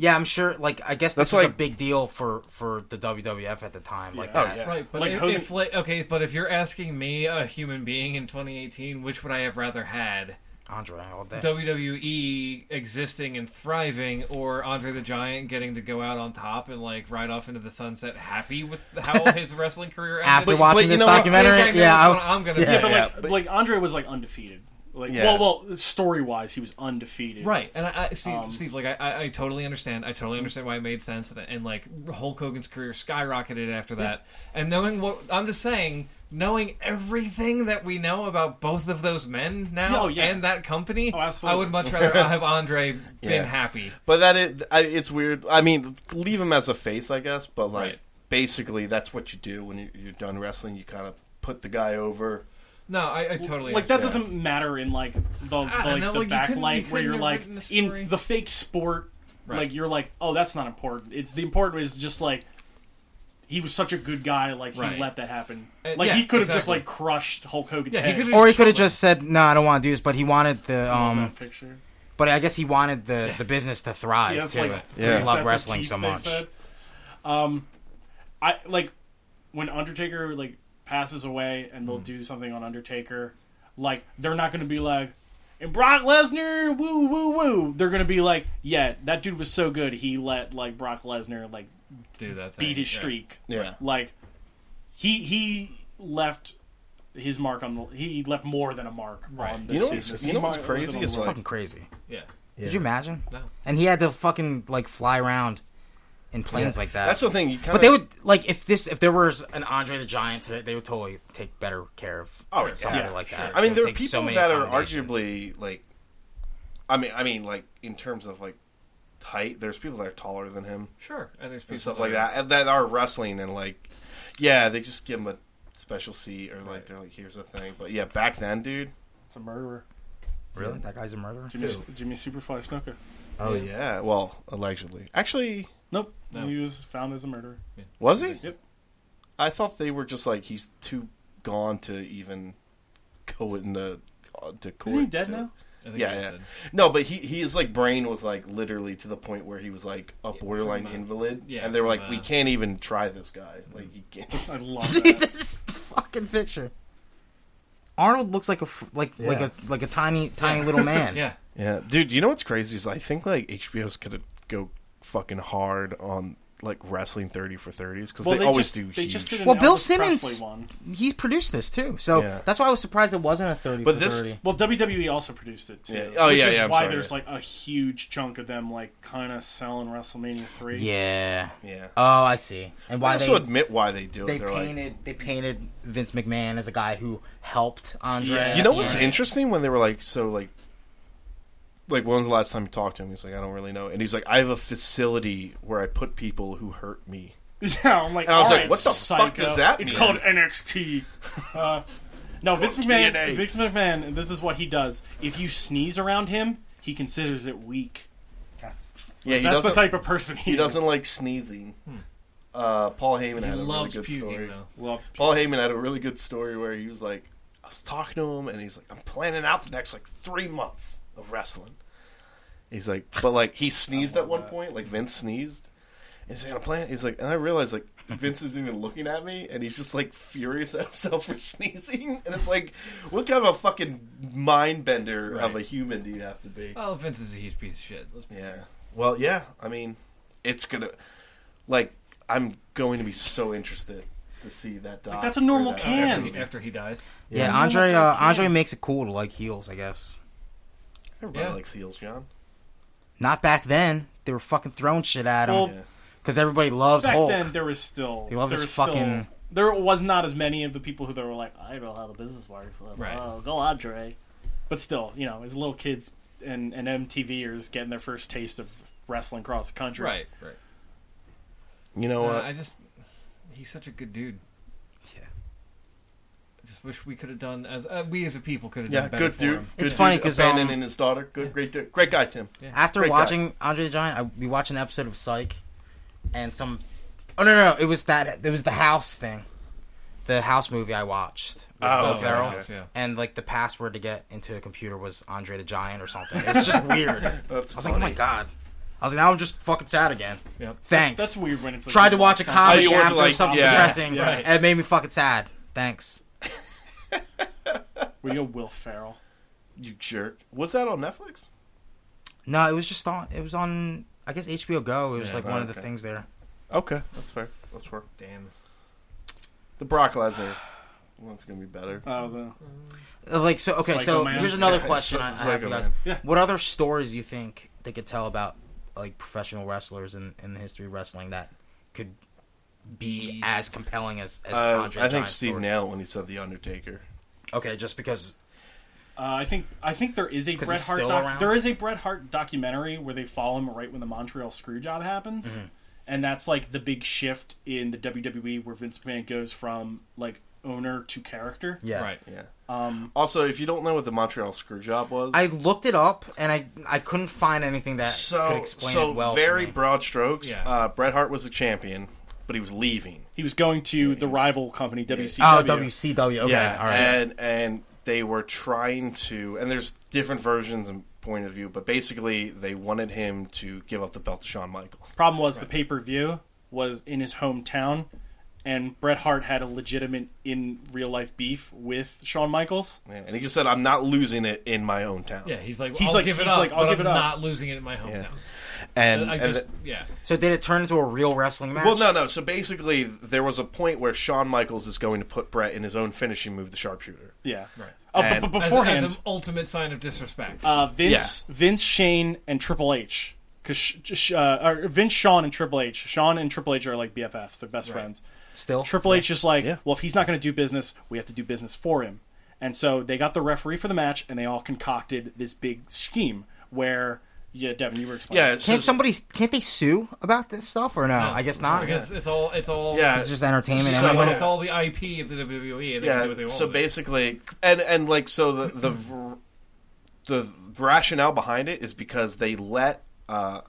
S3: Yeah, I'm sure. Like, I guess
S2: That's
S3: this was a
S2: like-
S3: big deal for for the WWF at the time. Like,
S1: Yeah.
S2: Oh
S3: that.
S2: yeah.
S4: Right, but
S1: Like
S4: if,
S1: Hogan-
S4: if, like, okay, but if you're asking me, a human being in 2018, which would I have rather had?
S3: Andre all day.
S4: WWE existing and thriving, or Andre the Giant getting to go out on top and like ride off into the sunset, happy with how his wrestling career ended?
S3: After
S2: But-
S3: watching
S2: but you
S3: this
S2: know what?
S3: documentary,
S4: I think I know
S3: yeah,
S4: which
S3: I-
S4: one I'm gonna
S3: yeah.
S4: pick.
S1: but,
S2: Yeah,
S1: like,
S2: but-
S1: like Andre was like undefeated. Like,
S2: Yeah.
S1: well, well, story wise, he was undefeated.
S4: Right, and I, I Steve,
S1: Um,
S4: Steve, like I- I, I totally understand. I totally understand why it made sense, and, and like Hulk Hogan's career skyrocketed after that. And knowing what I'm just saying, knowing everything that we know about both of those men now
S1: Oh, yeah.
S4: and that company,
S1: Oh,
S4: I
S1: absolutely.
S4: would much rather have Andre been
S2: Yeah.
S4: happy.
S2: But that is, I, it's weird. I mean, leave him as a face, I guess. But like,
S4: Right.
S2: basically, that's what you do when you're, you're done wrestling. You kind of put the guy over.
S4: No, I, I totally
S1: Like that
S4: understand.
S1: doesn't matter in like the, the
S4: I don't
S1: like
S4: know,
S1: the
S4: like, you couldn't-
S1: backlight
S4: you
S1: where
S4: couldn't
S1: you're
S4: have
S1: like
S4: written the story.
S1: in the fake sport.
S4: Right.
S1: Like you're like, oh, that's not important. It's the important is just like he was such a good guy. Like
S4: Right.
S1: he let that happen.
S4: Uh,
S1: like
S4: yeah,
S1: he could have just
S4: exactly.
S1: like crushed Hulk Hogan's
S4: Yeah, he
S1: head.
S4: could've
S3: or he
S4: just
S3: could have
S4: killed him.
S3: just said, "No, I don't want to do this." But he wanted the um,
S1: that picture.
S3: but I guess he wanted the the business to thrive
S1: Yeah, that's
S3: too.
S1: like
S3: He
S1: three
S2: Yeah.
S1: sets
S3: loved
S1: of
S3: wrestling
S1: teeth,
S3: so
S1: they
S3: much.
S1: said. Um, I like when Undertaker like passes away, and
S3: Mm.
S1: they'll do something on Undertaker. Like they're not going to be like, and Brock Lesnar, woo woo woo. They're going to be like, yeah, that dude was so good. He let like Brock Lesnar like
S4: do that. Thing.
S1: beat his
S4: yeah.
S1: streak.
S2: Yeah.
S1: Like he he left his mark on the. He left more than a mark on the
S2: You know what's-
S1: business.
S2: you know what's
S1: Smart-
S2: crazy
S1: on the
S2: is,
S1: line.
S2: like-
S3: Fucking crazy.
S4: Yeah,
S3: Could you imagine?
S4: No.
S3: And he had to fucking like fly around in planes like that.
S2: That's the thing. You kind
S3: but they would like if this if there was an Andre the Giant today, they would totally take better care of
S2: Oh, yeah.
S3: somebody
S1: Yeah,
S3: like that.
S2: I mean,
S3: It
S2: there are
S3: takes so
S2: people
S3: many
S2: that are
S3: accommodations.
S2: arguably like. I mean, I mean, like in terms of like height, there's people that are taller than him
S4: sure. And there's
S2: and
S4: people
S2: stuff like that, and that are wrestling and like, yeah, they just give him a special seat or like they're like, here's a thing. But yeah, back then, dude.
S1: It's a murderer.
S3: really that guy's a murderer.
S1: Jimmy, Jimmy Superfly Snooker.
S2: Oh yeah. Well, allegedly, actually,
S1: Nope.
S4: No.
S1: He was found as a murderer.
S2: was he?
S1: Yep.
S2: I thought they were just like he's too gone to even go into uh, to court.
S1: Isn't he dead
S2: to-
S1: now?
S4: I think
S2: Yeah,
S4: he's
S2: yeah.
S4: dead.
S2: No, but he his like brain was like literally to the point where he was like a borderline
S4: from, uh,
S2: invalid,
S4: yeah,
S2: and they were
S4: from,
S2: like, we
S4: uh,
S2: can't even try this guy. Like, he
S1: I
S2: can't.
S1: love
S3: Dude,
S1: that.
S3: this is the fucking picture. Arnold looks like a f- like like a like a tiny tiny little man.
S4: Yeah,
S2: yeah, dude. You know what's crazy is I think like HBO's gonna go fucking hard on like wrestling thirty for thirties because
S1: well,
S2: they, always
S1: just,
S2: do.
S1: They just did an
S3: Well, Bill
S1: Elvis
S3: Simmons-
S1: Presley one.
S3: He produced this too, so
S2: Yeah.
S3: that's why I was surprised it wasn't a thirty.
S2: But
S3: for
S2: this-
S3: 30.
S1: Well, WWE also produced it too.
S2: Yeah. Oh,
S1: which
S2: yeah,
S1: is
S2: yeah, I'm
S1: why
S2: sorry,
S1: there's
S2: yeah.
S1: like a huge chunk of them like kind of selling WrestleMania three.
S3: yeah.
S2: yeah.
S3: Oh, I see. And
S2: I
S3: why
S2: also
S3: they,
S2: admit Uh, why they do it.
S3: they
S2: They're like,
S3: painted they painted Vince McMahon as a guy who helped Andre.
S1: Yeah.
S2: you know
S3: Yeah.
S2: what's interesting when they were like, so like, like when was the last time you talked to him? He's like, I don't really know, and he's like, I have a facility where I put people who hurt me.
S1: Yeah, I'm like,
S2: And I
S1: all
S2: was like,
S1: right,
S2: what the fuck
S1: psycho.
S2: does that
S1: It's
S2: mean?
S1: called NXT. Uh, no, Vince McMahon.
S2: TNA.
S1: Vince McMahon. This is what he does. If you sneeze around him, he considers it weak.
S2: Yeah, he
S1: That's the
S2: doesn't-
S1: type of Hmm. person he,
S2: He
S1: is.
S2: doesn't like sneezing. Uh, Paul Heyman
S4: he
S2: had a really
S4: loves
S2: good
S4: puking
S2: story.
S4: though.
S1: Loves
S2: Paul Heyman had a really good story where he was like, I was talking to him, and he's like, I'm planning out the next like three months of wrestling. He's like, but like he sneezed at one point, like Vince sneezed. And he's like, I'm planning. He's like, and I realized like Vince isn't even looking at me, and he's just like furious at himself for sneezing. And it's like, what kind of a fucking mind bender of a human do you have to be?
S4: Well, Oh, Vince is a huge piece of shit. Let's be
S2: Yeah. Well, yeah. I mean, it's gonna like I'm going to be so interested to see that. Doc
S1: that's a normal
S2: or that-
S1: can.
S4: After he, after he dies,
S3: Yeah,
S2: Yeah.
S3: Andre
S1: Almost
S3: uh,
S1: as can.
S3: Andre makes it cool to like heels, I guess.
S2: Everybody
S4: Yeah.
S2: likes heels, John.
S3: Not back then. They were fucking throwing shit at
S1: Well,
S3: him
S2: Yeah.
S3: because everybody loves
S1: back
S3: Hulk.
S1: then there was still
S3: He loved
S1: there
S3: his
S1: was still,
S3: fucking-
S1: there was not as many of the people who that were like I don't know how the business works Like,
S4: Right.
S1: oh go Andre but still you know as little kids and and MTVers getting their first taste of wrestling across the country
S4: right, right.
S2: You know
S4: Uh,
S2: what?
S4: I just he's such a good dude.
S3: Yeah.
S4: I just wish we could have done as uh, we as a people could have
S2: yeah,
S4: done better
S2: good
S4: for
S2: dude.
S4: him.
S2: Good
S3: It's funny
S2: dude,
S3: 'cause, um,
S2: abandoning his daughter. Good, great, dude. great guy, Tim.
S3: After
S2: Great guy.
S3: watching Andre the Giant, I, we watched an episode of Psych, and some. Oh no, no, no, it was that it was the house thing, the house movie I watched. with Will
S2: okay,
S3: Ferrell.
S2: okay.
S4: Yeah.
S3: And like the password to get into a computer was Andre the Giant or something. It's just weird. I
S2: That's
S3: was like, oh my god. I was like, now I'm just fucking sad again.
S4: Yep.
S3: Thanks.
S1: That's weird when it's like
S3: Tried
S1: you
S3: to watch a
S1: something-
S2: Oh,
S3: comedy
S2: you wanted
S3: after
S2: to, like,
S3: something
S2: yeah,
S3: depressing,
S4: right.
S3: and it made me fucking sad. Thanks.
S1: We go Will Ferrell.
S2: You jerk. Was that on Netflix?
S3: No, it was just on. It was on. I guess HBO Go. It was
S4: Yeah,
S3: like one of
S2: okay.
S3: the things there.
S2: Okay, that's fair. That's fair.
S4: Damn.
S2: The Brock Lesnar one's gonna be better.
S1: Oh, the,
S3: Uh, Like so. Okay,
S1: Psycho
S3: so
S1: Man.
S3: here's another question I, I have for
S2: Psycho
S3: you guys.
S2: Man.
S1: Yeah.
S3: What other stories do you think they could tell about like professional wrestlers in, in the history of wrestling that could be as compelling as, as
S2: Uh,
S3: Andre
S2: I think
S3: Giant's
S2: Steve
S3: story?
S2: nailed when he said the Undertaker.
S3: Okay, just because
S1: uh, I think I think there is a
S3: 'Cause
S1: Bret
S3: he's
S1: Hart.
S3: still
S1: Doc-
S3: around?
S1: there is a Bret Hart documentary where they follow him right when the Montreal Screwjob happens,
S3: Mm-hmm.
S1: and that's like the big shift in the WWE where Vince McMahon goes from like owner to character.
S3: yeah.
S4: Right.
S2: Yeah.
S1: Um,
S2: Also, if you don't know what the Montreal Screwjob was,
S3: I looked it up and I I couldn't find anything that
S2: so
S3: could explain
S2: so
S3: it well. for
S2: very
S3: me.
S2: broad strokes.
S4: Yeah.
S2: Uh, Bret Hart was the champion, but he was leaving.
S1: he was going to the rival company WCW.
S3: Oh, WCW. Okay,
S2: yeah,
S3: all right.
S2: and and they were trying to, and there's different versions and point of view, but basically they wanted him to give up the belt to Shawn Michaels.
S1: Problem was the pay per view was in his hometown, and Bret Hart had a legitimate in real life beef with Shawn Michaels.
S2: Yeah, and he just said, "I'm not losing it in my own town."
S4: Yeah, he's like,
S1: He's
S4: I'll
S1: like-
S4: give it
S1: he's
S4: up,
S1: like, I'll
S4: but
S1: give
S4: I'm
S1: it up.
S4: not losing it in my hometown.
S2: and,
S4: I
S2: and
S4: just, yeah.
S3: So did it turn into a real wrestling match?
S2: well, no, no. So basically, there was a point where Shawn Michaels is going to put Brett in his own finishing move, the sharpshooter.
S1: Yeah.
S4: Right.
S1: Oh, but,
S2: And-
S1: but
S4: As-
S1: beforehand,
S4: As, an ultimate sign of disrespect.
S1: uh, Vince, Vince, Shane, and Triple H. Because sh- sh- uh, or Vince, Shawn, and Triple H. Sean and Triple H are like BFFs. They're best friends.
S3: Still,
S1: Triple H is like,
S2: Yeah.
S1: well, if he's not going to do business, we have to do business for him. And so they got the referee for the match, and they all concocted this big scheme where, yeah, Devin, you were explaining.
S2: Yeah, so,
S3: can't somebody can't they sue about this stuff or no? I guess not.
S4: I guess it's all, it's all,
S2: yeah,
S3: It's just entertainment.
S2: So- uh,
S3: anyway.
S4: it's all the IP of the WWE, and they can do
S2: yeah.
S4: what they want.
S2: So
S4: with it.
S2: basically, and and like so the the v- the rationale behind it is because they let uh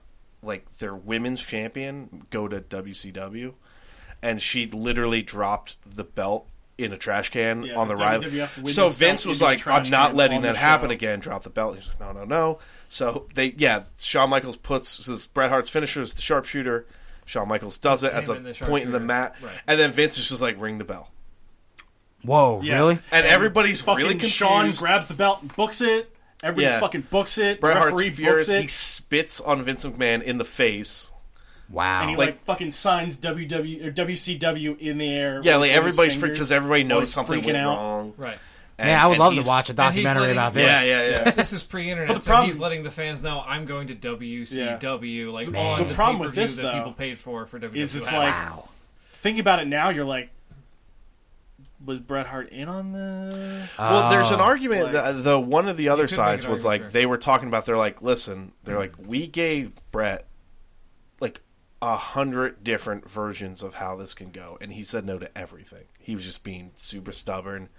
S2: like their women's champion go to WCW, and she literally dropped the belt. In a trash can
S1: Yeah,
S2: on the
S1: the
S2: rival.
S1: WWF women's
S2: So
S1: belt
S2: Vince was
S1: into the
S2: like,
S1: trash
S2: "I'm not
S1: can
S2: letting
S1: on the
S2: that happen
S1: show."
S2: again." Drop the belt. He's like, "No, no, no." So they, yeah, Shawn Michaels puts his Bret Hart's finisher as the sharpshooter. Shawn Michaels does it as a
S4: him in the
S2: point in the
S4: sharpshooter.
S2: mat,
S4: Right.
S2: and then Vince is just like, "Ring the bell."
S3: Whoa,
S1: Yeah.
S3: really?
S2: and, everybody's
S1: fucking
S2: really confused.
S1: Sean grabs the belt and books it. Everybody
S2: Yeah.
S1: fucking books it.
S2: Bret
S1: the
S2: Hart's
S1: referee
S2: furious.
S1: books it.
S2: He spits on Vince McMahon in the face.
S3: Wow.
S1: and he like,
S2: like-
S1: fucking signs WW or WCW in the air.
S2: Yeah,
S1: with
S2: like
S1: his
S2: everybody's
S1: fingers.
S2: because everybody knows
S1: he's
S2: something
S1: freaking
S2: went
S1: out.
S2: wrong.
S4: right.
S2: And,
S3: Man, I would
S2: and
S3: love to
S2: he's-
S3: watch a
S4: and he's
S3: documentary
S4: letting-
S3: about this.
S2: Yeah, yeah, yeah.
S4: This is pre-internet,
S1: But the
S4: so
S1: problem-
S4: he's letting the fans know I'm going to WCW, like on
S1: the
S4: the,
S1: problem with
S4: pay-per-view
S1: this,
S4: that
S1: though,
S4: people paid for E. for WWE.
S1: Is it's like thinking about it now, you're like, was Bret Hart in on this?
S2: well, there's an
S3: Oh.
S2: argument.
S1: Like-
S2: that the one of the other
S4: could make
S2: sides
S4: an
S2: was like
S4: argument, sure.
S2: they were talking about. They're like, listen, they're like, we gave Brett like a hundred different versions of how this can go, and he said no to everything. He was just being super stubborn,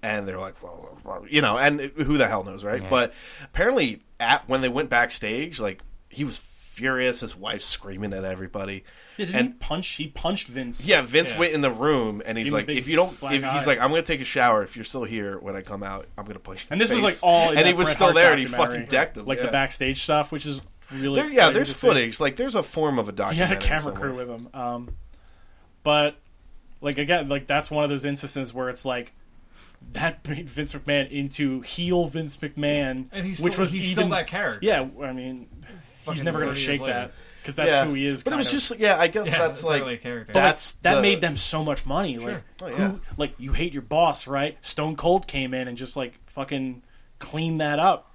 S2: and they're like, well, well, you know, and who the hell knows, right? But apparently, at when they went backstage, like he was furious. His wife screaming at everybody.
S1: Yeah, didn't
S2: and-
S1: he punch? He punched Vince.
S2: Yeah, Vince
S4: Yeah.
S2: went in the room and he's
S1: Give him a
S2: like,
S1: big
S2: if you don't,
S1: black
S2: if he's
S1: eye.
S2: like, I'm gonna take a shower. If you're still here when I come out, I'm gonna punch. you in
S1: and
S2: the
S1: this is like
S2: face."
S1: all. in
S2: and he
S1: that
S2: was
S1: Bret
S2: still
S1: Hart
S2: there, and he
S1: documentary.
S2: fucking decked him.
S1: like
S2: yeah.
S1: the backstage stuff, which is really
S2: There- yeah,
S1: exciting
S2: there's
S1: to see.
S2: footage. Like, there's a form of a
S1: He
S2: documentary.
S1: had a camera
S2: somewhere.
S1: crew with him. Um, but like again, like that's one of those instances where it's like that made Vince McMahon into heel Vince McMahon,
S4: and he's
S1: which
S4: still,
S1: was
S4: he's
S1: even
S4: still that character.
S1: Yeah, I mean, he's
S4: Fucking
S1: never going to
S4: 30 years
S1: shake
S4: later.
S1: that because that's
S2: Yeah.
S1: who he is.
S2: But it
S1: kind
S2: was
S1: of.
S2: just, yeah, I guess
S4: Yeah,
S2: that's like,
S4: a character.
S2: that's
S1: that
S2: the-
S1: made them so much money. Like,
S4: Sure.
S2: Oh, yeah.
S1: who, like you hate your boss, right? Stone Cold came in and just like fucking cleaned that up.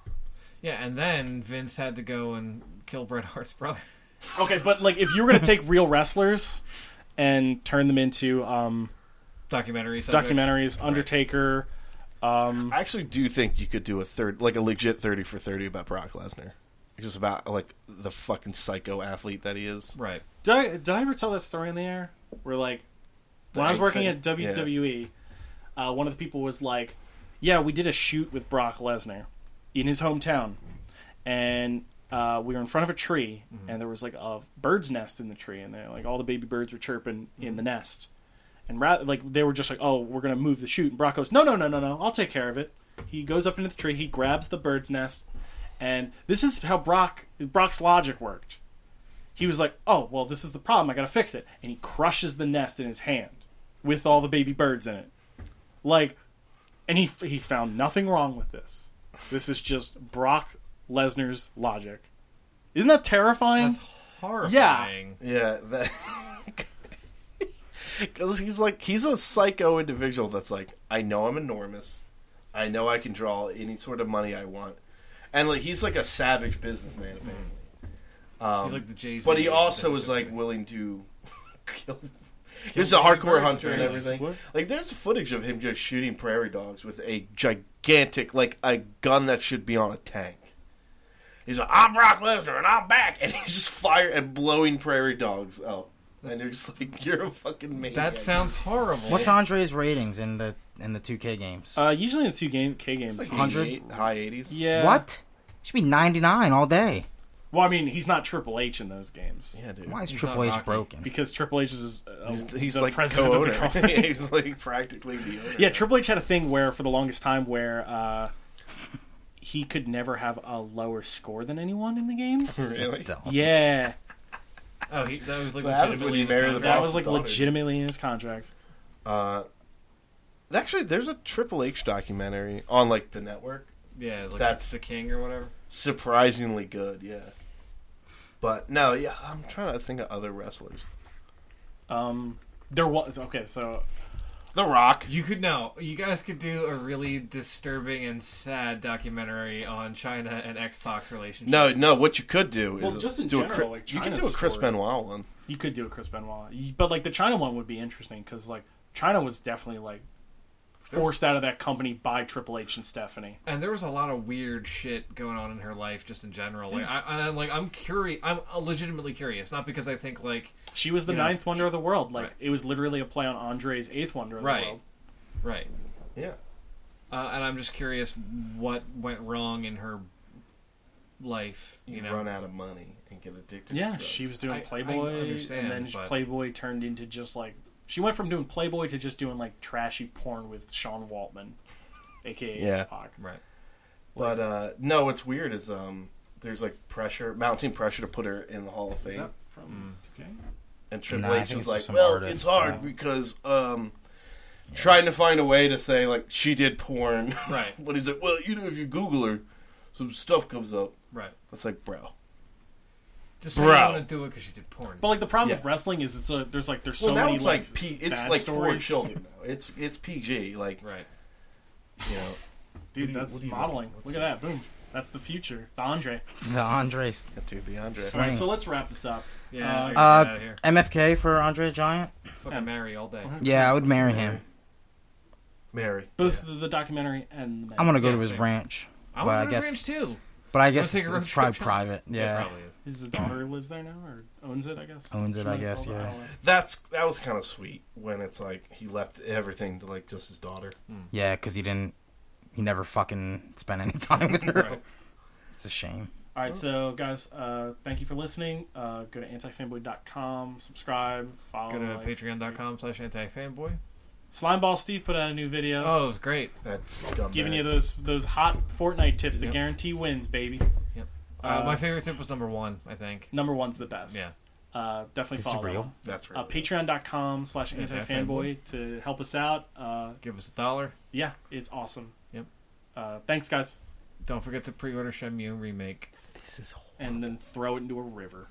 S4: yeah, and then Vince had to go and kill Bret Hart's brother.
S1: Okay, but like if you were going to take real wrestlers and turn them into um,
S4: Documentary. subjects.
S1: documentaries, Undertaker. Um,
S2: I actually do think you could do a third, like a legit thirty for thirty about Brock Lesnar, just about like the fucking psycho athlete that he is.
S4: Right.
S1: did I, did I ever tell that story in the air? Where like when I was
S2: egg
S1: working
S2: thing?
S1: at WWE, uh, one of the people was like, "Yeah, we did a shoot with Brock Lesnar in his hometown, and uh, we were in front of a tree, and there was like a bird's nest in the tree, and they, like all the baby birds were chirping in the nest, and ra- like they were just like, "Oh, we're gonna move the shoot," and Brock goes, "No, no, no, no, no, I'll take care of it." He goes up into the tree, he grabs the bird's nest, and this is how Brock Brock's logic worked. he was like, "Oh, well, this is the problem. I got to fix it." And he crushes the nest in his hand with all the baby birds in it. Like and he he found nothing wrong with this. This is just Brock Lesnar's logic. Isn't that terrifying?
S4: That's horrifying.
S2: Yeah, that because he's like he's a psycho individual that's like I know I'm enormous, I know I can draw any sort of money I want, and like he's like a savage businessman. apparently. Um,
S4: He's like the Jay-Z
S2: but he
S4: of
S2: also
S4: the-
S2: is like willing to kill. He was a hardcore
S4: birds,
S2: hunter and
S4: apparently.
S2: everything. Like there's footage of him just shooting prairie dogs with a gigantic, like a gun that should be on a tank. He's like, I'm Brock Lesnar and I'm back, and he's just fire and blowing prairie dogs up, and they're just like, you're a fucking maniac.
S4: That sounds horrible.
S3: What's
S6: What's Andre's ratings in the in the 2K games?
S1: Uh, usually in two game K games.
S2: like
S6: 100?
S2: 88, high eighties.
S1: yeah.
S6: What? Should be 99 all day.
S1: Well, I mean, he's not Triple H in those games
S2: yeah, dude.
S6: Why is
S4: He's
S6: Triple
S4: not
S6: H
S4: Rocky.
S6: broken?
S1: because Triple H is uh,
S2: He's, he's
S1: the
S2: like
S1: president of the
S2: co-owner.
S1: company.
S2: he's like practically the owner.
S1: Yeah, Triple H had a thing where for the longest time where uh, he could never have a lower score than anyone in the games.
S2: really.
S1: yeah,
S4: Oh, he, that was like
S2: So that was when
S4: legitimately
S2: you
S4: in his
S2: marry the
S1: that
S4: contract.
S1: was like
S2: daughter.
S1: legitimately in his contract.
S2: Uh, actually, there's a Triple H documentary on like the network.
S4: yeah, like
S2: That's-
S4: that's the king or whatever.
S2: Surprisingly good, yeah. But no, yeah, I'm trying to think of other wrestlers.
S1: Um, there was okay, so
S2: The Rock.
S4: You could no, you guys could do a really disturbing and sad documentary on China and Xbox relationship.
S2: No, no. What you could do is
S1: Well, just in
S2: do a
S1: general,
S2: Chri-
S1: like,
S2: you could
S1: China's
S2: do a Chris
S1: story.
S2: Benoit one.
S1: you could do a Chris Benoit, You- but like the China one would be interesting because like China was definitely like forced out of that company by Triple H and Stephanie.
S4: and there was a lot of weird shit going on in her life just in general. Like,
S2: Mm.
S4: I, and I'm like, I'm curious. I'm legitimately curious, not because I think like
S1: She was the
S4: Yeah.
S1: ninth wonder of the world. Like
S4: Right.
S1: it was literally a play on Andre's eighth wonder of the
S4: Right.
S1: world.
S4: right,
S2: Yeah.
S4: uh, and I'm just curious what went wrong in her life.
S2: You,
S4: You, know,
S2: run out of money and get addicted. to
S1: Yeah,
S2: drugs.
S1: she was doing
S4: I- I
S1: Playboy, and
S4: understand,
S1: then
S4: but-
S1: Playboy turned into just like she went from doing Playboy to just doing like trashy porn with Sean Waltman, aka
S2: Yeah.
S1: X-Pac.
S4: right.
S2: But uh, no, what's weird is um, there's like pressure, mounting pressure to put her in the Hall of Fame.
S1: Is that from okay?
S2: And Triple
S6: Nah, I
S2: H
S6: think it's just
S2: was like,
S6: some
S2: "Well,
S6: artist,
S2: it's hard
S6: yeah.
S2: because um, trying to find a way to say like she did porn."
S4: Right.
S2: but he's like, "Well, you know, if you Google her, some stuff comes up."
S4: Right.
S2: That's like, bro.
S4: Just say
S2: Bro.
S4: I want to do it because she did porn.
S1: But like the problem with
S2: Yeah.
S1: wrestling is it's a there's like there's so
S2: well, now
S1: many
S2: it's
S1: like,
S2: like P- it's
S1: bad
S2: like
S1: stories.
S2: for children now. It's it's PG. Like
S4: right.
S2: you know,
S1: Dude,
S2: What do you- what
S1: that's
S2: do you
S1: modeling.
S2: like? What's
S1: Look at that, boom. That's the future. The Andre.
S6: The Andre's
S2: dude, DeAndre.
S1: All right,
S6: slang.
S1: so let's wrap this up.
S4: Yeah.
S1: Uh,
S4: I gotta get
S6: Uh,
S4: out of here.
S6: MFK for Andre the Giant?
S4: Fucking marry all day.
S6: Yeah, I would marry him.
S5: Mary.
S1: Both the, the documentary and the
S6: I'm gonna go
S4: Yeah,
S6: to his
S4: same.
S6: ranch,
S4: I
S6: Well, I
S4: want to
S6: guess-
S4: ranch too.
S6: but I
S4: Let's
S6: guess
S4: take
S6: it's,
S4: a road
S6: it's
S4: trip
S6: probably
S4: show.
S6: private.
S4: It
S6: Yeah,
S4: probably is.
S1: his daughter lives there now or owns it, I guess.
S6: Owns it,
S1: She
S6: I
S1: might have
S6: guess,
S1: sold
S6: yeah.
S1: don't know.
S2: That's that was kind of sweet when it's like he left everything to like just his daughter.
S6: yeah, because he didn't, he never fucking spent any time with her.
S4: Right.
S6: It's a shame.
S1: All
S4: Oh.
S1: right, so guys, uh, thank you for listening. Uh, go to antifanboy.com, subscribe, follow.
S4: Go to
S1: like-
S4: patreon.com slash anti-fanboy.
S1: Slimeball Steve put out a new video
S4: Oh, it was great.
S2: That's scumbag.
S1: giving you those those hot Fortnite tips that
S4: Yep.
S1: guarantee wins, baby.
S4: Uh,
S1: Uh,
S4: my favorite tip was number one, I think.
S1: Number one's the best.
S4: Yeah.
S1: Uh, definitely
S6: This is
S1: follow. that
S6: real.
S1: one.
S2: That's right.
S1: Uh, Patreon.com slash antifanboy
S4: Antifanboy.
S1: to help us out. Uh,
S4: Give us a dollar.
S1: yeah, it's awesome.
S4: Yep.
S1: Uh, thanks, guys.
S4: Don't forget to pre-order Shenmue remake.
S1: And then throw it into a river.